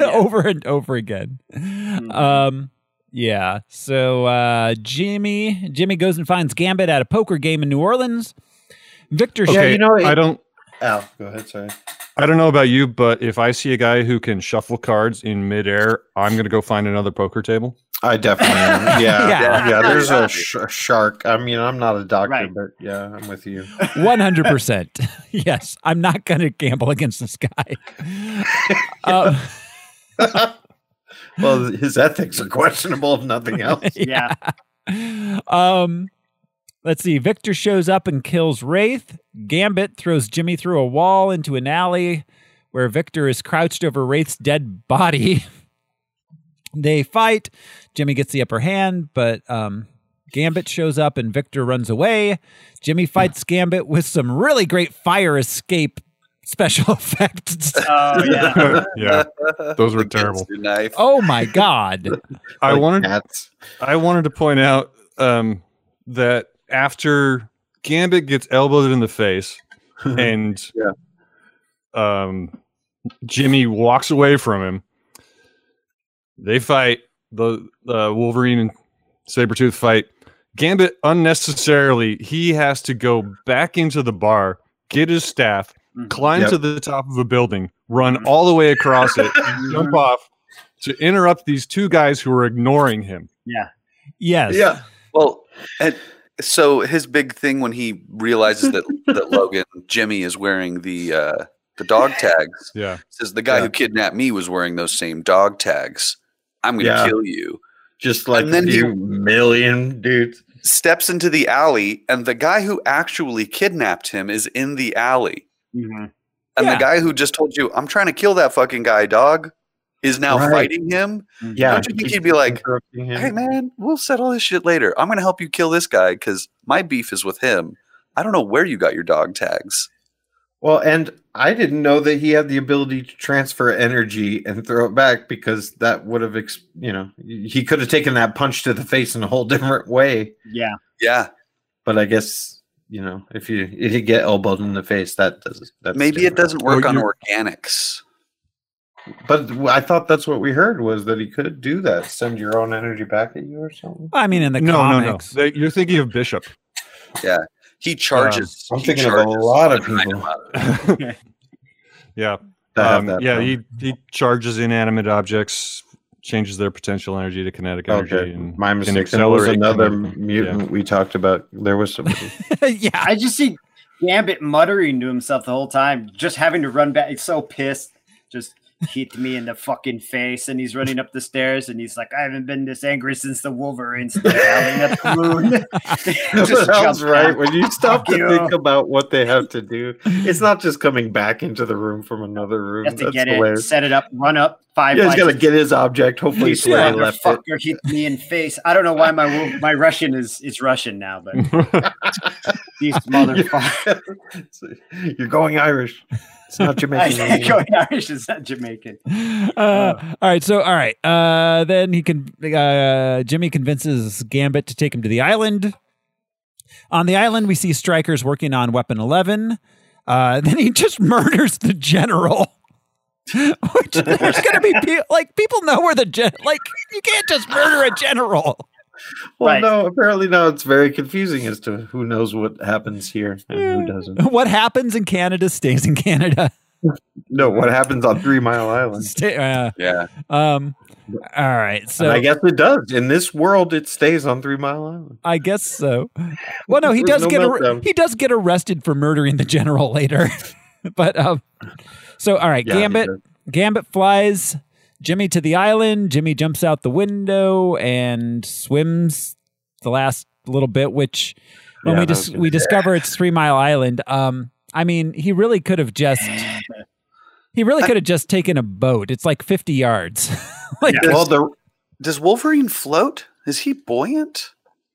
over and over again. Um, yeah. So uh, Jimmy Jimmy goes and finds Gambit at a poker game in New Orleans. Victor
Okay,
Sh-
you know,
I
it-
don't.
Al, go ahead. Sorry.
I don't know about you, but if I see a guy who can shuffle cards in midair, I'm gonna go find another poker table.
I definitely am. Yeah,
Yeah.
yeah. there's a, sh- a shark. I mean, I'm not a doctor,
Right.
but yeah, I'm with you.
100%. yes, I'm not going to gamble against this guy. Uh,
Well, his ethics are questionable, if nothing else.
Yeah.
um, let's see. Victor shows up and kills Wraith. Gambit throws Jimmy through a wall into an alley where Victor is crouched over Wraith's dead body. they fight. Jimmy gets the upper hand, but um, Gambit shows up and Victor runs away. Jimmy fights Gambit with some really great fire escape special effects.
Oh yeah.
yeah, those were
The kids
terrible.
do Knife.
oh my God.
I
Like
wanted
cats.
I wanted to point out um, that after Gambit gets elbowed in the face and
Yeah.
um, Jimmy walks away from him, they fight. The uh, Wolverine and Sabretooth fight. Gambit unnecessarily, he has to go back into the bar, get his staff,
Mhm.
climb
Mm-hmm. Yep. Mm-hmm.
to the top of a building, run all the way across it, and
Mm-hmm.
jump off to interrupt these two guys who are ignoring him.
Yes.
Yeah,
Well, and so his big thing when he realizes that that Logan Jimmy is wearing the uh, the dog tags
Yeah.
says the guy
Yeah.
who kidnapped me was wearing those same dog tags. I'm going to
Yeah.
kill you.
just like
And then
a
he-
few million dudes.
Steps into the alley, and the guy who actually kidnapped him is in the alley.
Mhm.
And
Yeah.
the guy who just told you, I'm trying to kill that fucking guy, dog, is now
Right.
fighting him.
Yeah,
Don't you think he'd be like,
interrupting him.
hey, man, we'll settle this shit later. I'm going to help you kill this guy because my beef is with him. I don't know where you got your dog tags.
Well, and I didn't know that he had the ability to transfer energy and throw it back because that would have, ex- you know, he could have taken that punch to the face in a whole different way.
Yeah.
Yeah.
But I guess you know, if you if you get elbowed in the face, that does that's
Maybe it
different.
doesn't work
Well,
on
you-
organics.
But I thought that's what we heard was that he could do that, send your own energy back at you or something.
I mean, in the
no,
comics.
no, no. They- You're thinking of Bishop.
He charges.
I'm
he
thinking of a
charges
lot of
the item
people.
out of it.
yeah.
that have
Um,
that
yeah.
power.
He, he charges inanimate objects, changes their potential energy to kinetic energy.
Okay,
And
my
can
mistake. There was
accelerate
another
kinetic-
mutant we talked about. There was somebody.
yeah.
I just see Gambit muttering to himself the whole time, just having to run back. He's so pissed. Just hit me in the fucking face, and he's running up the stairs, and he's like, "I haven't been this angry since the Wolverine started howling at the moon."
That sounds
jumps
right.
out.
When you stop to
Fuck you.
think about what they have to do, it's not just coming back into the room from another room.
He has to
That's
get it,
hilarious.
set it up, run up five.
Yeah, he's got to
flights
get his object. Hopefully, it's where he
This
left it.
motherfucker hit me in face. I don't know why my wo- my Russian is is Russian now, but these motherfuckers.
You're going Irish. It's not Jamaican. anymore.
Going Irish is not Jamaican.
Oh.
Uh, all right, so all right, uh, then he can. Uh, Jimmy convinces Gambit to take him to the island. On the island, we see strikers working on Weapon Eleven. Uh, then he just murders the general. Which there's gonna be pe- like people know where the gen like you can't just murder a general.
Well,
Right.
no, apparently now it's very confusing as to who knows what happens here and who doesn't.
What happens in Canada stays in Canada.
No, what happens on Three Mile Island?
Stay, uh,
Yeah.
um, all right, so
and I guess it does. In this world, it stays on Three Mile Island.
I guess so. Well, no, he does
There's no
get ar-
meltdown.
he does get arrested for murdering the general later. but um, so all right,
Yeah, he
Gambit
does.
Gambit flies Jimmy to the island. Jimmy jumps out the window and swims the last little bit, which when
Yeah,
we
that was
dis-
good.
we discover it's Three Mile Island. Um, I mean, he really could have just he really could have just taken a boat. It's like fifty yards. like,
Well, the
Does Wolverine float? Is he buoyant?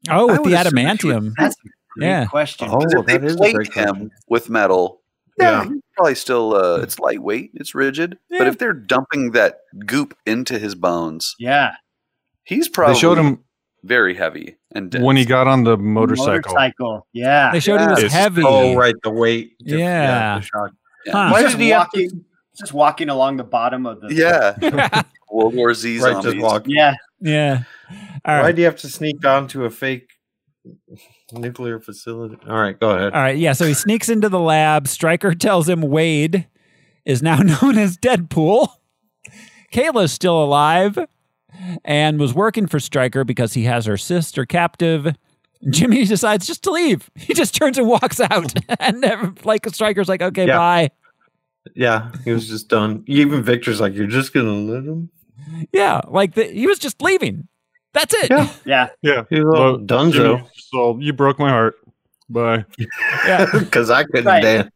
oh,
I
with the
would assume if you-
adamantium.
That's a great
Yeah.
question.
Oh,
Because if
that is a
they plate
great
him
question.
with metal.
Yeah. Hmm.
Yeah, he's probably still. Uh, it's lightweight. It's rigid.
Yeah.
But if they're dumping that goop into his bones,
Yeah,
he's probably
they showed him
very heavy and dense.
when he got on the motorcycle.
motorcycle. Yeah,
They showed him
Yeah.
as
It's-
heavy.
oh right, the weight.
Yeah.
the shock.
Huh.
Why
just
did he have to-
walking, just walking along the bottom of the.
yeah, World War Z
Right,
zombies.
just walk.
yeah.
Yeah. All
Why
right.
do you have to sneak onto a fake nuclear facility? All right, go ahead.
All right. Yeah. So he sneaks into the lab. Stryker tells him Wade is now known as Deadpool. Kayla's still alive and was working for Stryker because he has her sister captive. Jimmy decides just to leave. He just turns and walks out. and never, like Stryker's like, okay,
Yeah.
bye.
Yeah, he was just done. Even Victor's like, "You're just gonna let him."
Yeah. Like the, he was just leaving. That's it.
Yeah.
Yeah,
Yeah.
He was all
Well,
dunzo
Jimmy, so you broke my heart. Bye.
because I couldn't
Right.
dance.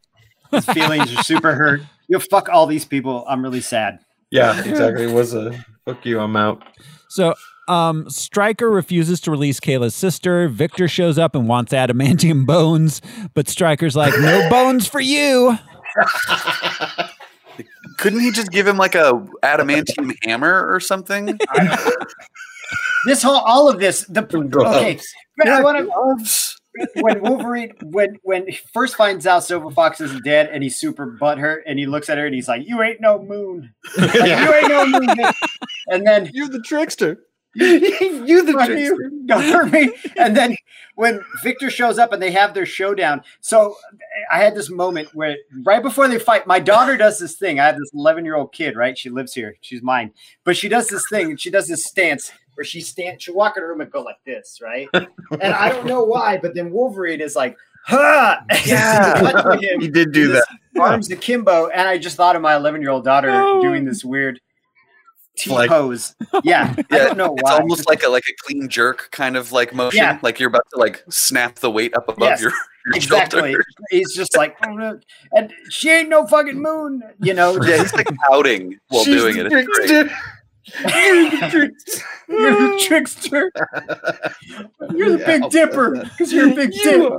his feelings are super hurt. You fuck all these people. I'm really sad.
Yeah, exactly. It was a fuck you. I'm out.
So um Stryker refuses to release Kayla's sister. Victor shows up and wants adamantium bones, but Stryker's like, "No bones for you."
Couldn't he just give him like a adamantium hammer or something?
This whole, all of this. The okay. I want to
gloves.
when Wolverine when when he first finds out Silver Fox isn't dead and he's super butthurt and he looks at her and he's like, "You ain't no moon, Like, you ain't no moon." bitch." And then
You're the trickster. you the
fuck you, don't hurt me. And then when Victor shows up and they have their showdown, so I had this moment where right before they fight, my daughter does this thing. I have this eleven year old kid, right? She lives here, she's mine, but she does this thing and she does this stance. Where she stand, she walk in her room and go like this, right? And I don't know why, but then Wolverine is like, "Huh!"
Yeah.
punching him
he did do
with
that.
his Arms akimbo, and I just thought of my 11 year old daughter
No.
doing this weird T
Like-
pose. Yeah, I don't know
It's
why.
almost like a like a clean jerk kind of like motion.
Yeah.
Like you're about to like snap the weight up above
Yes,
your, your
exactly.
shoulder.
He's just like, "Oh, no," and she ain't no fucking moon, you know.
Yeah, he's like pouting while
She's
doing
the
it. It's great.
You're the trickster.
You're a trickster. You're the Big Dipper because you're a big dip.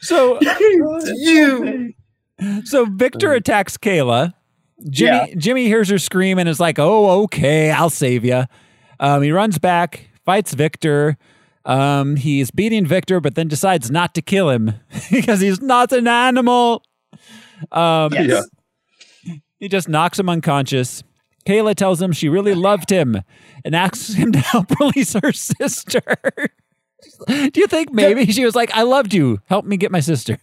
so
you.
so Victor attacks Kayla. Jimmy Jimmy hears her scream and is like, "Oh, okay, I'll save you." Um, he runs back, fights Victor. Um, he's beating Victor, but then decides not to kill him because he's not an animal. Um,
Yes.
Yeah.
He just knocks him unconscious. Kayla tells him she really loved him and asks him to help release her sister. Do you think maybe she was like, I loved you. Help me get my sister?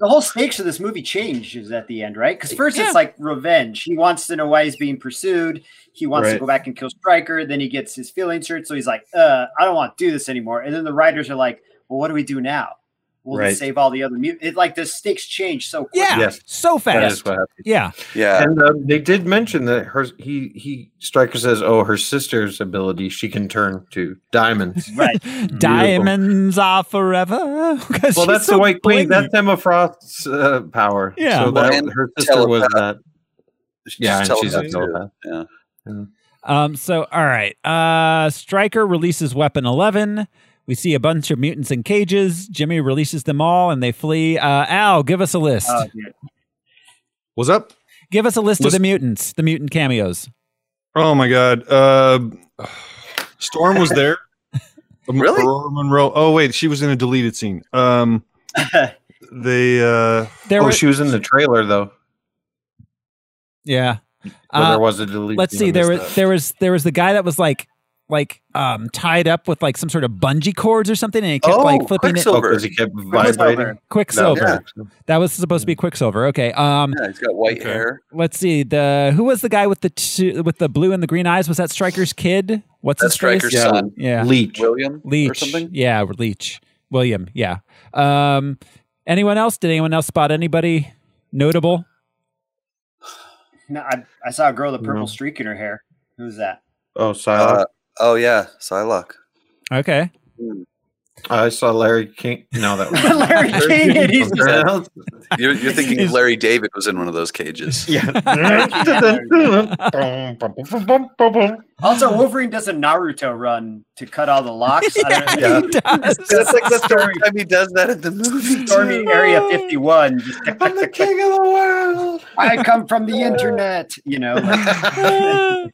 the whole stakes of this movie changes at the end, right? Because first it's like revenge. He wants to know why he's being pursued. He wants to
Right.
go back and kill Stryker. Then he gets his feelings hurt, so he's like, "Uh, I don't want to do this anymore." And then the writers are like, "Well, what do we do now? We'll
Right.
just save all the other mutants." It like the stakes change so quick.
Yeah.
Yes.
So
That
fast.
is what happened.
Yeah.
Yeah.
And um, they did mention that her he he Stryker says, "Oh, her sister's ability she can turn to diamonds."
Right.
Diamonds are forever. 'Cause
well,
she's
that's
so
the White Queen.
blingy.
That's Emma Frost's uh, power.
Yeah.
so
Well,
that,
and
her sister was that.
She's
Yeah, and she's a
telepath, too.
telepath.
Um, so, all right. Uh, Stryker releases Weapon 11. We see a bunch of mutants in cages. Jimmy releases them all and they flee. Uh, Al, give us a list.
Uh,
Oh, yeah.
What's up?
give us a list,
list-
of the mutants, the mutant cameos.
Oh my god. Uh, Storm was there. Um,
Really?
Aurora Monroe. Oh wait, she was in a deleted scene. Um, they uh,
There
Oh,
were,
she was in the trailer though.
yeah.
Well,
Uh,
there was a delete.
let's see. There was there was there was the guy that was like like um tied up with like some sort of bungee cords or something, and he kept
Oh,
like flipping it.
Quicksilver.
because he kept vibrating.
Quicksilver.
Yeah.
That was supposed to be Quicksilver. Okay. Um.
Yeah, he's got white
Okay.
hair.
Let's see. The who was the guy with the two, with the blue and the green eyes? Was that Striker's kid? What's
That's
his face?
Stryker's
Yeah.
son,
Yeah.
Leech.
William
Leech.
or something.
Yeah, Leech. William. Yeah. Um. Anyone else? Did anyone else spot anybody notable?
No, I, I saw a girl with a purple
No.
streak in her hair. Who's that?
Oh, Psylocke.
Uh, oh yeah, Psylocke.
Okay.
I saw Larry King. No, that was
Larry King. And he's
something else.
You're, you're thinking
Is-
Larry David was in one of those cages.
Yeah.
Also, Wolverine does a Naruto run to cut all the locks. I don't know.
Yeah, he does.
That's like the story time he does that in the movie.
Stormy Area 51. Just tick, tick,
I'm the
tick, tick.
king of the world.
I come from the internet. You know, like,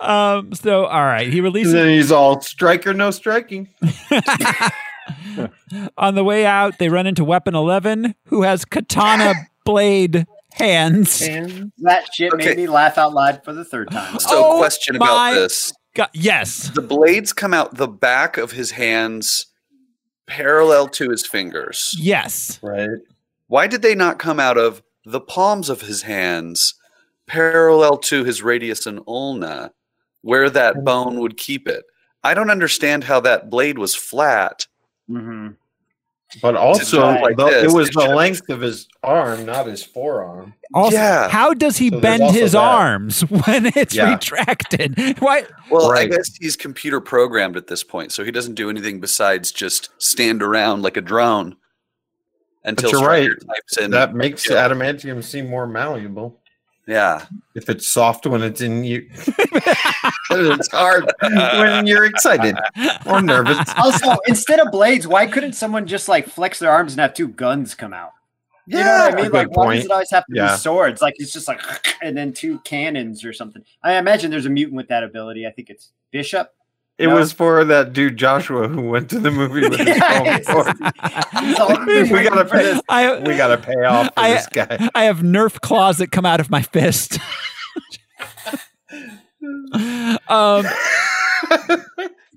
um. So, all right. He
And
releases
then he's all striker, no striking.
On the way out, they run into Weapon 11, who has katana blade hands.
that shit
Okay.
made me laugh out loud for the third time.
So,
Oh
question
my-
about this:
Go- yes.
the blades come out the back of his hands, parallel to his fingers.
Yes.
Right.
Why did they not come out of the palms of his hands, parallel to his radius and ulna, where
Mm-hmm.
that bone would keep it? I don't understand how that blade was flat.
Mhm.
But also, like
not
like
the,
this.
it was
It
the
should've-
length of his arm, not his forearm.
Also,
Yeah.
How does he
So there's
bend
also
his
that.
arms when it's
Yeah.
retracted? Why?
Well,
Right.
I guess he's computer programmed at this point, so he doesn't do anything besides just stand around like a drone until
you're
Stryker
right.
types in.
that makes
yeah.
adamantium seem more malleable.
yeah,
If it's soft when it's in you, it's hard when you're excited or nervous.
Also, instead of blades, why couldn't someone just like flex their arms and have two guns come out? You know what I
Yeah,
mean?
good
Like, why does
point.
it always have to
Yeah.
be swords? Like, it's just like, and then two cannons or something. I imagine there's a mutant with that ability. I think it's Bishop.
It
No.
was for that dude Joshua who went to the movie with his
Yeah,
phone.
it's just- it's all-
we gotta pay this.
I,
We gotta pay off for
I-
this guy.
I have Nerf claws that come out of my fist. um,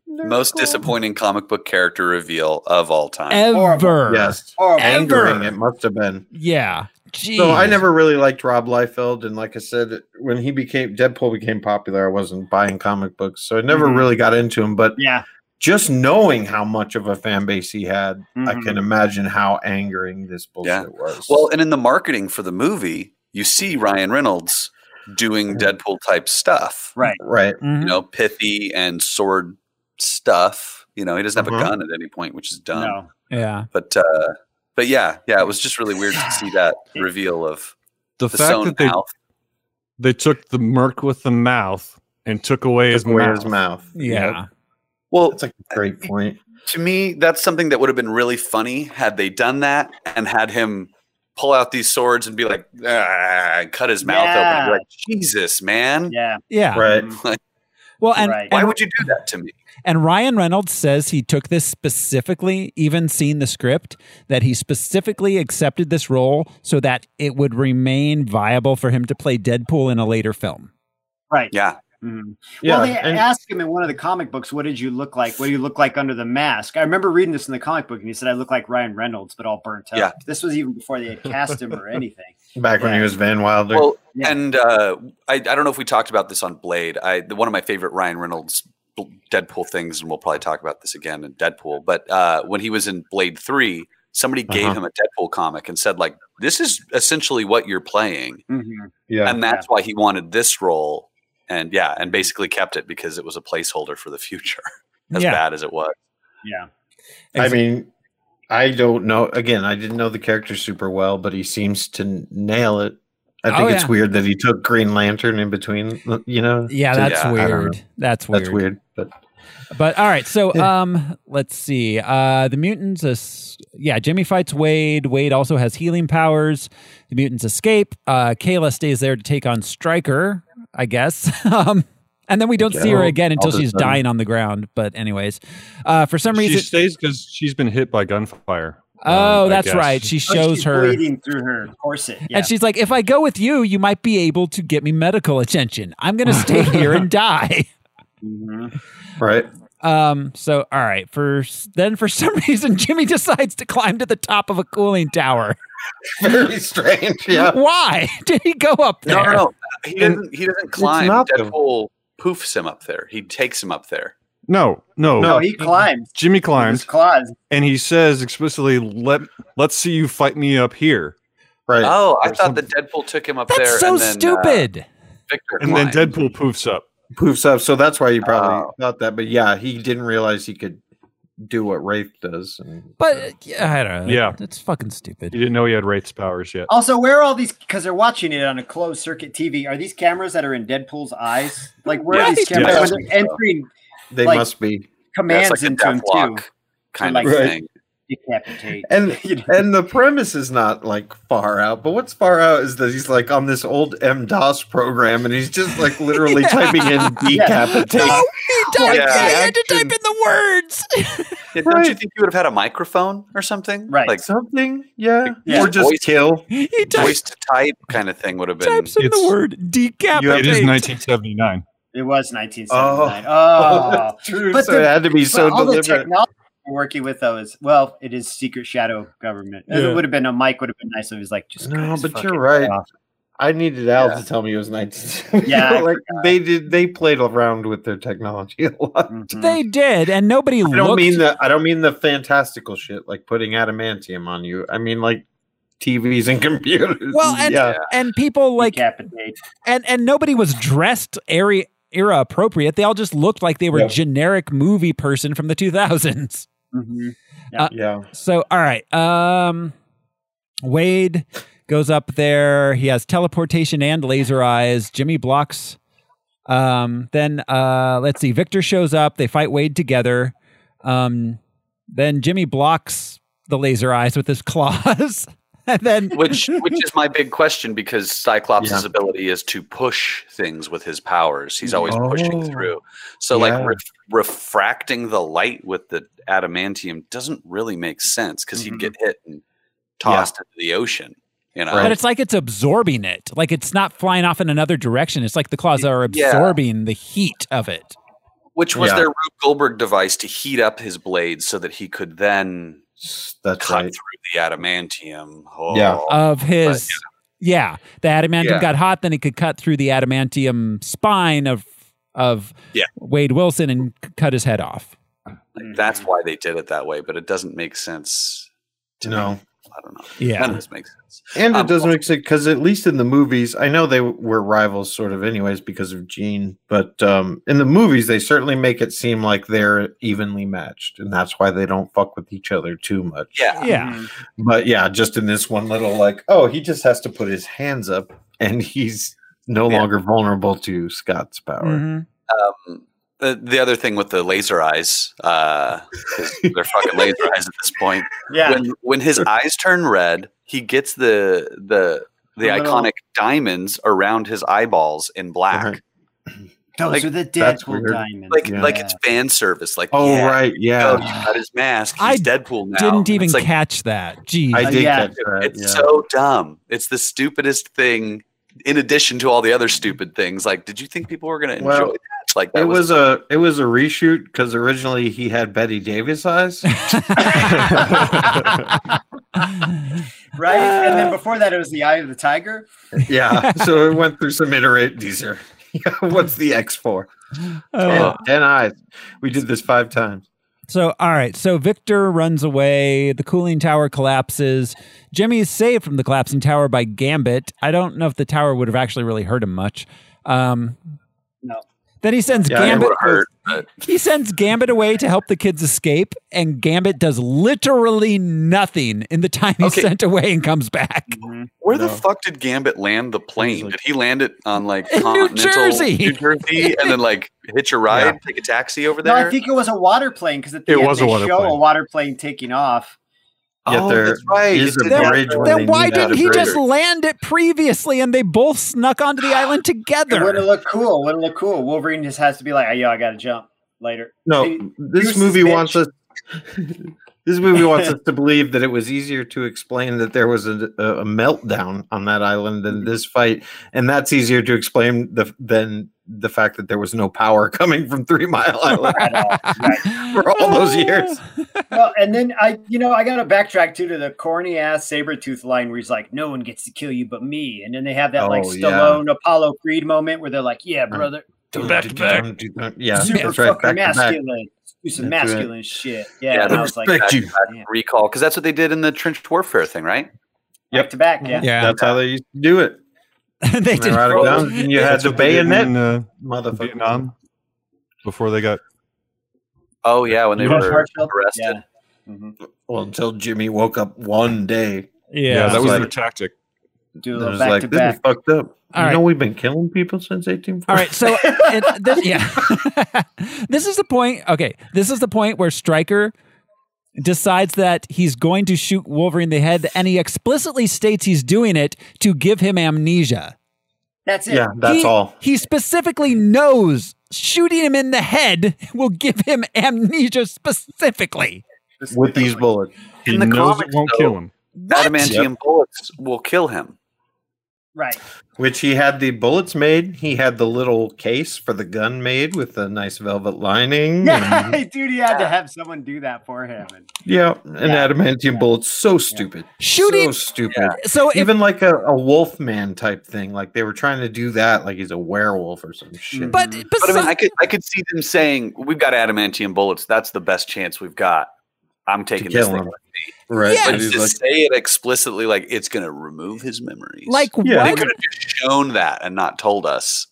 most disappointing comic book character reveal of all time.
ever.
Yes,
Horrible.
angering it must have been.
Yeah. Jeez.
So I never really liked Rob Liefeld, and like I said, when he became Deadpool became popular, I wasn't buying comic books, so I never
Mm-hmm.
Mhm.
really got into him. But
Yeah.
just knowing how much of a fan base he had, I
Mhm.
can imagine how angering this bullshit
Mm-hmm. Yeah.
was.
Well, and in the marketing for the movie, you see Ryan Reynolds doing Deadpool type stuff.
Mm-hmm. Right.
right,
Mhm.
You know, pithy and sword stuff. You know, he doesn't have
Uh-huh.
a gun at any point, which is dumb.
No.
Yeah.
But uh but yeah, yeah, it was just really weird to see that reveal of
the,
the
fact
sewn
that they
mouth.
they took the merc with the mouth and took away his
Took away
mouth.
his mouth.
Yeah.
Yep.
Well,
that's a great point.
to me, that's something that would have been really funny had they done that and had him pull out these swords and be like, "Ah," and cut his mouth open. And
Yeah.
be like, Jesus, man,
Yeah.
Yeah.
Right,
Like,
Well, and,
Right.
why
and
would you do that to me?
And Ryan Reynolds says he took this specifically, even seeing the script, that he specifically accepted this role so that it would remain viable for him to play Deadpool in a later film.
Right.
Yeah,
Mhm.
Yeah,
well, they
and-
asked him in one of the comic books, "What did you look like? What do you look like under the mask?" I remember reading this in the comic book, and he said, "I look like Ryan Reynolds, but all burnt up."
Yeah.
This was even before they had cast him or anything.
back when he
Yeah.
was Van Wilder.
Well,
Yeah.
and uh, I, I don't know if we talked about this on Blade. I the, one of my favorite Ryan Reynolds bl- Deadpool things, and we'll probably talk about this again in Deadpool. But uh, when he was in Blade Three, somebody gave
Uh-huh.
him a Deadpool comic and said, like, this is essentially what you're playing,
Mhm.
yeah,
and that's why he wanted this role. And yeah, and basically kept it because it was a placeholder for the future, as
Yeah.
bad as it was.
Yeah.
I mean, I don't know. Again, I didn't know the character super well, but he seems to n- nail it. I
Oh,
think it's
yeah.
weird that he took Green Lantern in between. uh, You know,
Yeah,
to-
that's
yeah, I
don't
weird. That's weird.
that's weird. But
But all right, so um, let's see. Uh, the mutants, es- yeah, Jimmy fights Wade. Wade also has healing powers. The mutants escape. Uh, Kayla stays there to take on Stryker, I guess. um, and then we don't see her
Yeah.
again until
All of a
she's
sudden.
dying on the ground. But anyways, uh, for some
She
reason,
stays because she's been hit by gunfire.
oh,
um, I
that's
guess.
right. She
Oh,
shows
she's
her.
bleeding through her corset. Yeah.
And she's like, if I go with you, you might be able to get me medical attention. I'm going to stay here and die.
Mhm.
right,
Um. So, all right. For then, for some reason, Jimmy decides to climb to the top of a cooling tower.
very strange. Yeah,
Why did he go up there?
No, no, no. He doesn't. He doesn't climb.
not the-
Deadpool poofs him up there. He takes him up there.
No, no,
Oh,
No, he climbs.
Jimmy
with
climbs
His claws.
and he says explicitly, "Let let's see you fight me up here."
right.
Oh, I
Or
thought that Deadpool took him up
That's
there.
so
and then, uh,
stupid.
Victor
And then
climbed.
Deadpool poofs up.
Poofs up. So that's why he probably
Oh.
thought that. But yeah, he didn't realize he could do what Wraith does. And,
but uh, yeah, I don't know.
Yeah.
it's fucking
He
stupid.
didn't know he had Wraith's powers
Oh,
yet.
Also, where are all these? Because they're watching it on a closed circuit TV. Are these cameras that are in Deadpool's eyes? Like, where are these
Right.
cameras?
Yeah.
When they're entering
they
Like-
must be.
Yeah, it's
commands
like a
into him
death
too.
walk kind of
Like-
Right.
thing.
Decapitate.
And
You know?
and the premise is not like far out, but what's far out is that he's like on this old MDOS program and he's just like literally typing in decapitate.
No, he died.
Yeah.
I had to type in
Action.
the words.
Yeah, Don't you
Right.
think you would have had a microphone or something?
Right.
Like
Something, yeah.
Yeah.
Or just
Voice-
kill.
he types,
voice to type kind of thing would have been.
types in the
It's-
word decapitate.
It is 1979.
It was 1979. Oh,
True.
But
so it
the-
had to be so
But all the
deliberate.
technology we're working with though is well, it is secret shadow government. And
Yeah.
It would have been a mic would have been nice if he's like just cut
No,
his
but
fucking
you're right.
head off.
I needed Al
Yeah.
to tell me it was 1970.
Yeah, I
like they did. They played around with their technology a lot.
Mhm.
They did, and nobody
I don't
looked.
mean the. I don't mean the fantastical shit like putting adamantium on you. I mean like TVs and computers.
well, and
yeah,
and people like
decapitate.
and and nobody was dressed era era appropriate. They all just looked like they were
Yeah.
generic movie person from the 2000s.
Mhm.
yeah.
So, all right. Um, Wade goes up there. He has teleportation and laser eyes. Jimmy blocks. Um, then uh, let's see. Victor shows up. They fight Wade together. Um, then Jimmy blocks the laser eyes with his claws. and then
Which, which is my big question because Cyclops'
Yeah.
ability is to push things with his powers. He's always pushing
Oh.
through. So,
Yeah.
like ref refracting the light with the adamantium doesn't really make sense because
Mhm.
he'd get hit and tossed into the ocean. You know,
But it's like it's absorbing it. Like it's not flying off in another direction. It's like the claws are
Yeah.
absorbing the heat of it.
which was
Yeah.
their Rube Goldberg device to heat up his blade so that he could then
That's
cut
right.
through the adamantium. Oh.
Yeah.
Of his, yeah. the adamantium
Yeah.
got hot, then it could cut through the adamantium spine of of
Yeah.
Wade Wilson and c- cut his head off.
Like, that's why they did it that way, but it doesn't make sense. to me.
No.
I don't know. None of
Yeah,
this makes sense.
And
Um,
it doesn't make sense because at least in the movies, I know they were rivals sort of anyways because of Jean, but um, in the movies they certainly make it seem like they're evenly matched, and that's why they don't fuck with each other too much.
Yeah.
yeah.
Mhm.
But yeah, just in this one little like, oh, he just has to put his hands up, and he's no
Yeah.
longer vulnerable to Scott's power.
Mhm.
Um, the, the other thing with the laser eyes, uh, 'cause they're fucking laser eyes at this point.
Yeah.
When when his eyes turn red, he gets the the the
The little-
iconic diamonds around his eyeballs in black.
Right.
Those
like,
are the
that's
Deadpool
weird.
diamonds.
Like
Yeah.
like it's fan service. Like
Oh
yeah,
right,
Oh,
yeah.
you got his mask. He's
I
Deadpool now.
Didn't
And
even
it's like,
catch that. Jeez.
I
Uh,
did
yeah.
catch that.
It's
yeah.
so dumb. It's the stupidest thing in addition to all the other stupid things, like, did you think people were going to enjoy
Well,
that? Like, that
It was a it was a reshoot because originally he had Betty Davis eyes.
right? and then before that, it was the Eye of the Tiger.
yeah, so it went through some iterate. These are what's the X for? Ten,
Oh.
ten eyes. We did this five times.
So, all right. So Victor runs away. The cooling tower collapses. Jimmy is saved from the collapsing tower by Gambit. I don't know if the tower would have actually really hurt him much. Um,
No.
Then he sends
Yeah, it
Gambit.
would hurt, but-
He sends Gambit away to help the kids escape, and Gambit does literally nothing in the time he's
Okay.
sent away and comes back.
Where the
No.
fuck did Gambit land the plane?
like-
did he land it on like
In New
continental
Jersey.
New Jersey, and then like hitch a ride,
Yeah.
take a taxi over
No,
there?
I think it was a water plane because at the
It
end
was a
they
water
show
plane.
a water plane taking off.
Yet
oh,
there
that's right.
is
It
a
did-
bridge where they
then why
need
didn't
a
he
bridge.
just land it previously and they both snuck onto the island
It
together?
wouldn't look cool. Wouldn't look cool. Wolverine just has to be like, "Oh, yo, I gotta jump later.
No,
Here's
this
this
movie
bitch.
wants us. this movie wants us to believe that it was easier to explain that there was a, a meltdown on that island than this fight, and that's easier to explain the, than the fact that there was no power coming from Three Mile Island.
At all.
For all those years.
well, and then I, you know, I gotta backtrack too to the corny ass saber tooth line where he's like, "No one gets to kill you but me," and then they have that like
Oh, yeah.
Stallone Apollo Creed moment where they're like, "Yeah, brother,
back to back. Yeah,
super
that's right. Back
fucking
to back.
masculine, do some
That's right.
masculine shit." Yeah,
Yeah,
and
the
I was like,
respect
back
you.
Yeah.
recall because that's what they did in the trench warfare thing, right?
Yep.
to back, yeah.
Yeah,
That's how they used to do it.
they
They
did.
wrote it down, and you had
That's
the
what they did
bayonet,
in uh,
motherfucker.
Vietnam before they got.
Oh yeah, when they
Yeah.
were arrested.
Yeah. Mhm.
Well, until Jimmy woke up one day,
Yeah,
Yeah.
that was
Like-
their tactic.
Do
and it
a little
was
back
like,
to
"This
back.
is fucked up."
All
you
right.
know, we've been killing people since 1840.
All right, so it, this, yeah, this is the point. Okay, this is the point where Stryker decides that he's going to shoot Wolverine in the head, and he explicitly states he's doing it to give him amnesia.
That's it.
Yeah, that's
He-
all.
He specifically knows shooting him in the head will give him amnesia specifically.
With these bullets.
He
In the
knows
comics,
it won't
though-
kill him.
Adamantium bullets will kill him.
Right.
Which he had the bullets made. He had the little case for the gun made with the nice velvet lining. and-
Yeah, dude, he had to have someone do that for him. And
yeah, an adamantium bullet. So stupid.
Shooting.
So stupid.
So if
Even like a, a wolfman type thing. Like they were trying to do that, like he's a werewolf or some shit.
but
But I mean, I
besides,
could I could see them saying, "We've got adamantium bullets. That's the best chance we've got." I'm taking this
kill
thing.
him. right.
Yeah.
But
But he's
to
like,
say it explicitly, like it's going to remove his memories.
like
Yeah.
they
what?
could have just shown that and not told us.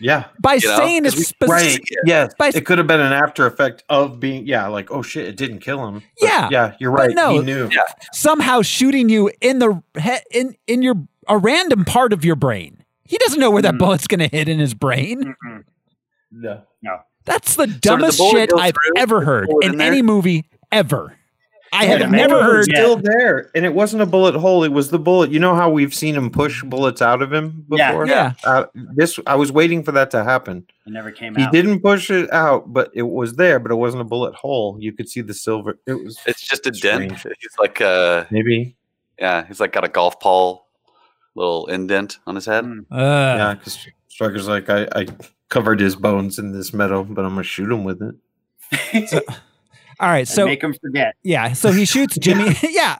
yeah.
By
you know,
saying
'cause
it's
we-
specific.
Right. Yes.
by-
It could have been an after effect of being, yeah, like, oh shit, it didn't kill him. But
Yeah.
Yeah, you're
But
right.
no.
He knew.
Yeah.
somehow shooting you in the he- in in your a random part of your brain. He doesn't know where that
Mm.
bullet's going to hit in his brain.
mm-mm.
No.
That's the
the
dumbest
bullet
shit
go
I've
through?
ever heard
bullet
in
in there?
any movie ever. I have
Yeah, man.
never heard.
Yeah.
still there, and it wasn't a bullet hole. It was the bullet. You know how we've seen him push bullets out of him
Yeah.
before.
Yeah.
Uh, this I was waiting for that to happen.
It never came
He
out.
didn't push it out, but it was there. But it wasn't a bullet hole. You could see the silver. It was
It's just a dent.
Strange.
He's like, uh,
maybe
yeah, he's like got a golf ball little indent on his head.
Mm.
Uh,
yeah. Because Striker's like I, I covered his bones in this metal, but I'm gonna shoot him with it.
All right,
So
so
make him forget.
yeah, so he shoots Jimmy. yeah.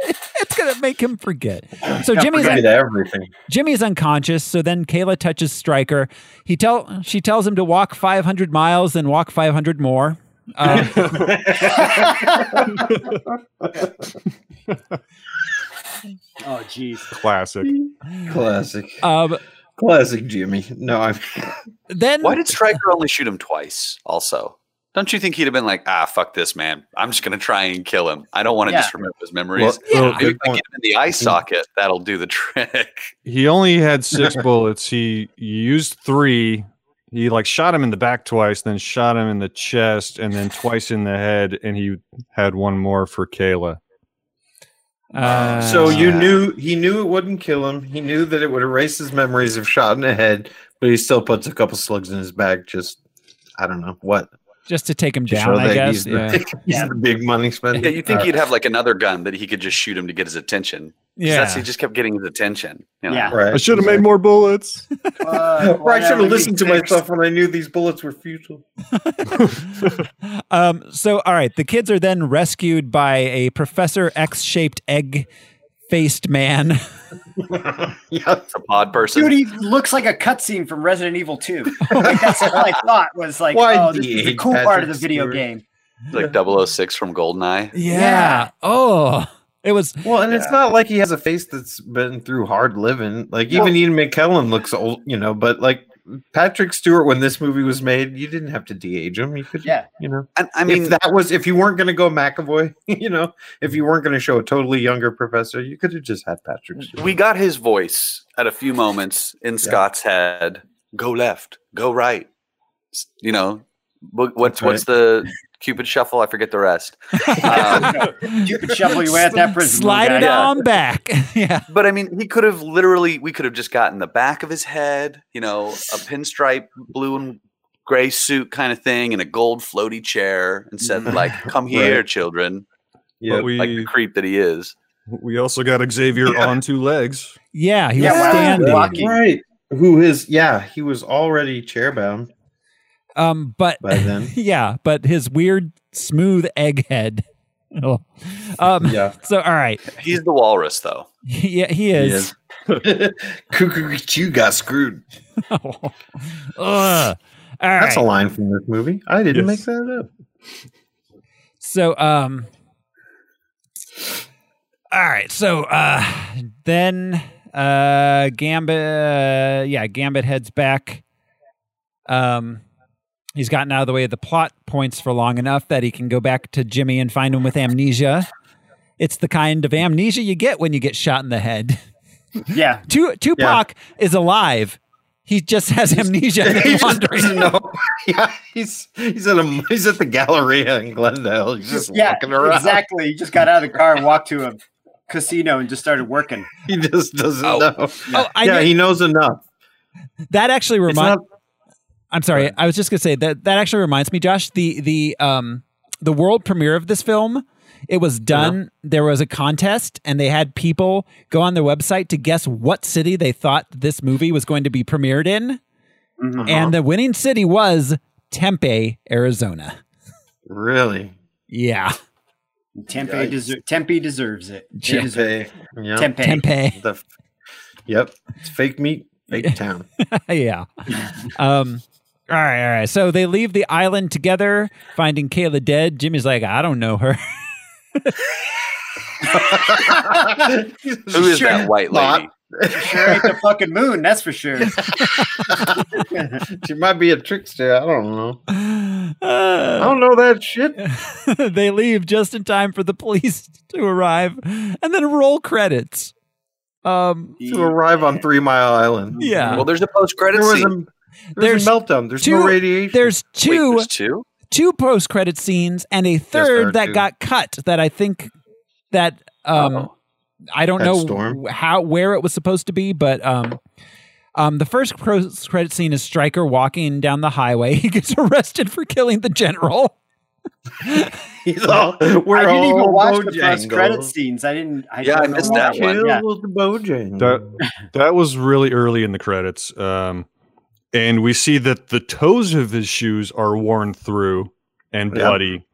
It's gonna make him forget. So
Yeah,
Jimmy's
forget
Did everything.
Jimmy is unconscious, so then Kayla touches Stryker. He tell she tells him to walk 500 miles, then walk 500 more. Um,
Oh, jeez.
Classic.
Classic.
um,
Classic Jimmy. No, I'm.
then
Why did Stryker only shoot him twice? Also, don't you think he'd have been like, ah, fuck this man. I'm just going to try and kill him. I don't want to
Yeah.
just remember his memories.
Yeah.
Maybe if I get him in the eye
Mm.
socket, that'll do the trick.
He only had six bullets. He used three. He like shot him in the back twice, then shot him in the chest, and then twice in the head. And he had one more for Kayla.
Uh,
So you
Yeah.
knew he knew it wouldn't kill him. He knew that it would erase his memories of shot in the head, but he still puts a couple slugs in his bag. Just I don't know what.
just to take him
to
down, I guess.
he's, the,
Yeah.
he's the big money spender.
Yeah, you think
Uh,
he'd have like another gun that he could just shoot him to get his attention. Yeah.
Yeah.
That's, he just kept getting his attention. you know?
Yeah.
Right.
I should have made more bullets.
Fuck,
Or I should
whatever,
have listened to
six.
myself when I knew these bullets were futile.
um, so, all right, the kids are then rescued by a Professor X shaped egg faced man.
yeah.
It's a pod person.
Dude, he looks like a cutscene from Resident Evil 2. Like, that's all I thought was like,
Why
oh, this is the
did
cool part of the
Patrick
video
Stewart-
game.
It's like 006 from Goldeneye.
Yeah.
Oh, it was.
Well, and it's not like he has a face that's been through hard living. Like even Ian McKellen looks old, you know. But like Patrick Stewart, when this movie was made, you didn't have to de-age him. You could,
Yeah.
you know.
And I
I
mean,
mean, if that was if you weren't going to go McAvoy, you know, if you weren't going to show a totally younger professor, you could have just had Patrick Stewart.
we got his voice at a few moments in Scott's head. Go left, go right. S- You know, what, what's
That's right.
what's the Cupid shuffle? I forget the rest. Um,
You could shovel your way out that prison. little
Slide it
guy.
Yeah.
on back. yeah.
but I mean, he could have literally. We could have just gotten the back of his head. You know, a pinstripe blue and gray suit kind of thing, and a gold floaty chair, and said like, "Come here, children."
Yeah,
But we
Like the creep that he is.
we also got Xavier on two legs.
Yeah, he
Yeah,
was
wow.
standing.
Walking.
right. Who is? Yeah, he was already chairbound
Um, but
by then.
yeah, but his weird smooth egg head. Oh. Um,
yeah,
So, all right.
He's the walrus, though.
Yeah, he is.
Cuckoo, you got screwed.
Oh. Ugh. All right.
That's a line from this movie. I didn't
Yes.
make that up.
So, um, all right. So, uh, then, uh, Gambit, uh, yeah, Gambit heads back. Um, he's gotten out of the way of the plot points for long enough that he can go back to Jimmy and find him with amnesia. It's the kind of amnesia you get when you get shot in the head.
Yeah.
Tu- Tupac is alive. He just has amnesia. and
he
is
just
wandering.
doesn't know. Yeah, he's he's at a he's at the Galleria in Glendale. He's just
Yeah,
walking around.
exactly. He just got out of the car and walked to a casino and just started working.
He just doesn't
Oh.
know.
Oh, I
yeah,
knew-
he knows enough.
that actually
It's
reminds.
not
I'm sorry. I was just gonna say that that actually reminds me, Josh. The the um the world premiere of this film. It was done. There was a contest, and they had people go on their website to guess what city they thought this movie was going to be premiered in,
Oh, Uh-huh.
Mhm.
Mm-hmm. and the winning city was Tempe, Arizona.
really.
Yeah,
Tempe,
Yikes.
deser- Tempe deserves it. They
Yeah.
deserve
Tempe. Yeah.
it. Tempe.
Tempe.
The f- yep. It's fake meat, fake town.
yeah. Um, all right, all right. So they leave the island together, finding Kayla dead. Jimmy's like, I don't know her.
Who is that white
not.
lady?
Sure ain't the fucking moon, that's for sure.
she might be a trickster. I don't know. I
Uh,
don't know that shit.
they leave just in time for the police to arrive, and then roll credits. Um,
To arrive on Three Mile Island.
yeah.
Well, there's a post
There
credit
was a,
scene.
there
There's
was a meltdown. There's
two-
no radiation.
There's
Wait,
two
there's two.
two post credit scenes and a
there
third
are
that
two.
got cut. That I think that um,
Oh.
I don't
Had
know
Storm.
how where it was supposed to be, but um, um, the first post credit scene is Stryker walking down the highway. He gets arrested for killing the general.
He's all, we're
I didn't
all
even watch the
Bojangles.
post credit scenes. I didn't. I
Yeah, I
don't know
missed
why.
that one.
Yeah.
Kill the Bojangles.
That- That was really early in the credits. Um, and we see that the toes of his shoes are worn through and
Yeah.
bloody,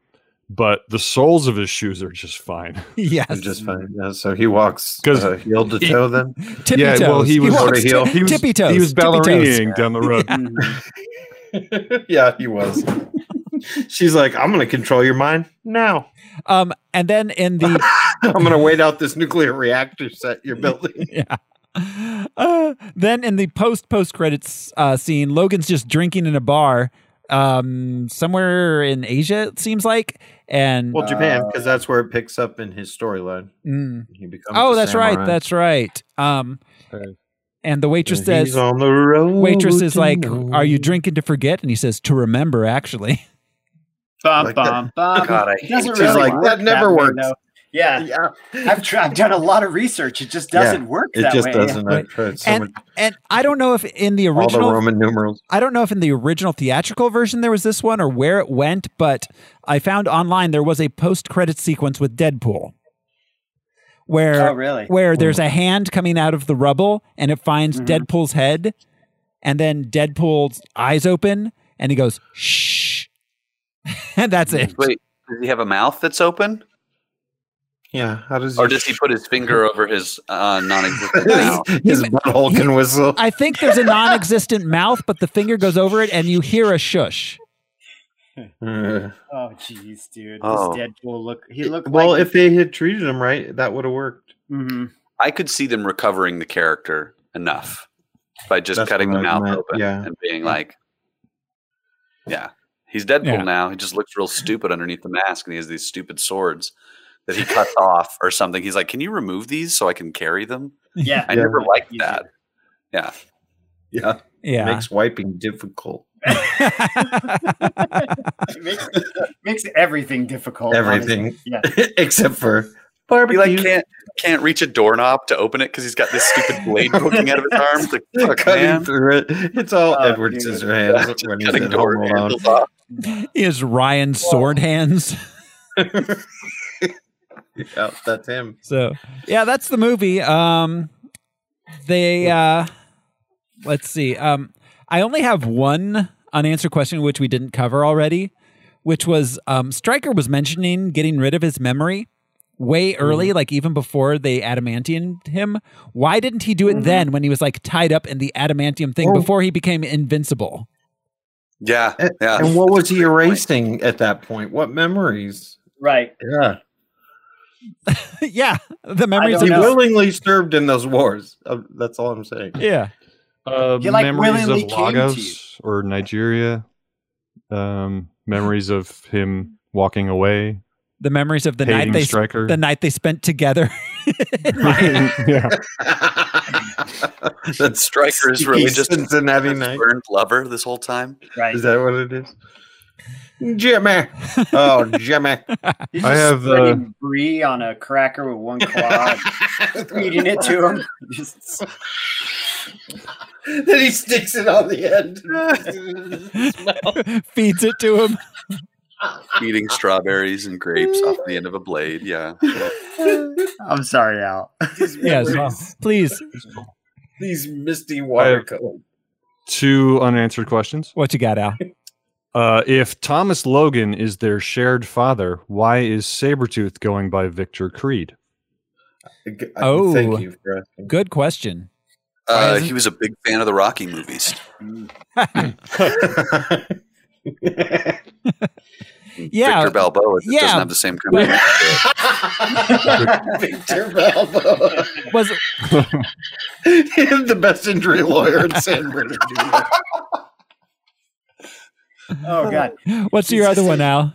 but the soles of his shoes are just fine.
yes,
I'm just fine. Yeah, so he walks
'Cause
uh, heel to
he-
toe then.
tippy
yeah,
toes.
well, he was-
walks
Heel.
ti-
He was
tippy toes.
He was
tippy toes.
ballerining down the road.
yeah, he was. She's like, I'm going to control your mind now.
Um, and then in the
I'm going to wait out this nuclear reactor set you're building.
yeah. Uh, then in the post post credits uh, scene, Logan's just drinking in a bar um, somewhere in Asia. It seems like, and
Well, Japan, because
Uh,
that's where it picks up in his storyline.
Mm.
He becomes
oh,
a
that's
samurai.
right, that's right. Um,
Okay.
and the waitress
And
says,
he's on the road.
waitress is
to
like,
know."
"Are you drinking to forget?" And he says, "To remember, actually."
Bum,
Like that.
bum, bum.
God, I
It doesn't
hate
you.
really
Like,
work
that never
way,
works.
though. Yeah,
Yeah,
I've, tried, I've done a lot of research. It just
Yeah,
doesn't work
it
that
just
way.
doesn't. I tried so
And-
much-
And I don't know if in the
all the
original
Roman numerals.
I don't know if in the original theatrical version there was this one or where it went, but I found online there was a post credit sequence with Deadpool where
Oh, really?
where there's a hand coming out of the rubble and it finds Deadpool's head, and then Deadpool's eyes open and he goes shh, and that's it.
Wait, does he have a mouth that's open,
Yeah, how does
or does he put his finger over his uh, non-existent mouth?
his butthole can whistle?
I think there's a non-existent mouth, but the finger goes over it and you hear a shush.
Uh,
Oh, jeez, dude.
Oh.
This Deadpool look. He looked
well,
like,
if they had treated him right, that would have worked.
Mhm.
I could see them recovering the character enough by just
That's
cutting the
what I
mouth
meant,
open
yeah.
and being like, "Yeah, he's Deadpool
Yeah.
now. He just looks real stupid underneath the mask, and he has these stupid swords that he cuts off or something." He's like, "Can you remove these so I can carry them?"
yeah.
I
Yeah.
never liked
Easier.
that. Yeah,
Yeah,
Yeah.
makes wiping difficult.
It makes, makes everything difficult.
Everything
Yeah.
except for
he
barbecue.
like can't can't reach a doorknob to open it because he's got this stupid blade poking out of his arm. It's like, fuck,
cutting
man.
through it. It's all
Oh,
Edward
dude.
Scissorhands
Just
when he's
cutting
at
door
home alone.
handles off.
Is Ryan sword hands?
yeah, that's him.
So yeah, that's the movie. Um, they uh, let's see. Um, I only have one unanswered question which we didn't cover already, which was um, Stryker was mentioning getting rid of his memory way
Mm-hmm.
early, like even before they adamantium him. Why didn't he do
Mm-hmm.
it then when he was like tied up in the adamantium thing
Oh.
Or-
before he became invincible?
Yeah,
And,
yeah.
and what was he
Great point.
erasing at that point? What memories?
Right.
Yeah,
yeah, the memories.
don't
he
Of,
know.
willingly served in those wars. Uh, that's all I'm saying.
yeah,
Uh,
He, like,
memories
willingly
of
came to
Lagos or Nigeria. Um, memories of him walking away.
the memories of the night
hating
they
striker.
the night they spent together.
yeah.
That striker is
Sticky
really just
Cincinnati
His
night.
burned lover this whole time.
Right.
Is that what it is? Jimmy. Oh, Jimmy.
He's
I
just
have, uh,
spreading brie on a cracker with one claw, and feeding it to him. Just
then he sticks it on the end.
feeds it to him.
eating strawberries and grapes off the end of a blade. Yeah.
I'm sorry, Al.
Yes, please.
These misty
watercolors. Two unanswered questions.
What you got, Al?
Uh, if Thomas Logan is their shared father, why is Sabretooth going by Victor Creed?
Oh.
thank you for asking.
Good question. Why
Uh,
isn't-
he was a big fan of the Rocky movies.
Yeah,
Victor Balboa just
yeah.
doesn't have the same kind of.
Victor Balboa,
was
the best injury lawyer in San Bernardino.
Oh God.
what's your other one, Al?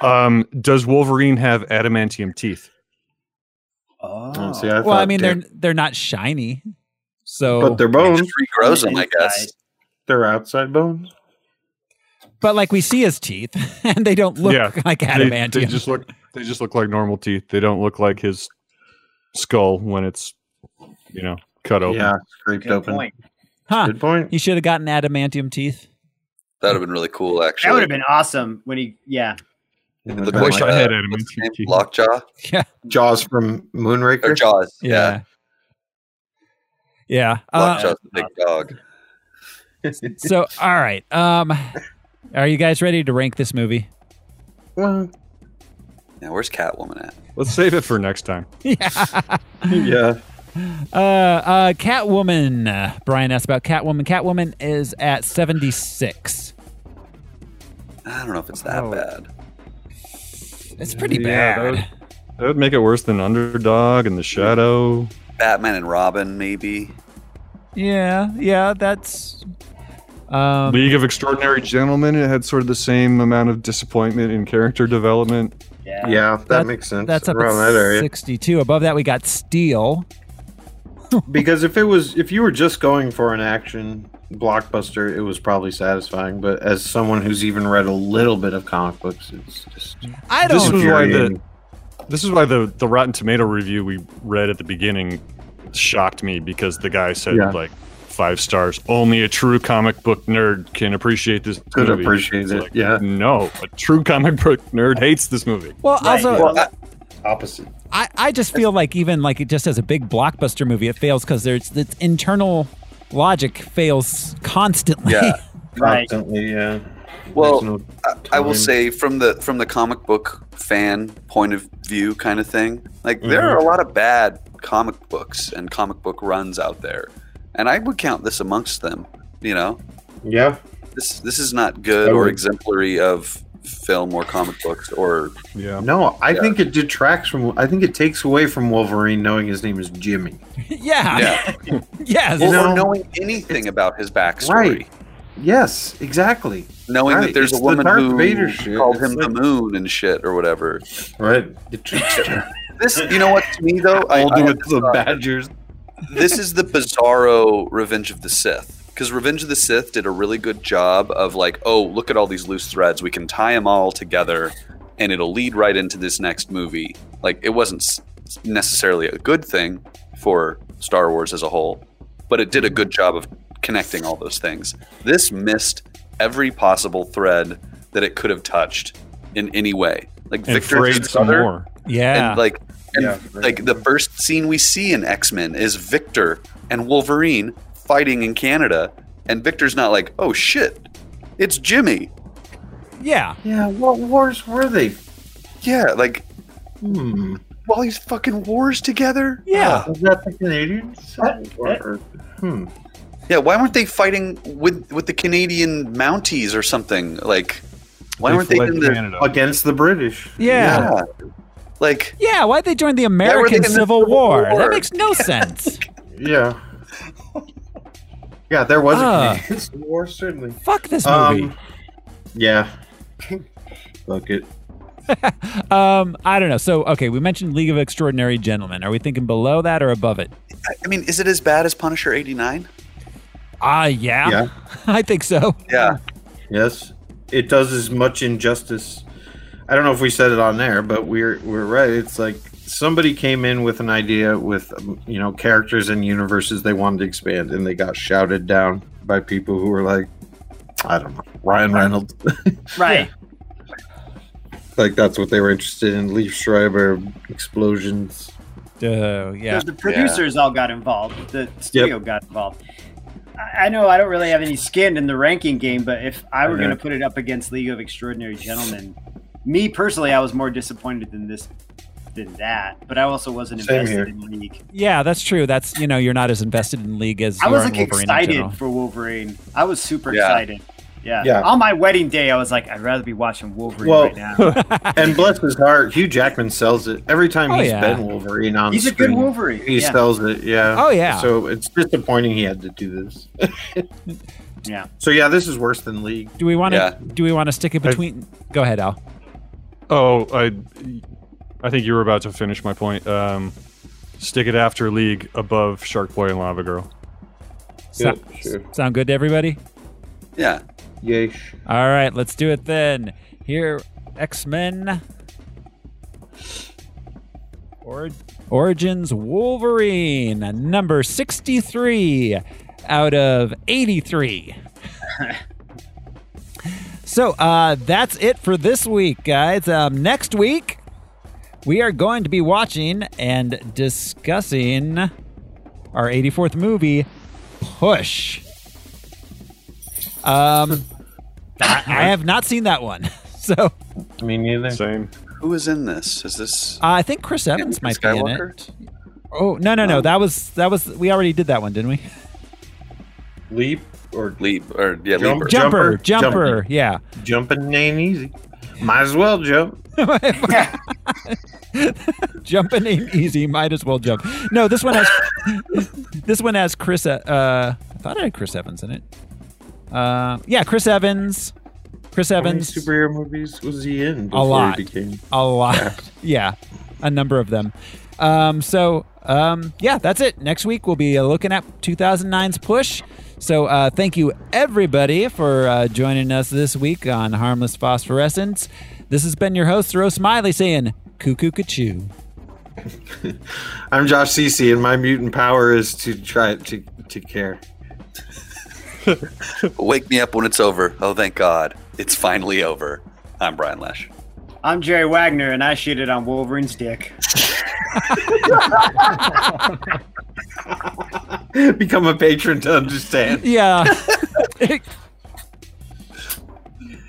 Um, does Wolverine have adamantium teeth?
Oh.
Well, I mean they're they're not shiny, so
but
but,
they're
He
bones.
just regrows them, I guess.
They're outside bones.
like we see his teeth, and they don't look
Yeah,
like
They-
adamantium.
They, just look. They just look like normal teeth. They don't look like his skull when it's, you know, cut open.
Yeah, scraped
Good
open.
point.
huh?
Good point.
You should have gotten adamantium teeth.
That would have been really cool,
That would
actually.
have been awesome when he. Yeah.
It
Look
would've
I
been
wish
like,
I
uh,
had
what's his
adamantium
name?
teeth.
Lockjaw
Jaws from Moonraker.
or Jaws. Yeah.
Yeah, yeah. Uh,
Lockjaw's the big dog.
so, all right. Um, are you guys ready to rank this movie?
Well,
Now, where's Catwoman at?
Let's save it for next time.
yeah.
Uh, uh, Catwoman. Uh, Brian asked about Catwoman. Catwoman is at seventy six.
I don't know if it's
Oh.
that bad.
It's pretty
Yeah, that
bad.
would- That would make it worse than Underdog and The Shadow.
Batman and Robin, maybe.
Yeah, yeah, that's. Um,
League of Extraordinary Gentlemen. It had sort of the same amount of disappointment in character development.
Yeah.
Yeah, that,
That-
makes sense.
that's up
around
at
that area.
62. Above that, we got Steel.
Because if it was, if you were just going for an action blockbuster, it was probably satisfying. But as someone who's even read a little bit of comic books, it's just
I
This
don't.
was why the
infuriating.
this is why the the Rotten Tomato review we read at the beginning shocked me because the guy said
Yeah.
like five stars. Only a true comic book nerd can appreciate this.
Could
movie."
appreciate
It's
it,
like,
yeah.
No, a true comic book nerd hates this movie.
Well,
Right,
also,
yeah.
opposite.
I, I just feel like even like it just as a big blockbuster movie, it fails because there's its internal logic fails constantly.
Yeah.
Right.
Constantly, yeah.
Well,
There's no
I, I will
time.
say from the from the comic book fan point of view kind of thing, like there are
Mm-hmm.
a lot of bad comic books and comic book runs out there. And I would count this amongst them, you know.
Yeah.
This this is not good
I
or
would-
exemplary of film or comic books or
Yeah.
No, I
Yeah.
think it detracts from. I think it takes away from Wolverine knowing his name is Jimmy.
yeah.
yeah,
Yes.
You
or,
know,
knowing anything about his backstory,
Right. Yes, exactly.
knowing
Right,
that there's
it's
a
the
woman
Darth
who
Vader shit.
called
It's
him the
like-
moon and shit or whatever.
Right. The trickster.
This, you know what? To me though, I,
I'll
I
do
had
it to the
thought.
Badgers.
this is the bizarro Revenge of the Sith. Because Revenge of the Sith did a really good job of like, oh, look at all these loose threads. We can tie them all together, and it'll lead right into this next movie. Like, it wasn't s- necessarily a good thing for Star Wars as a whole, but it did a good job of connecting all those things. This missed every possible thread that it could have touched in any way. Like
And
Victor
frayed
Victor's
some
brother-
more.
yeah.
and like and
Yeah, right.
like the first scene we see in X-Men is Victor and Wolverine fighting in Canada and Victor's not like, "Oh shit. It's Jimmy."
yeah.
Yeah. What wars were they?
Yeah, like
Hmm.
all these fucking wars together?
Yeah.
Was that the Canadian side? Or, hmm.
Yeah, why weren't they fighting with with the Canadian Mounties or something? Like why weren't they
fled
in the
Canada.
Against the British.
Yeah.
yeah. Like
Yeah, why'd they join the
were they
American
in the
Civil
Civil
War?
War?
That makes no sense.
Yeah. Yeah, there was
Ah.
a Canadian Civil War, certainly.
Fuck this movie.
Um, yeah. Fuck it.
Um, I don't know. So, okay, we mentioned League of Extraordinary Gentlemen. Are we thinking below that or above it?
I- I mean, is it as bad as Punisher 89?
Ah, yeah.
Yeah.
I think so.
Yeah.
Yes, it does as much injustice. I don't know if we said it on there, but we're we're right. It's like somebody came in with an idea with um, you know characters and universes they wanted to expand, and they got shouted down by people who were like, I don't know, Ryan Reynolds.
Right.
like that's what they were interested in. Leaf Schreiber explosions.
Oh, yeah.
Because the producers all got involved. The studio got involved. I I know I don't really have any skin in the ranking game, but if I were
know.
going to put it up against League of Extraordinary Gentlemen, me personally, I was more disappointed than this, than that. But I also wasn't
Same
invested
here.
in League.
Yeah, that's true. That's, you know, you're not as invested in League as
I
you
was
are in
like
Wolverine in general.
excited for Wolverine. I was super
Yeah.
excited. Yeah.
Yeah.
On my wedding day, I was like, I'd rather be watching Wolverine
Well,
right now.
And bless his heart, Hugh Jackman sells it every time
Oh,
he's
yeah.
been Wolverine on
He's a
screen.
good Wolverine.
He
yeah.
sells it, yeah.
Oh, yeah.
So it's disappointing he had to do this.
yeah.
So yeah, this is worse than League.
Do we want to?
Yeah.
Do we want to stick it
I-
between? Go ahead, Al.
Oh, I, I think you were about to finish my point. Um, stick it after League above Shark Boy and Lava Girl.
So-
Yeah, sure.
Sound good to everybody?
Yeah.
Yay.
All right, let's do it then. Here, X Men. Or- Origins Wolverine, number 63 out of 83. so uh, that's it for this week, guys. Um, next week, we are going to be watching and discussing our 84th movie, Push. Um, I, I have not seen that one. So uh,
Me neither.
Same.
Who is in this? Is this
Uh, I think Chris Evans might be in it. Oh no no no! That was that was we already did that one, didn't we?
Leap or
Leap or yeah,
Jump.
Leaper.
Jumper,
Jumper,
jumper, yeah.
jumping ain't easy. Might as well jump.
Jumping ain't easy. Might as well jump. No, this one has this one has Chris. Uh, uh, I thought it had Chris Evans in it. Uh, yeah, Chris Evans. Chris
How many
Evans.
superhero movies was he in before
lot.
he became?
a lot. Yeah, a number of them. Um, so, um, yeah, that's it. Next week, we'll be uh, looking at 2009's push. So, uh, thank you, everybody, for uh, joining us this week on Harmless Phosphorescence. This has been your host, Rose Smiley, saying cuckoo cachoo.
I'm Josh Cece, and my mutant power is to try to to care.
Wake me up when it's over. Oh, thank God. It's finally over. I'm Brian Lash.
I'm Jerry Wagner, and I shit it on Wolverine's dick.
Become a patron to understand.
Yeah.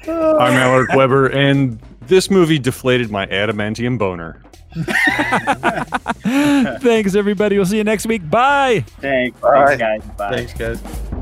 I'm Alec Weber, and this movie deflated my adamantium boner.
Thanks, everybody. We'll see you next week. Bye.
Thanks,
All
thanks
right.
guys. Bye.
Thanks, guys.